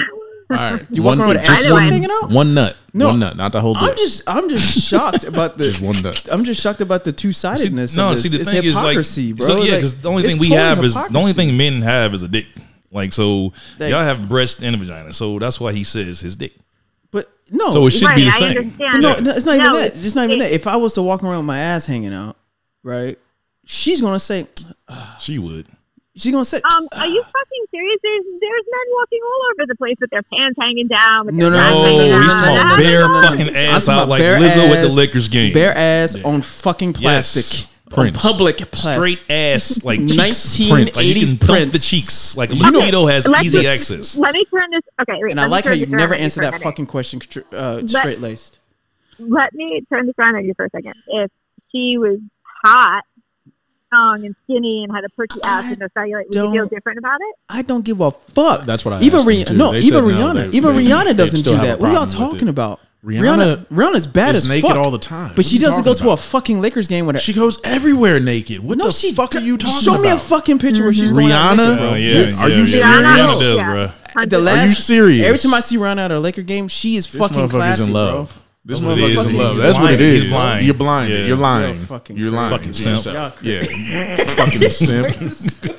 G: All right,
F: You walk around with asses
G: one,
F: hanging out?
G: One nut,
F: No.
G: one nut, not the whole. Dick.
F: I'm just I'm just shocked about the
G: Just one nut.
F: I'm just shocked about the two sidedness. of
A: no,
F: this.
A: see the
F: it's
A: thing
F: hypocrisy,
A: is like,
F: bro.
A: so yeah,
F: Like,
A: because the only
F: it's
A: thing we
F: total
A: have is the only
F: hypocrisy.
A: thing men have is a dick. Like so,
F: Like-
A: y'all have breast and a vagina, so that's why he says his dick.
F: But no,
A: So it
F: it's-
A: should be the
C: Right, I
A: same.
C: understand.
F: But Oh, no, no, it's not even
C: No,
F: that. It's not even
C: it-
F: that. If I was to walk around with my ass hanging out, right? She's gonna say.
A: She would.
F: She's gonna say.
C: Um, are you fucking serious? There's, there's men walking all over the place with their pants hanging down. With
F: No,
C: their
F: no,
C: ass
F: no,
A: No,
C: hanging
F: no,
A: he's
C: down.
F: no, no,
A: talking about
C: That's
A: bare
C: not what
A: fucking
F: I'm
A: ass
F: talking
A: out
F: about
A: like
F: bare
A: Lizzo at the
F: ass-
A: Lakers game.
F: Bare ass on fucking plastic. On
G: Prince.
F: public plastic.
A: straight ass like cheeks. Like you
F: 1980s
A: can dump
F: Prince.
A: the cheeks. Like a mosquito has
C: Let's
A: easy
C: just-
A: access.
C: Let me turn this. Okay, wait.
F: And
C: let
F: I
C: me
F: like how
C: turn
F: you
C: this around
F: never
C: on you
F: answer
C: for a
F: that
C: minute.
F: fucking question uh, straight laced.
C: Let me turn this around on you for a second. If she was hot, strong, and skinny, and had a perky ass and no cellulite, would you feel
F: don't-
C: different about it?
F: I don't give a fuck.
G: That's what I
F: even
G: asked them,
F: Rihanna.
G: too.
F: No,
G: They
F: even
G: said no,
F: Rihanna.
G: they-
F: even
G: they- they
F: Rihanna doesn't
G: still
F: do
G: have a
F: that. What are y'all
G: problem with
F: talking
G: it.
F: about?
G: Rihanna
F: Rihanna's bad
G: is
F: as
G: naked
F: fuck,
G: all the time.
F: but
G: What
F: she
G: you
F: doesn't go
G: talking
F: to a
G: about?
F: fucking Lakers game with her.
G: She goes everywhere naked. What the fuck are you talking
F: Show
G: about?
F: me a fucking picture where she's going out
G: Rihanna?
F: naked, bro.
G: Oh, yeah,
A: Are you
G: yeah,
C: Rihanna
A: Rihanna
C: does,
A: does,
C: yeah.
A: bro.
F: The last,
G: you serious?
F: Every time I see Rihanna at a Laker game, she is fucking classy,
G: in love.
F: bro.
G: This
A: what it
G: motherfucker's
A: is.
G: in love.
A: He's
G: That's what it
A: blind.
G: is.
A: He's blind.
G: You're blind.
A: Yeah.
G: You're lying.
F: You're fucking
G: You're lying.
A: Fucking
G: to
A: simp.
G: yourself. Yeah. fucking simp.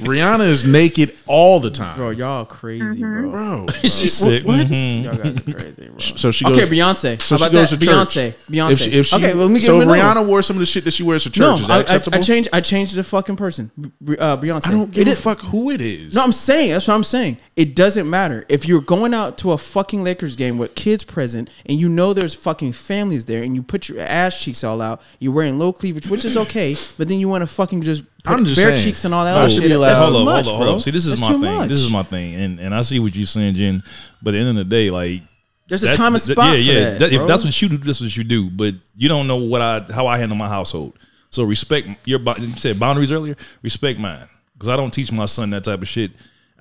G: Rihanna is naked all the time.
F: Bro, y'all crazy, bro.
G: Bro.
A: She's sick. Mhm.
F: Y'all guys are crazy, bro.
G: So Mm. she goes,
F: Okay, Beyonce.
G: So
F: How
G: she
F: about
G: goes
F: that?
G: to church.
F: Beyonce. Beyonce.
G: If she, if she,
F: okay, let me get
G: so
F: rid
G: if
F: of another one.
G: Rihanna wore some of the shit that she wears to church.
F: No,
G: is that
F: I, I,
G: acceptable?
F: I changed. I changed the fucking person. B- Uh, Beyonce.
G: I don't
F: It
G: give a
F: is-
G: fuck who it is.
F: No, I'm saying that's what I'm saying. It doesn't matter if you're going out to a fucking Lakers game with kids present, and you know there's fucking families there, and you put your ass cheeks all out. You're wearing low cleavage, which is okay, but then you want to fucking just put
G: I'm just
F: bare
G: saying.
F: cheeks and all that
G: No,
F: other
G: it should
F: shit.
G: be allowed.
F: That's
A: hold
F: too
A: up,
F: much,
A: hold up,
F: bro.
A: hold up. See, this is
F: That's
A: my
F: too
A: thing.
F: much.
A: This is my thing, and and I see what you're saying, Jen. But at the end of the day, like
F: There's a time and
A: that-
F: spot. for that,
A: if
F: bro.
A: that's what you do, that's what you do. But you don't know what I how I handle my household. So respect your bo- you said boundaries earlier. Respect mine because I don't teach my son that type of shit.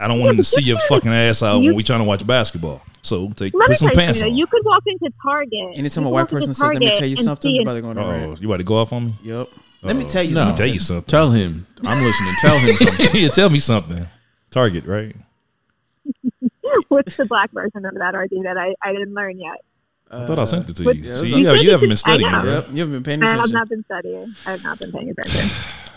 A: I don't want him to see your fucking ass out
C: You-
A: when we trying to watch basketball. So take
C: Let
A: put some
C: me tell you,
A: pants
C: something.
A: on.
C: you could walk into Target.
F: Anytime
C: you
F: a
C: could
F: white
C: walk into
F: person says, "Let me
C: Target
F: tell you
C: and
F: something,"
C: see
F: they're
C: an-
F: about to go on a
A: oh,
F: rant.
A: you about to go off on me?
F: Yep. Let me tell you
G: No.
A: Let me
F: something.
A: tell you something.
G: Oh. Tell him. I'm listening. Tell him something.
A: yeah, tell me something. Target, right?
C: What's the black version of that RD that I, I didn't learn yet?
A: I thought I sent it to
C: but-
A: you.
C: Yeah,
A: See,
C: it was
A: you,
C: on-
A: have, you haven't been
C: I know.
A: studying, right?
F: Yep. You haven't been paying
C: I have
F: attention.
C: not been studying. I have not been paying attention.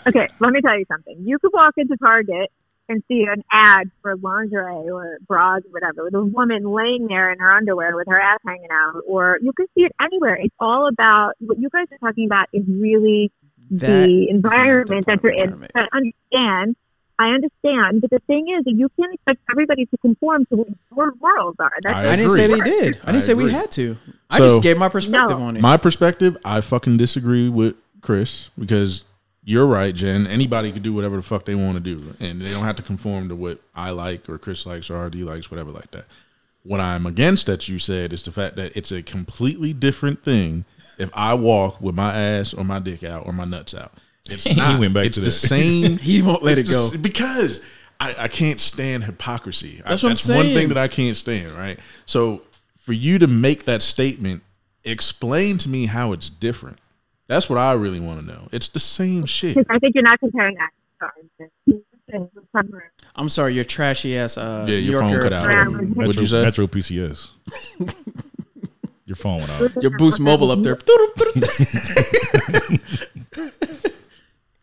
C: Okay, let me tell you something. You could walk into Target and see an ad for lingerie or bras or whatever with a woman laying there in her underwear with her ass hanging out, or you could see it anywhere. It's all about what you guys are talking about is really
F: That
C: the
F: is not the
C: environment that
F: proper
C: you're in.
F: environment.
C: I understand. I understand, but the thing is, that you can't expect everybody to conform to what your morals are. That's
G: I
F: I didn't
G: agree.
F: say they did. I
G: I
F: didn't say we
G: agree.
F: had to. I
G: So-
F: just gave my perspective
C: No.
F: on it.
G: My perspective, I fucking disagree with Chris because you're right, Jen. Anybody could do whatever the fuck they want to do, and they don't have to conform to what I like or Chris likes or RD likes, whatever like that. What I'm against that you said is the fact that it's a completely different thing if I walk with my ass or my dick out or my nuts out. It's not.
A: went back
G: it's
A: to
G: the
A: that.
G: same.
F: he won't let it go.
G: Just- because I, I can't stand hypocrisy. I-
F: That's what I'm
G: one thing
F: saying.
G: that I can't stand, right? So for you to make that statement, explain to me how it's different. That's what I really want to know. It's the same shit.
C: because I think you're not comparing that. Sorry.
F: I'm sorry, your trashy ass uh,
G: Yeah,
F: New
G: your phone
F: Yorker.
G: cut out.
C: Brown.
A: Metro,
G: What'd you say?
A: Metro PCS. Your phone went out.
F: Your Boost Mobile up there.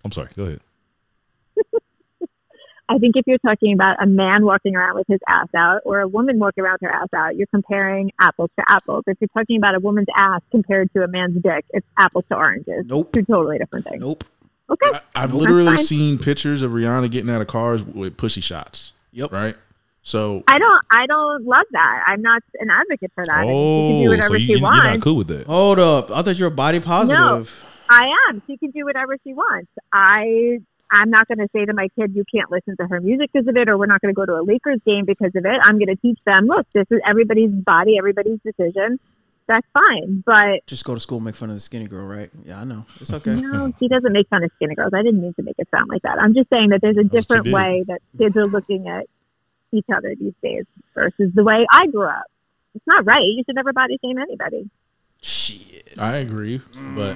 A: I'm sorry. Go ahead.
C: I think if you're talking about a man walking around with his ass out or a woman walking around with her ass out, you're comparing apples to apples. If you're talking about a woman's ass compared to a man's dick, it's apples to oranges.
F: Nope.
C: Two totally different things.
F: Nope.
C: Okay.
A: Uh,
G: I, I've literally
C: fine.
G: seen pictures of Rihanna getting out of cars with pussy shots.
F: Yep.
G: Right. So
C: I don't I don't love that. I'm not an advocate for that. she can do
A: Oh,
C: whatever
A: so you,
C: she
A: you're
C: wants.
A: not cool with that?
F: Hold up. I thought you were body positive.
C: I am. She can do whatever she wants. I I'm not going to say to my kid, you can't listen to her music because of it, or we're not going to go to a Lakers game because of it. I'm going to teach them, look, this is everybody's body, everybody's decision. That's fine. But
F: Just go to school and make fun of the skinny girl, right? Yeah, I know. It's okay.
C: no, she doesn't make fun of skinny girls. I didn't mean to make it sound like that. I'm just saying that there's a
A: you
C: different
A: did.
C: way that kids are looking at each other these days versus the way I grew up. It's not right. You should never body shame anybody.
F: Shit.
A: Mm.
G: I agree, but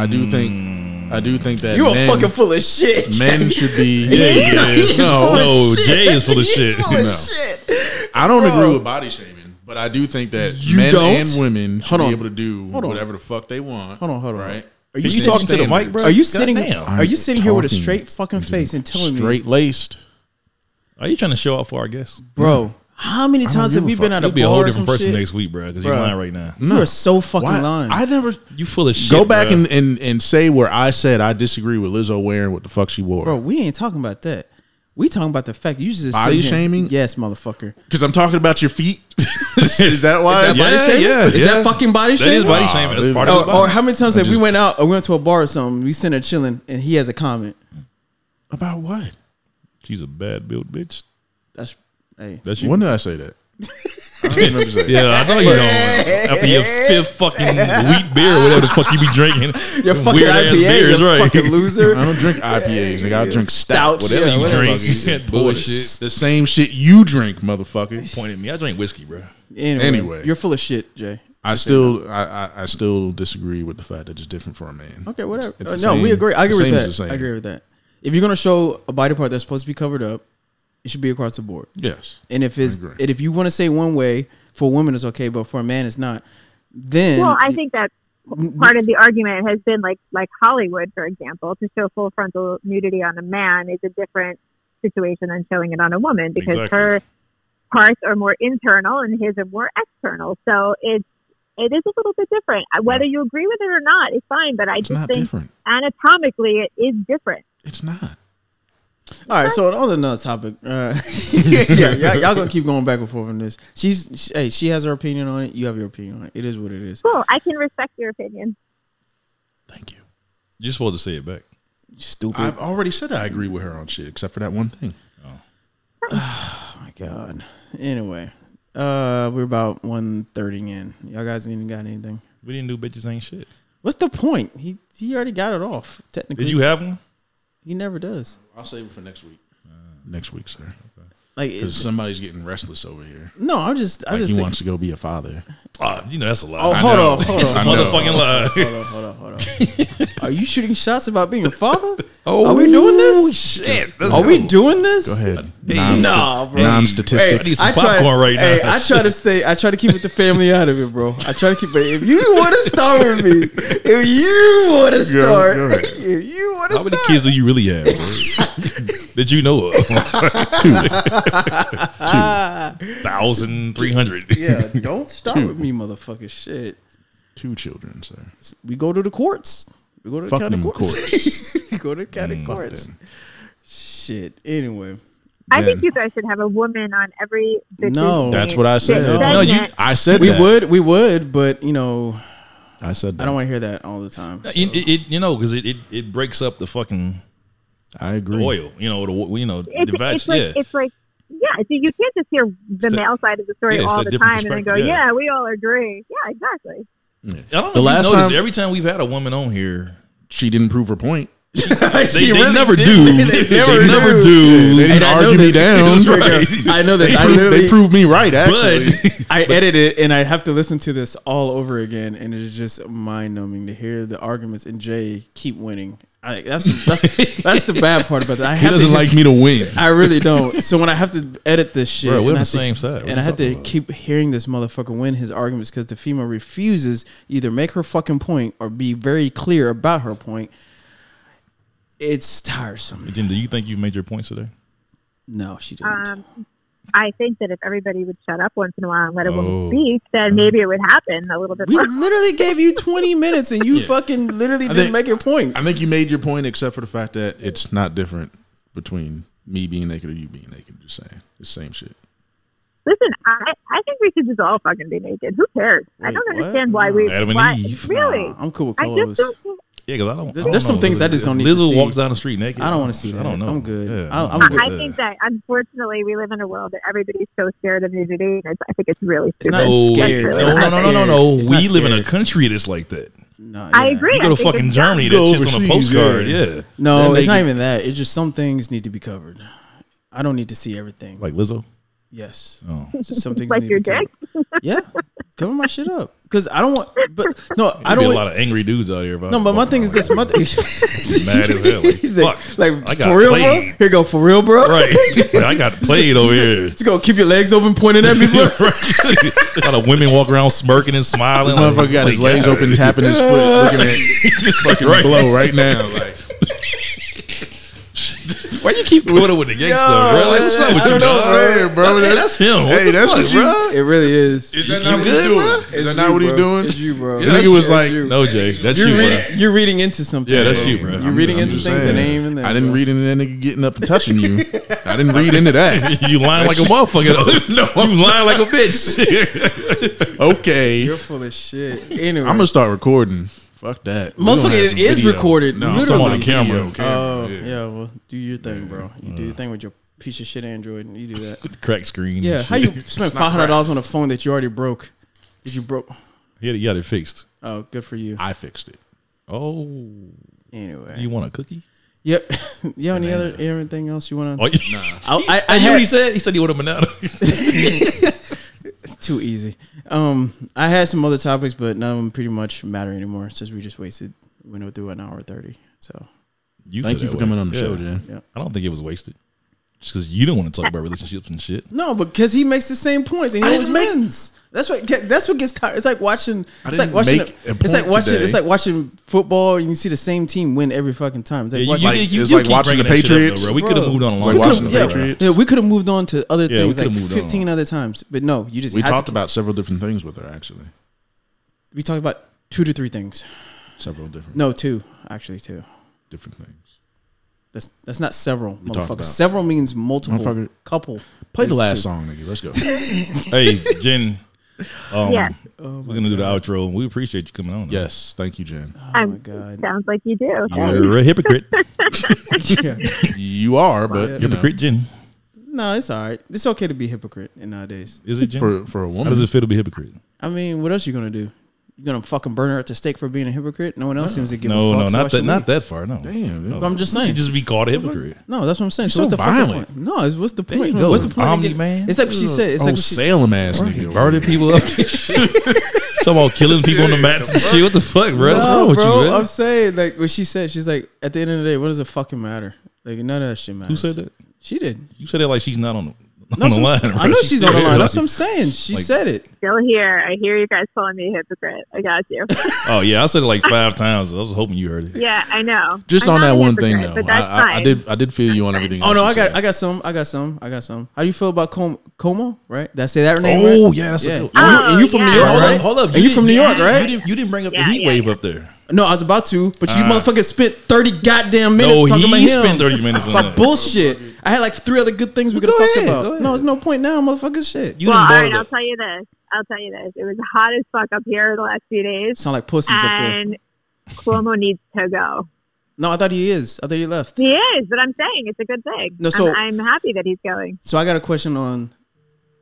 G: I do think I do think that
F: You are
G: men-
F: fucking full of shit.
G: men should be.
F: Yeah, he's full
G: No,
F: of
G: no,
F: shit.
A: Jay is full of
F: He's
A: shit.
F: full of
G: No.
F: shit.
G: I don't
F: Bro.
G: agree with body shaming, but I do think that
F: You
G: men
F: don't?
G: and women should
F: Hold on.
G: be able to do
F: Hold on.
G: whatever the fuck they want.
F: Hold on, hold on.
G: Right?
F: Are you
A: you talking to the mic, bro?
F: Are you sitting?
A: Goddamn.
F: Are you sitting here with a
G: Talking
F: straight fucking face and telling me,
G: Straight laced.
A: Are you trying to show off for our guests?
F: bro? How many times
G: give
F: have we
G: a
F: been
G: fuck.
F: at a
A: You'll
F: bar
A: be a whole
F: or
A: different
F: some
A: person
F: shit?
A: next week, bro. Because you're
F: Bruh. Mm-hmm.
A: lying right now.
F: You are so fucking lying.
G: I never
A: You full of shit.
G: go back
A: bruh.
G: and, and and say where I said I disagree with Lizzo wearing what the fuck she
F: bro,
G: wore.
F: we ain't talking about that. We talking about the fact you just sitting
G: Body
F: here-
G: shaming?
F: Yes, motherfucker.
G: Because I'm talking about your feet. Is that why?
F: Is that body shaming? Is that fucking body
A: That
F: shaming?
A: is body
G: Nah,
A: shaming.
G: dude.
A: That's part of
F: Oh, Or,
A: the
F: or
A: body.
F: how many times have we went out or we went to a bar or something? We sitting there chilling, and he has a comment.
G: about what?
A: She's a bad built bitch.
F: That's hey.
A: That's you.
G: When did I say that? I don't remember saying.
A: Yeah, I know you don't. After your fifth fucking wheat beer or whatever the fuck you be drinking,
F: Your
A: Them
F: fucking
A: weird-ass
F: IPA, you fucking loser.
G: I don't drink IPAs. Like, I drink
F: Stouts,
G: stout. whatever
F: yeah,
G: you
F: whatever.
G: drink.
A: Drinks.
G: It's
A: Bullshit.
G: The same shit you drink, motherfucker.
A: Point at me. I drink whiskey, bro.
F: Anyway,
G: Anyway.
F: you're full of shit, Jay.
G: I still, I, I, I still disagree with the fact that it's different for a man.
F: Okay, whatever.
G: It's
F: Uh, no,
G: the
F: we
G: same-
F: agree. I
G: the
F: agree with
G: same is
F: that.
G: the same.
F: I agree with that. If you're gonna show a body part that's supposed to be covered up, it should be across the board.
G: Yes.
F: And if it's
G: agree.
F: and if you want to say one way for women it's okay, but for a man it's not, then
C: Well, I think that part of the argument has been like like Hollywood, for example, to show full frontal nudity on a man is a different situation than showing it on a woman because
A: Exactly.
C: her parts are more internal and his are more external. So it's it is a little bit different. Uh, Whether you agree with it or not, it's fine. But I
G: It's
C: just
G: not
C: think
G: different.
C: anatomically it is different.
G: It's not.
F: all right. So on another topic, uh, yeah, y'all, y'all gonna keep going back and forth on this. She's she, hey, she has her opinion on it. You have your opinion on it. It is what it is.
C: Cool. I can respect your opinion.
G: Thank you.
A: You're supposed to say it back.
F: Stupid.
G: I've already said I agree with her on shit, except for that one thing.
F: oh my god. Anyway, uh, we're about one thirty in. Y'all guys even got anything?
A: We didn't do bitches ain't shit.
F: What's the point? He he already got it off. Technically,
A: Did you have one?
F: he never does.
G: I'll save it for next week. Uh, next week, sir.
F: Like
G: Because
F: it's,
G: somebody's getting restless over here.
F: no, I'm just I
G: Like
F: just
G: he
F: think-
G: wants to go be a father.
A: Oh, you know that's a lie.
F: Oh,
A: I
F: hold
A: know.
F: on, hold
A: It's a
F: on.
A: motherfucking lie.
F: Hold on, hold on, hold on. Are you shooting shots about being a father?
A: Oh,
F: Are we doing this?
A: Shit.
F: Are we doing this?
G: Go ahead.
F: Nah, bro.
G: Non-statistic.
A: I need some popcorn right now.
F: hey, I try to stay. I try to keep with the family out of it, bro. I try to keep. But if you want to start with me, if you want to
G: Go-
F: start,
G: go ahead.
F: if you want to
A: How
F: start,
A: many kids do you really have? Did you know of? Thousand three hundred.
F: yeah, don't start
G: Two.
F: with me, motherfucker. Shit,
G: Two children, sir.
F: we go to the courts. We go to the
G: Fuck
F: county
G: them Mm,
F: courts. we go to the county courts.
G: them.
F: Shit. Anyway,
C: I think
G: Then-
C: you guys should have a woman on every. bitch's
F: No.
G: That's
C: name
G: what I said.
C: segment.
F: No,
G: you. I said
F: we
G: that.
F: would, we would, but you know,
G: I said that.
F: I don't want to hear that all the time.
A: It, it, it- you know, because it, it, it breaks up the fucking
G: I agree.
A: oil. You know, the wo- you know the
C: it's,
A: vag-
C: it's like
A: yeah.
C: it's like yeah. So you can't just hear the
A: It's a-
C: male side of the story
A: yeah, it's
C: all
A: a
C: the
A: different
C: time and then go,
A: perspective,
C: yeah.
A: yeah.
C: we all agree. Yeah, exactly.
A: I don't know
G: The
A: if
G: last
A: you noticed,
G: time-
A: every time we've had a woman on here,
G: She didn't prove her point.
A: they, they never do.
F: They never
A: They
F: do.
A: never do.
G: They didn't
F: And I know
G: argue me
F: this-
G: down.
A: That's right.
F: I know this.
G: They
F: I
G: proved,
F: literally,
G: they proved me right, actually.
A: But
F: I edit it and I have to listen to this all over again, and it's just mind numbing to hear the arguments and Jay keep winning. I, that's that's that's the bad part about that. I
G: he
F: have
G: doesn't
F: to,
G: like me to win.
F: I really don't. So when I have to edit this shit,
A: Bro, we're
F: and I
A: on the
F: have to-
A: same side. What
F: and I
A: you
F: have to
A: talking about?
F: keep hearing this motherfucker win his arguments because the female refuses either make her fucking point or be very clear about her point. It's tiresome.
A: Jim, do you think you made your points today?
F: No, she didn't.
C: Um, I think that if everybody would shut up once in a while and let a
A: Oh.
C: woman speak, then maybe it would happen a little bit
F: we
C: more.
F: literally gave you 20 minutes and you fucking literally didn't
G: think-
F: make your point.
G: I think you made your point, except for the fact that it's not different between me being naked or you being naked. Just saying, it's the same shit.
C: Listen, I, I think we should just all fucking be naked. Who cares? I
F: Wait,
C: don't
F: what?
C: understand why we.
A: Adam and
C: why,
A: Eve.
C: Really?
F: Nah, I'm cool with
C: I
F: clothes.
C: just don't.
A: Yeah, because I don't.
F: There's-
A: I don't
F: there's some
A: know.
F: things I just don't need to
A: Lizzo
F: see.
A: walks down the street naked.
F: I don't wanna see
A: I don't
F: that.
A: know.
F: I'm good.
A: Yeah,
F: I'll- I'm
A: not
F: good.
C: I think that unfortunately we live in a world that everybody's so scared of nudity. And it's, I think it's really stupid.
F: not
A: No,
F: scared.
A: no,
C: That's really
F: It's
A: no,
F: not
A: no, no, no, no.
F: scared. It's
A: We
F: not
A: live in a
F: scared.
A: country that's like that.
F: No,
C: I
F: yeah.
C: agree.
A: You go
C: I
A: to
C: think
A: fucking
C: it's-
A: Germany, that
G: Go
A: shit's on a
G: overseas,
A: postcard.
G: yeah.
A: Yeah,
F: No,
G: They're
F: it's not
G: making-
F: even that. It's just some things need to be covered. I don't need to see everything.
A: like Lizzo.
F: yes,
A: Oh.
F: It's just some things
C: Like
F: need
C: your
F: to be
C: dick?
F: covered. yeah, cover my shit up because I don't want. But no, I
A: I
F: don't.
A: don't be a
F: want-
A: lot of angry dudes out here. if I
F: No, but my
A: walked
F: thing
A: around
F: is this.
A: like
F: My thing,
A: that. mad as hell. Like,
F: He's like,
A: fuck,
F: like,
A: I got
F: for real, bro.
A: played.
F: Here go for real, bro.
A: Right, Like, I got played over here.
F: Just go keep your legs open, pointing at me, bro.
A: right. lot of women walk around smirking and smiling.
G: Motherfucker
A: like,
G: got his
A: like,
G: legs
A: God.
G: open, tapping his foot, looking at fucking
A: Right.
G: blow right now. Like,
F: Why you keep?
A: What up with the gangster, bro? Like, what's up with you, dog?
G: Hey, bro,
A: Hey,
G: that-
A: that's him. What
G: hey,
A: the
G: that's
A: fuck,
G: what you.
F: It really is.
G: Is
A: You-
G: that
A: you
G: not what
A: good,
G: he's doing?
A: bro?
G: Is
F: It's
G: that not
F: you,
G: what he's
F: bro.
G: doing?
F: It's you, bro.
G: The nigga was like,
A: No, Jay, that's
F: You're
A: you. bro.
F: reading, you're reading into something.
A: Yeah, that's
F: bro.
A: you, bro.
F: You're
A: I'm-
F: reading
A: I'm
F: into
A: just
F: things that ain't even there.
G: I didn't
F: bro.
G: read into that nigga getting up and touching you. I didn't read into that.
A: You lying like a motherfucker. though. no, you lying like a bitch.
G: Okay,
F: You're full of shit. Anyway,
G: I'm gonna start recording. Fuck that, We
F: Motherfucker,
G: gonna have
F: it
G: some
F: is recorded,
G: No, I'm
F: literally.
G: talking about camera. camera.
F: Oh
G: yeah.
F: yeah. well, do your thing, bro. You do your thing with your piece of shit Android, and you do that.
A: Crack screen.
F: Yeah,
A: and
F: how you
A: shit.
F: spent five hundred dollars on a phone that you already broke? Did you broke?
A: He had, it- he had it fixed.
F: Oh, good for you.
G: I fixed it.
A: Oh,
F: Anyway,
A: you want a cookie?
F: yep. you have any other anything else you want
A: Oh,
F: to?
A: nah.
F: I, I,
A: I
F: I
A: hear what he
F: had
A: said. He said he wanted a banana.
F: too easy. Um, I had some other topics, but none of them pretty much matter anymore since we just wasted went through an hour thirty. So
G: Thank
A: feel
G: you
A: that
G: for
A: way.
G: coming on the
A: Yeah.
G: show, Jen.
A: I don't think it was wasted. Just because you don't want to talk about relationships and shit.
F: no, because he makes the same points and he
G: I
F: always
G: didn't make-
F: wins. That's what get- that's what gets tired. It's like watching. It's like
G: didn't
F: watching.
G: make a
F: it's like
G: point
F: watching.
G: today.
F: It's like watching football. and You see the same team win every fucking time. It's like watching,
G: you- Like, it's like
A: keep
G: watching the
A: bringing that shit up, though,
G: Patriots.
A: bro. We could have
F: Bro.
A: moved on a
G: It's
A: long
G: like
A: time
G: watching
A: ago,
G: the
A: bro.
G: Patriots.
F: Yeah, we could have moved on to other
A: Yeah, we
F: things like
A: could've moved on.
F: 15 other times, but no, you just
G: We
F: had
G: talked
F: to,
G: about several different things with her, actually.
F: we talked about two to three things.
G: Several different
F: No, two actually, two.
G: different things.
F: That's that's not several,
G: We talked
F: motherfucker.
G: about-
F: Several means multiple,
G: Motherfucker.
F: couple.
G: Play the
F: It's
G: last
F: two.
G: song, nigga. Let's go.
A: Hey, Jen. Um,
C: Yes.
A: we're going to do the outro. and We appreciate you coming on.
G: yes, thank you, Jen.
F: Oh my god,
C: Sounds like you do.
A: You're a hypocrite.
G: You are, but you know,
A: hypocrite, Jen.
F: no, it's all right. It's okay to be hypocrite in nowadays.
A: Is it, Jen?
G: for for a
A: How
G: woman,
A: does it feel to be a hypocrite?
F: I mean, what else you gonna do? You gonna fucking burn her at the stake for being a hypocrite? No one else seems to give a
A: No,
F: fuck.
A: no,
F: so why
A: not
F: should
A: that,
F: we?
A: not that far. No,
G: Damn, dude.
A: No.
F: I'm just saying.
A: You just be called a hypocrite.
F: No, that's what I'm saying. so
G: You're
F: what's
G: so
F: the fucking
G: violent.
F: point? No, it's, what's the
A: you
F: point?
A: go.
F: What's the point? of
A: Omni
F: getting-
A: man.
F: It's like what she said. It's like
G: oh
F: what she,
G: Salem ass nigga,
A: Burning people up. Talking about killing people on the mats and shit. What the fuck, bro? What's
F: No,
A: wrong with you,
F: bro,
A: bro?
F: I'm saying like what she said. She's like, at the end of the day, what does it fucking matter? Like none of that shit
A: Who
F: matters.
A: said that?
F: She did.
A: You said that like she's not on the,
F: No,
A: on the line.
F: I
A: bro.
F: know she's on the
A: still
F: line.
A: here,
F: That's what
A: like-
F: I'm saying. She
A: like-
F: said it.
C: Still here. I hear you guys calling me a hypocrite. I got you.
A: Oh yeah, I said it like five times. I was hoping you heard it.
C: yeah, I know.
G: Just
C: I'm
G: on
C: not
G: that
C: a
G: one thing
C: hypocrite,
G: though,
C: but
G: I,
C: that's
G: I, I
C: fine.
G: did I did feel you on everything.
F: Oh
G: else
F: no,
G: you
F: I got
G: said.
F: I got some. I got some. I got some. How do you feel about Como? Como right? Did I say that name?
A: Oh,
F: right?
A: yeah, that's a good
C: one.
F: And you-
C: Oh,
F: and you from
C: yeah.
F: New York?
A: Hold
F: right?
A: up, hold up.
F: And you, from New York,
A: You
F: right?
A: didn't, you didn't bring up
C: Yeah,
A: the heat
C: yeah,
A: wave
C: yeah.
A: up there.
F: No, I was about to, but you motherfuckers spent thirty goddamn minutes
A: Uh, No,
F: talking about
A: he
F: him.
A: spent thirty minutes on that.
F: Bullshit. I had like three other good things we could
A: Well,
F: have
A: go
F: talked
A: ahead, go
F: about.
A: ahead.
F: No, it's no point now, motherfuckers. Shit. You
A: You
C: Well, all
A: didn't
C: right.
A: bother
C: I'll tell you this. I'll tell you this. It was hot as fuck up here the last few days,
F: sound like pussies up there.
C: and Cuomo needs to go.
F: No, I thought he is. I thought he left.
C: He is, but I'm saying it's a good thing.
F: No, so-
C: I'm, I'm happy that he's going.
F: So I got a question on,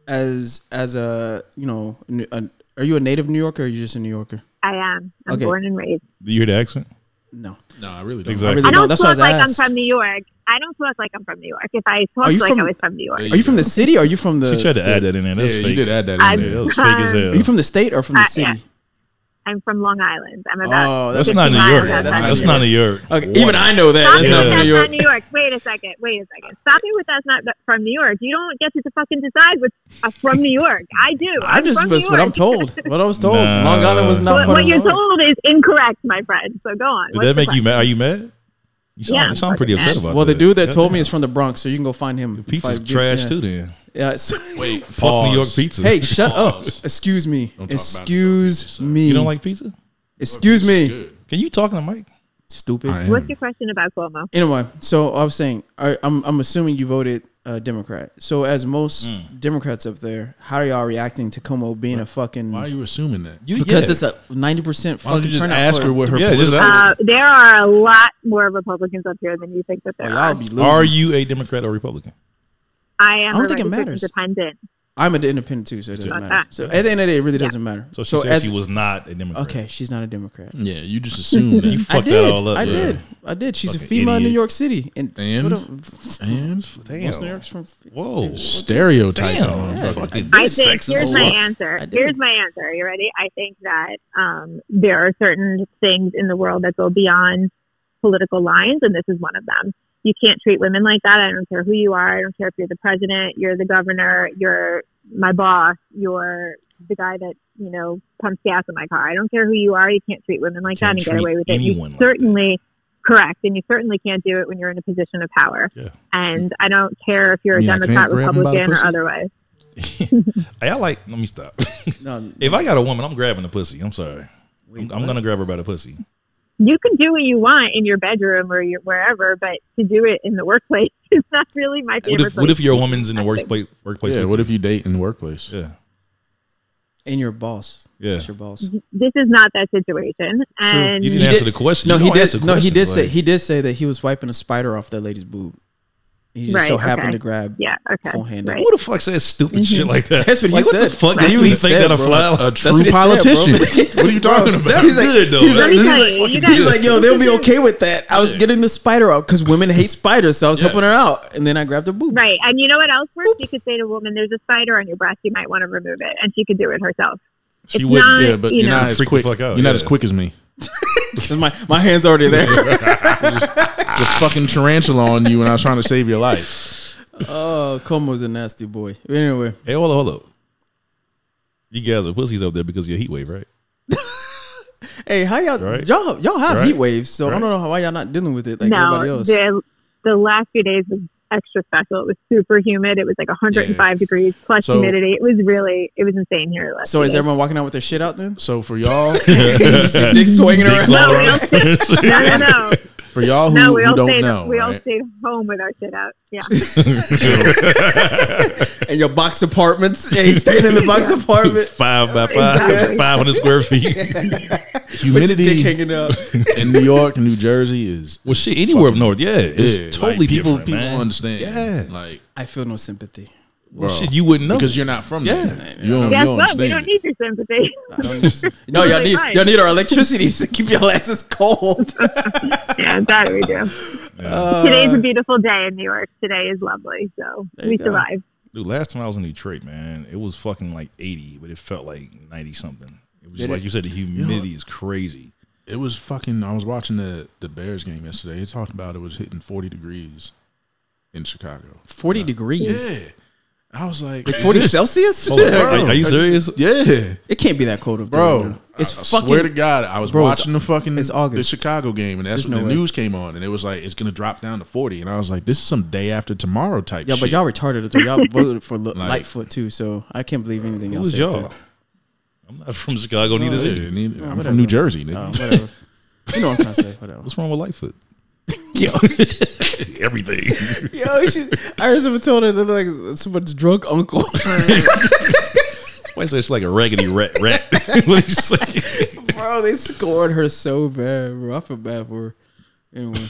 F: as as a you know, n- a, are you a native New Yorker or are you just a New Yorker?
C: I am. I'm
F: Okay.
C: born and raised.
A: Do you hear the accent?
F: No.
G: no, I really don't.
A: Exactly.
F: I
C: I
F: No,
C: don't
F: that's what I was
C: talk like
F: asked.
C: I'm from New York. I don't talk like I'm from New York. If I
F: Are
C: talked
F: you
C: like
F: from-
C: I was from New York,
G: There
F: Are you from the city? or Are you from the?
A: She tried to
F: the-
A: add that in there. That's
G: Yeah,
A: fake.
G: you did add that in
C: I-
A: Yeah, that
G: there.
A: was fake as hell.
F: Are you from the state or from the
C: Uh,
F: city?
C: I'm from Long Island. I'm
F: Oh,
C: about.
A: That's
C: 50
A: not New
C: miles
A: York.
C: outside
A: That's,
C: of New
A: not New York.
F: Okay, even I know that.
C: Stop
F: That's
C: it
F: not
C: with
F: from New York.
C: That's not New York. Wait a second. Wait a second. Stop it with that's not from New York. You don't get to fucking decide what's uh, from New York. I do.
F: I
C: I'm
F: just
C: from
F: that's
C: New
F: what I'm
C: York.
F: told. What I was told.
A: Nah.
F: Long Island was not
C: What,
F: part
C: what
F: of
C: you're
F: New York.
C: told is incorrect, my friend. So go on.
A: Did
C: What's
A: that
C: the
A: make you
C: question?
A: mad? Are you mad? You sound,
C: Yeah,
A: you
C: I'm
A: sound pretty
C: fucking
A: upset
C: mad.
A: about
F: Well, the
A: that.
F: dude that
A: God
F: told
A: damn.
F: me is from the Bronx, so you can go find him.
A: pizza's
F: If I get-
A: trash
F: yeah.
A: too. Then
F: Yeah. it's-
G: Wait,
A: fuck New York
G: pause.
A: pizza.
F: hey, shut up. Excuse me.
G: about it.
F: Excuse me.
A: you don't like pizza?
F: Excuse me.
G: Good.
A: Can you talk to Mike?
F: Stupid.
G: I am.
C: What's your question about Cuomo?
F: Anyway, so I was saying, I, I'm I'm assuming you voted uh, Democrat. So as most Democrats up there, how are y'all reacting to Como being a fucking?
G: Why are you assuming that? You
F: because
A: yeah.
F: it's a ninety percent
G: why don't you
F: fucking
G: just
F: turnout.
G: ask
F: for-
G: her what her
A: Yeah, just
G: political-
A: ask
C: Uh, there are a lot more Republicans up here than you think that
F: Oh,
C: there
F: y'all
C: are.
F: be losing.
A: Are you a Democrat or Republican?
C: I am
F: I don't
C: a
F: think it
C: registered
F: matters.
C: independent.
F: I'm an independent too, so it doesn't matter. So at the end of the day, it really doesn't matter.
A: So she said
F: as-
A: she was not a Democrat.
F: okay, she's not a Democrat.
G: Yeah, you just assume that.
A: Fuck
F: I
A: that
F: did.
A: all up,
F: I
A: yeah.
F: did. I did. She's a
A: Fucking
F: female in New
A: idiot.
F: York City, and,
G: And?
F: what a-
G: and
F: most New York's from
A: Whoa.
G: stereotyping.
A: Damn.
G: motherfucker.
A: Fucking
C: I think
A: sexist
C: here's
A: as
C: my
A: fuck.
C: answer.
F: I did.
C: Here's my answer. Are you ready? I think that um, there are certain things in the world that go beyond political lines, and this is one of them. You can't treat women like that. I don't care who you are. I don't care if you're the president, you're the governor, you're my boss, you're the guy that you know pumps gas in my car. I don't care who you are. You can't treat women like
A: Can't
C: that and get
A: treat
C: away with it. You
A: anyone like that.
C: certainly correct, and you certainly can't do it when you're in a position of power.
A: Yeah.
C: And I don't care if you're a
G: You mean I can't
C: Democrat,
G: grab 'em by the
C: Republican, or
G: pussy?
C: otherwise.
A: Hey, I like. Let me stop.
F: No,
A: if I got a woman, I'm grabbing the pussy. I'm sorry. I'm, I'm gonna grab her by the pussy.
C: you can do what you want in your bedroom or your, wherever, but to do it in the workplace is not really my
A: What
C: favorite.
A: if What if your woman's in the workplace? Workplace.
G: Yeah,
A: with
G: what
A: you?
G: if you date in the workplace?
A: Yeah.
F: and your boss.
A: Yeah.
F: That's your boss.
C: this is not that situation? And
A: You didn't
F: You
A: answer
F: did-
A: the question.
F: No,
A: You
F: he
A: don't
F: did.
A: answer
F: No, he
A: questions,
F: did say
A: like-
F: he did say that he was wiping a spider off that lady's boob. He just
C: Right,
F: so happened
C: okay.
F: to grab.
C: yeah, okay,
F: Full hand
C: right.
A: Who the fuck says stupid shit like that?
F: Mm-hmm. That's what he
A: like, What the
F: said.
A: fuck?
F: That's
A: That's
F: what
A: what you
F: he
A: think
F: said,
A: that a
F: bro.
A: fly?
G: A
A: That's
G: true
F: what he said,
G: politician.
F: bro.
G: what are you talking about?
A: that's good though.
F: He's
A: That's
F: like,
C: Let me
A: good.
C: tell you, you
F: He's
C: guys-
F: like, yo, they'll be okay with that. I was getting the spider out because women hate spiders, so I was helping her out, and then I grabbed her boob.
C: right. And you know what else works? You could say to a woman, "There's a spider on your breast. You might want to remove it," and she could do it herself.
A: She
C: It's
A: wouldn't.
C: not-
G: Yeah, but
C: You
G: you are
C: know.
G: not as
A: Freak the
G: quick.
A: fuck out,
G: You're not
A: yeah.
G: as quick as me.
F: And my my hands already there.
G: The
A: Ah.
G: fucking tarantula on you when I was trying to save your life.
F: oh, Como's a nasty boy. Anyway,
A: Hey, hold up, hold up. You guys are pussies up there because of your heat wave, right?
F: hey, how y'all
A: Right.
F: y'all y'all have
A: Right.
F: heat waves? So I
A: Right.
F: don't know how why y'all not dealing with it like everybody
C: no,
F: else.
C: the the last few days was extra special. It was super humid. It was like 105 degrees plus
G: So-
C: humidity. It was really, it was insane here. Last
F: So
C: few
F: is
C: days.
F: everyone walking out with their shit out then?
G: So for y'all,
F: You see Dick swinging
A: Dicks
F: around.
A: all around.
C: no, no, no,
G: for y'all who,
C: no. We
G: who
C: all
G: don't
C: stayed.
G: know,
C: we all
G: right?
C: stayed home with our shit out. Yeah.
F: And your box apartments. Yeah, he's staying in the box apartment.
A: Five by five, five hundred square feet.
F: With your dick
G: humidity
F: hanging out.
G: in New York and New Jersey is
A: Well, shit, anywhere up north, yeah, it's
G: yeah,
A: totally
G: like, people.
A: different.
G: people
A: man.
G: understand,
A: Yeah.
G: like
F: I feel no sympathy.
A: Well, shit, you wouldn't know
G: because you're not from
A: Yeah.
G: there. You don't, you
C: Guess
G: don't
C: what? We don't
G: understand. it.
C: need your sympathy.
F: No, y'all
C: Totally
F: need
C: right.
F: y'all need our electricity to keep your asses cold.
C: yeah, that we do. Today's a beautiful day in New York. Today is lovely, so we
F: go.
C: survived.
A: Dude, last time I was in Detroit, man, it was fucking like 80, but it felt like 90 something. It was just like you said, the humidity is crazy.
G: It was fucking. I was watching the the Bears game yesterday. They talked about it was hitting 40 degrees in Chicago.
F: Forty degrees.
G: Yeah, I was like, is
F: Forty
G: this-
F: Celsius?
A: Hold on, are, are you serious?
G: Yeah,
F: It can't be that cold, up there right
G: bro.
F: now. It's
G: I, I
F: fucking.
G: swear to God, I was
F: Bro, it's-
G: watching the fucking
F: it's August.
G: the Chicago game, and that's
F: There's no
G: when the
F: way.
G: news came on, and it was like it's gonna drop down to 40, and I was like, this is some day after tomorrow type.
F: yeah, but
G: shit.
F: y'all retarded. up there. Y'all voted for Li-
G: Like-
F: Lightfoot too, so I can't believe anything
A: Who
F: else.
A: is
F: up
A: y'all? I'm not from Chicago, neither is
G: Yeah,
A: you.
G: neither- I'm
F: Oh, whatever.
G: from New Jersey.
F: there. Oh,
G: Nigga.
F: whatever. you know what I'm trying to say. Whatever.
A: What's wrong with Lightfoot?
F: Yo,
A: Everything.
F: yo, she, I heard someone told her that they're like someone's drunk uncle.
A: Why is that like a raggedy rat? rat? what do you say?
F: bro, they scored her so bad, bro. I feel bad for her. Anyway.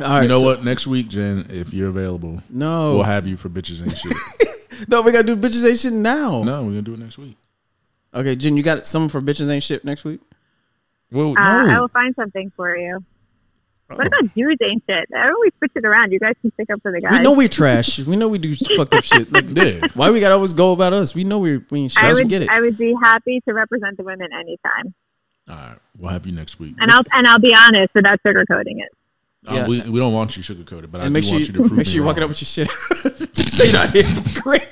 F: All right,
G: You know
F: so-
G: what? Next week, Jen, if you're available,
F: No,
G: we'll have you for bitches and shit.
F: no, we gotta do bitches ain't shit now.
G: no, we're gonna do it next week.
F: Okay, Jen, you got something for bitches ain't shit next week?
A: Well,
C: Uh, I
A: no.
C: will find something for you. What about dudes ain't shit? I always switch it around. You guys can stick up for the guys.
F: We know we trash. we know we do fucked up shit. Like,
G: Yeah.
F: Why we gotta always go about us? We know we we ain't shit.
C: I
F: Let's
C: would,
F: get it.
C: I would be happy to represent the women anytime,
G: All right, we'll have you next week.
C: and I'll and I'll be honest without sugarcoating it.
G: Uh,
F: Yeah.
G: we, we don't want you sugarcoated, but I
F: and
G: do
F: make sure
G: want
F: you,
G: you, to prove
F: make sure
G: me
F: you're walking
G: wrong.
F: up with your shit. so you're not here. Great.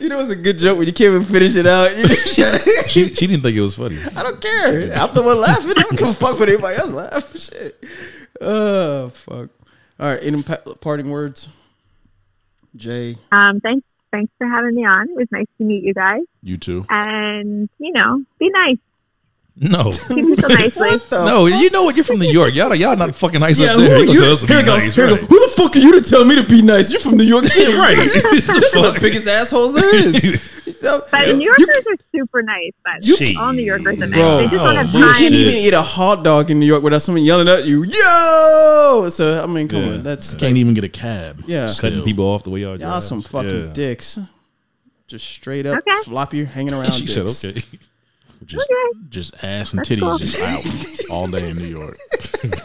F: You know, it's a good joke when you can't even finish it out. You just shut it.
A: She, she didn't think it was funny.
F: I don't care. I'm the one laughing. I don't give a fuck what anybody else laughs. Shit. Oh fuck. All right. Any pa- parting words? Jay.
C: Um, thanks, thanks for having me on. It was nice to meet you guys,
G: You too.
C: Uh, and you know, be nice.
A: No.
C: Keep it so nicely.
F: the
A: No, you know what? You're from New York. Y'all, y'all not fucking nice
F: Yeah,
A: up
F: who
A: there.
F: are
A: You
F: you?
A: gonna tell us to
F: Here
A: be
F: go,
A: nice,
F: here go.
A: right?
F: Who the fuck are you to tell me to be nice? You're from New York City,
A: Right.
F: You're one of the biggest assholes there is. stuff.
C: But New
F: You-
C: Yorkers are super nice. But
A: You-
C: all New Yorkers are nice.
A: Bro,
C: they just
E: oh,
C: don't have
E: bullshit.
F: You
C: time.
F: can't even eat a hot dog in New York without someone yelling at you, yo. So I mean, come
A: Yeah.
F: on, that's
G: Can't even get a cab.
F: yeah.
A: Cutting people off the way y'all
F: Y'all
A: drive.
F: some fucking
A: Yeah.
F: dicks, just straight up
C: Okay.
F: floppy, hanging around.
A: She said,
F: dicks.
A: okay.
G: Just,
C: Okay.
G: just ass and titties just out all day in New York.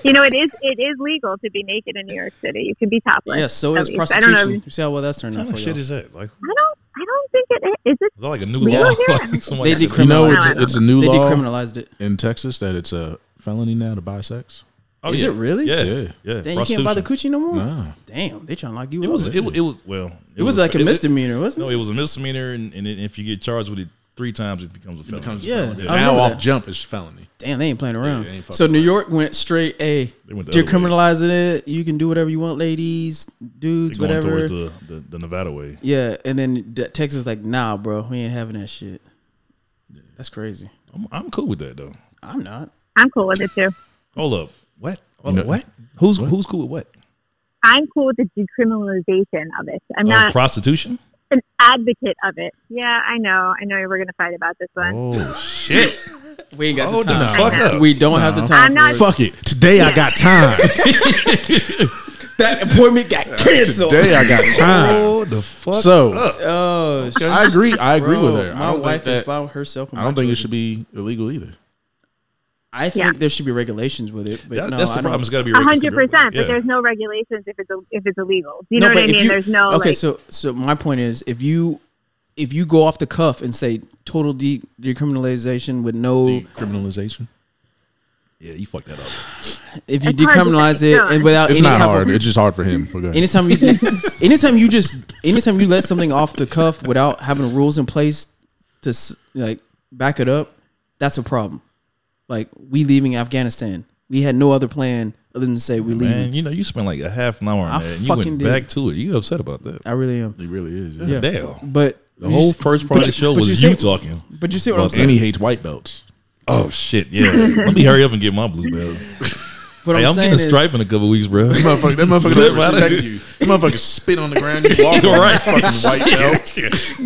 C: You know, it is it is legal to be naked in New York City. You can be topless.
F: Yeah, so
C: at
F: is
C: least. I don't
F: prostitution.
C: know.
F: You see how well that's turned out
A: What
F: for
A: the shit
F: you.
A: is that? Like,
C: I don't. I don't think it is. Is it
A: is that like a new
C: Legal
A: law?
C: here?
A: Like somebody
F: They
A: said-
F: decriminalized
G: You know,
C: I
G: it's,
C: don't
G: it's a new
F: They
G: law
F: decriminalized it.
G: in Texas that it's a felony now to buy sex.
A: Oh,
F: Is
A: yeah.
F: it really?
A: Yeah.
G: Yeah.
A: Yeah.
F: Damn, you can't buy the
A: Prostitution.
F: coochie no more.
G: Nah.
F: Damn, they trying to lock you
A: It
F: up.
A: was, it, wa- it was, well, it,
F: It was like a misdemeanor, wasn't
A: No,
F: it?
A: it was a misdemeanor, and, and it- if you get charged with it three times, it becomes a felony.
F: Yeah. I
G: now
F: remember
G: off
F: that.
G: jump is felony.
F: Damn, they ain't playing around.
G: they ain't fucking
F: so New York went straight. A
A: They went the other way.
F: decriminalizing it. You can do whatever you want, ladies, dudes,
A: They're going
F: whatever.
A: towards the, the, the Nevada way.
F: yeah, and then De- Texas like, nah, bro, we ain't having that shit. That's crazy.
A: I'm, I'm cool with that though.
F: I'm not.
C: I'm cool with it too.
A: Hold up, what?
G: You know-
A: what? Who's who's cool with what?
C: I'm cool with the decriminalization of it. I'm
A: Oh,
C: not
A: prostitution.
C: an advocate of it. Yeah, I know. I know we're going to fight about this one.
A: Oh shit!
F: We ain't got
A: Hold the
C: time.
A: fuck up.
F: We don't have the time.
C: I'm not-
F: for it.
G: Fuck it. Today I got time.
F: that appointment got canceled.
G: Today I got time.
A: Oh the fuck.
G: So
F: Oh, shit.
G: I agree. I agree
F: Bro,
G: with her.
F: My
G: I don't
F: wife
G: think
F: is
G: that-
F: by herself. and
G: I
F: my
G: don't think
F: children.
G: it should be illegal either.
F: I think there should be regulations with it, but
A: That-
F: no,
A: that's
F: I
A: the
F: don't-
A: problem. It's got to be
C: A hundred
A: registered.
C: percent,
A: Yeah.
C: but there's no regulations if it's if it's illegal. Do you know what I
F: if
C: mean?
F: you-
C: there's no
F: okay.
C: like,
F: so, so my point is, if you if you go off the cuff and say total de- decriminalization with no,
G: Decriminalization.
A: yeah, you fucked that up.
F: if you
C: It's hard to
F: decriminalize
C: say,
F: it
C: no.
F: and without
G: It's
F: Uh, any
G: not
F: type
G: hard.
F: of
G: It's just hard for him. But go ahead.
F: anytime you de- anytime you just anytime you let something off the cuff without having rules in place to s- like back it up, that's a problem. Like we leaving Afghanistan, we had no other plan other than to say we leaving.
A: Man, you know you spent like a half an hour on
F: I
A: that, and you
F: fucking
A: went
F: did.
A: back to it. You upset about that?
F: I really am.
G: He really is. Yeah.
F: Yeah.
A: Damn.
F: But
A: The whole first part of the show was you
F: see,
A: talking.
F: But you see what I'm
A: about
F: saying.
G: And he hates white belts.
A: Oh shit! Yeah, let me hurry up and get my blue belt.
F: What
A: Hey,
F: I'm,
A: I'm
F: saying
A: getting a
F: is-
A: stripe in a couple weeks, bro.
G: That motherfucker, that motherfucker
A: doesn't
G: doesn't
A: respect
G: respect you. That motherfucker spit on the ground. You walk
A: You're
G: on
A: right.
G: right. fucking white belt.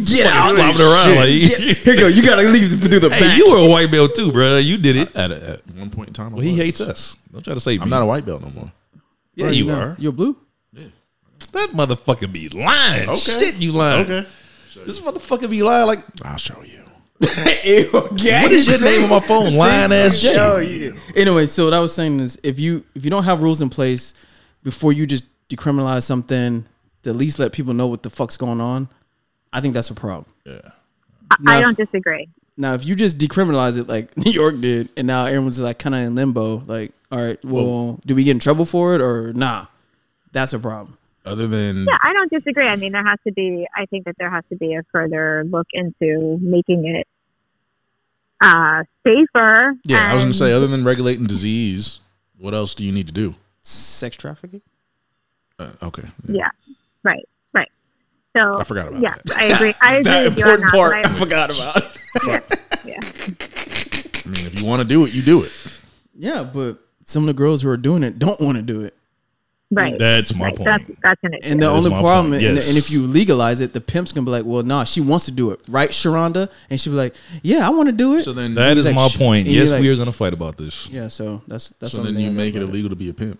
F: Get out.
A: Lobbing around like,
F: Here you go. You gotta leave through the
A: hey,
F: back.
A: you were a white belt too, bro. You did it.
G: At, a, at one point in time, I
A: Well, he
G: was.
A: hates us. Don't try to say
G: I'm not a white belt no more.
A: Yeah, you
F: No,
A: are.
F: You're blue.
A: That motherfucker be lying.
G: Okay.
A: Shit, you lying. This motherfucker be lying. Like,
G: I'll show you.
A: what is your name on my phone? Lying ass shit.
F: Anyway, so what I was saying is, if you if you don't have rules in place before you just decriminalize something, to at least let people know what the fuck's going on. I think that's a problem.
C: I- I
F: no.
C: don't disagree.
F: Now, if you just decriminalize it like New York did, and now everyone's like kind of in limbo, like, all right, well, do we get in trouble for it or nah? That's a problem.
G: Other than
C: Yeah, I don't disagree. I mean, there has to be. I think that there has to be a further look into making it uh safer.
G: yeah, I was gonna
C: and-
G: say other than regulating disease, what else do you need to do?
F: Sex trafficking.
G: Uh, okay.
C: Yeah, right, right. So
G: I forgot about
C: yeah,
G: that.
C: I agree. I agree. with you on that but I-
F: forgot about.
C: yeah.
G: I mean, if you want to do it, you do it.
F: Yeah, but some of the girls who are doing it don't want to do it.
C: Right.
A: That's my
C: right.
A: point.
C: That's that's an issue.
F: And the
A: That is
F: only
A: my
F: problem,
A: point,
F: and,
A: yes.
F: and if you legalize it, the pimp's gonna be like, "Well, nah, she wants to do it, right, Sharonda?" And she'll be like, "Yeah, I want to do it."
G: So then,
A: that is
F: like,
A: my
F: sh-
A: point.
F: and you're
A: Yes,
F: like-
A: we are gonna fight about this
F: yeah, so that's that's
G: so
F: something.
G: then you make it illegal to be a pimp.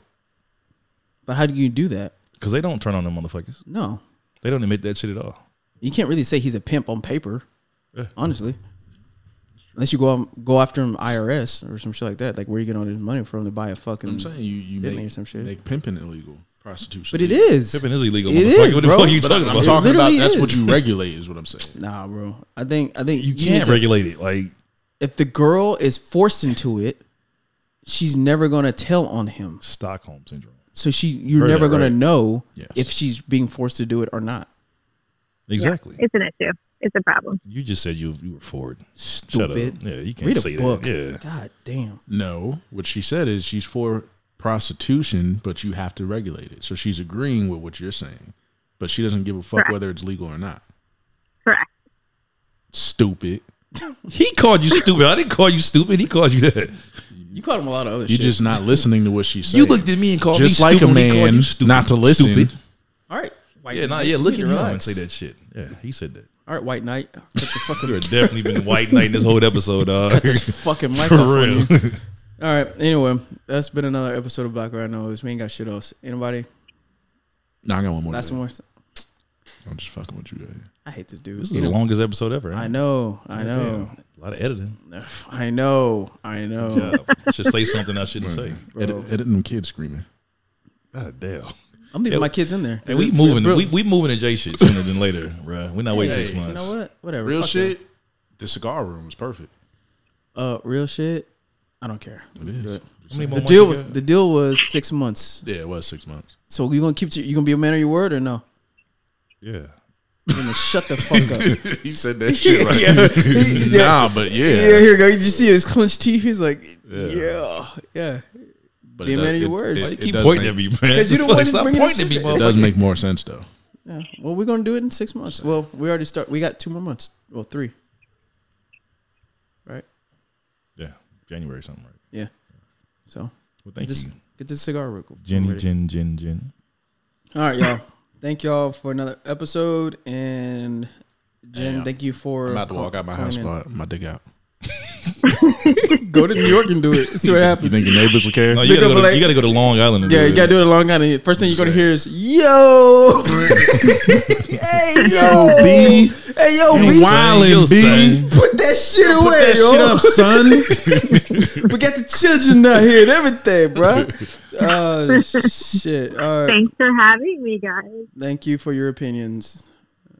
F: But how do you do that?
A: because they don't turn on them motherfuckers.
F: No,
A: They don't admit that shit at all.
F: you can't really say he's a pimp on paper, honestly. Unless you go out, go after him IRS or some shit like that, like where you get all this money from to buy a fucking.
G: I'm saying you you
F: Didn't hear
G: make
F: some shit.
G: make pimping illegal, prostitution.
F: but it
G: illegal.
F: is.
A: Pippin is illegal.
F: It
A: motherfucker.
F: is,
A: what the
F: bro.
A: fuck are you
F: But
A: talking
G: I'm
A: about?
G: talking about
F: literally
G: that's what
F: is.
G: you regulate is what I'm saying.
F: Nah, bro. I think I think
A: you
F: need
A: can't
F: to-
A: regulate it. Like,
F: if the girl is forced into it, she's never gonna tell on him.
A: Stockholm syndrome.
F: So she, you're
A: Heard
F: never
A: that,
F: gonna
A: right?
F: know
G: Yes.
F: if she's being forced to do it or not.
A: Exactly.
C: It's an issue. It's a problem.
A: you just said you you were for it. Shut up.
F: Stupid.
A: Yeah, you can't
F: Read
A: say
F: a book.
A: that. Yeah.
F: God damn.
G: No, what she said is she's for prostitution, but you have to regulate it. So she's agreeing with what you're saying, but she doesn't give a fuck
C: Correct.
G: whether it's legal or not.
C: Correct.
G: Stupid.
A: He called you stupid. I didn't call you stupid. He called you that.
F: You called him a lot of other
G: You're
F: shit.
G: just not listening to what she's saying.
A: You looked at me and called
G: just
A: me
G: like a
A: stupid when he called
G: man
A: you stupid.
G: not to listen.
A: Stupid.
F: all right. White
A: Yeah,
F: man,
A: nah,
F: you
A: yeah. Look
F: need to
A: at him and
F: relax.
A: say that shit. Yeah, he said that.
F: All right, White Knight, cut your fucking
E: You're definitely been white knight this whole episode, dog.
F: this fucking mic
E: For
F: off on
E: real.
F: you. All right. Anyway, that's been another episode of Black Right Noise. We ain't got shit else. Anybody?
G: No, I got one more.
F: Last
G: today.
F: one more.
G: I'm just fucking with you. man.
F: I hate this dude.
A: This is the longest episode ever.
F: I
A: ain't
F: know. I know.
A: it? A lot of editing.
F: I know. I know.
A: I should say something I shouldn't say.
G: Edit, editing them kids screaming.
A: God damn.
F: I'm leaving my kids in there.
A: And we moving. We, we moving to J shit sooner than later, bruh. We're not waiting six
F: You
A: months.
F: know what? Whatever.
G: Real
F: Fuck
G: shit. The cigar room is perfect.
F: that. Uh, real shit. I don't care.
G: It is.
A: How many
F: The
A: more months
F: deal
A: we
F: was
A: got?
F: the deal was six months.
G: Yeah, it was six months.
F: So you gonna keep to, you gonna be a man of your word or no?
A: yeah.
F: You gonna shut the fuck up?
G: he said that shit right.
F: yeah.
G: Nah, but yeah,
F: Yeah, here we go. Did you see his clenched teeth? He's like, yeah, yeah.
G: but
F: Be a
G: does-
F: man of your word. Why
A: They
F: It
A: keep
G: does
A: pointing
G: make-
A: at me, man.
F: you the one
A: Fuck,
F: that's
A: Stop
F: bringing this
A: pointing at me,
F: shit
G: It
A: motherfucker.
G: does make more sense though.
F: Yeah. Well, we're gonna do it in six months. Well, we already start. We got two more months. Well, three. Right.
A: Yeah, January something, right?
F: Yeah. So
A: Well,
F: get
A: thank
F: this,
A: you,
F: get this cigar real quick.
A: Jenny,
F: Ready.
A: Jen, Jen, Jen.
F: All right, y'all. Thank y'all for another episode, and Jen,
G: Damn.
F: thank you for.
G: I'm about to walk out my house, my, my dick out.
F: Go to New York and do it. See what
G: You
F: happens.
G: think your neighbors will care?
A: No, Oh, you
F: Look
A: gotta,
F: up
A: go to,
F: like-
A: you gotta go to Long Island. And
F: yeah,
A: do
F: you gotta do it a long time. First thing you're gonna hear is yo, hey yo,
G: B.
F: hey yo, B.
G: Wildin' B.
F: Put that shit away,
G: Put that
F: yo.
G: shit up, son.
F: we got the children out here and everything, bro. Oh shit! All right.
C: Thanks for having me, guys.
F: Thank you for your opinions.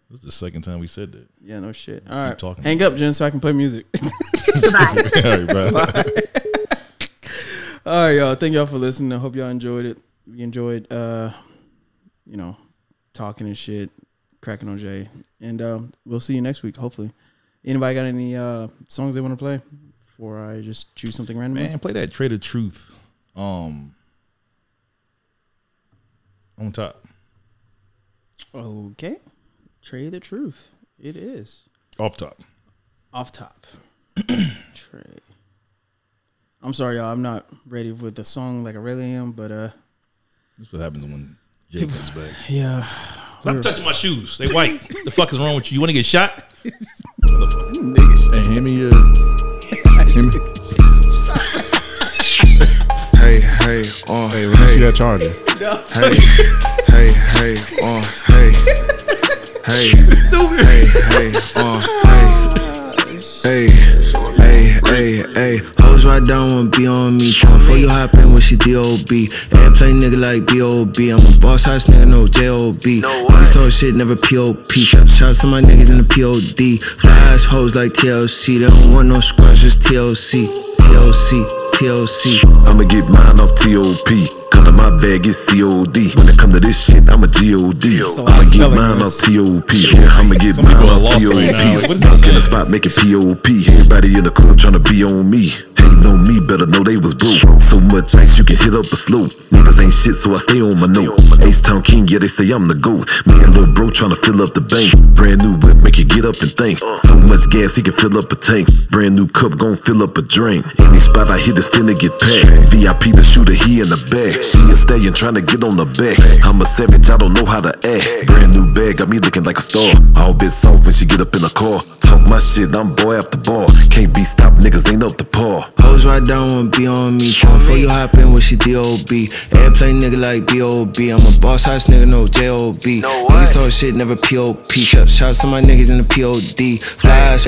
A: This is the second time we said that.
F: Yeah, no shit. All right,
A: talking.
F: hang up, Jen, so I can play music.
C: Goodbye.
A: All right, bro.
F: All right, y'all. Thank y'all for listening. I hope y'all enjoyed it. We enjoyed, uh, you know, talking and shit, cracking on Jay, and um, we'll see you next week. Hopefully, anybody got any uh, songs they want to play before I just choose something random?
A: Man, play that Trade of Truth. Um, on top
F: Okay, Trey the Truth. It is
A: off top.
F: off top. Trey. I'm sorry, y'all. I'm not ready with the song like I really am, but uh,
A: This is what happens when Jay comes back.
F: yeah.
A: Stop touching my shoes. They white. the fuck is wrong with you? You want to get shot?
G: hey, hand me your. hand me-
H: Hey, hey, on, hey,
G: Let me see that charger.
H: hey, hey, on, hey, hey, hey, hey, on, hey, hey, hey, hey, hey. Hoes right down wanna be on me. Tryna for you hop in when she D.O.B. And play nigga like B.O.B. I'm a boss house nigga, no J.O.B. Niggas talk shit, never P.O.P. Shout, shout to my niggas in the P.O.D. Flash hoes like TLC. They don't want no scrubs, just TLC, TLC, TLC.
I: I'ma get mine off TOP. Color my bag, it's COD. When it come to this shit, I'm a GOD. I'ma get mine off TOP. Yeah, I'ma get mine
A: people are
I: off
A: lost
I: TOP.
A: right now. What is he
I: Duck in
A: saying?
I: the spot, make it POP. Everybody in the club tryna be on me. Hating on me, better know they was broke. So much ice, you can hit up a slope. Niggas ain't shit, so I stay on my note. Ace Town King, yeah, they say I'm the GOAT. Me and Lil Bro tryna fill up the bank. Brand new whip, make you get up and think. So much gas, he can fill up a tank. Brand new cup, gon' fill up a drink. Any spot I hit, this finna get packed. VIP the shooter, he in the back. She a stallion tryna get on the back. I'm a savage, I don't know how to act. Brand new bag, got me looking like a star. All bits off when she get up in the car. Talk my shit, I'm boy after bar. Can't be stopped, niggas ain't up to par.
H: Hoes right down wanna be on me. Tryna for you hop in when she D.O.B. Airplane nigga like B.O.B. I'm a boss house nigga, no J.O.B. Niggas talk shit, never P.O.P. Shout, shout to my niggas in the P.O.D. Flash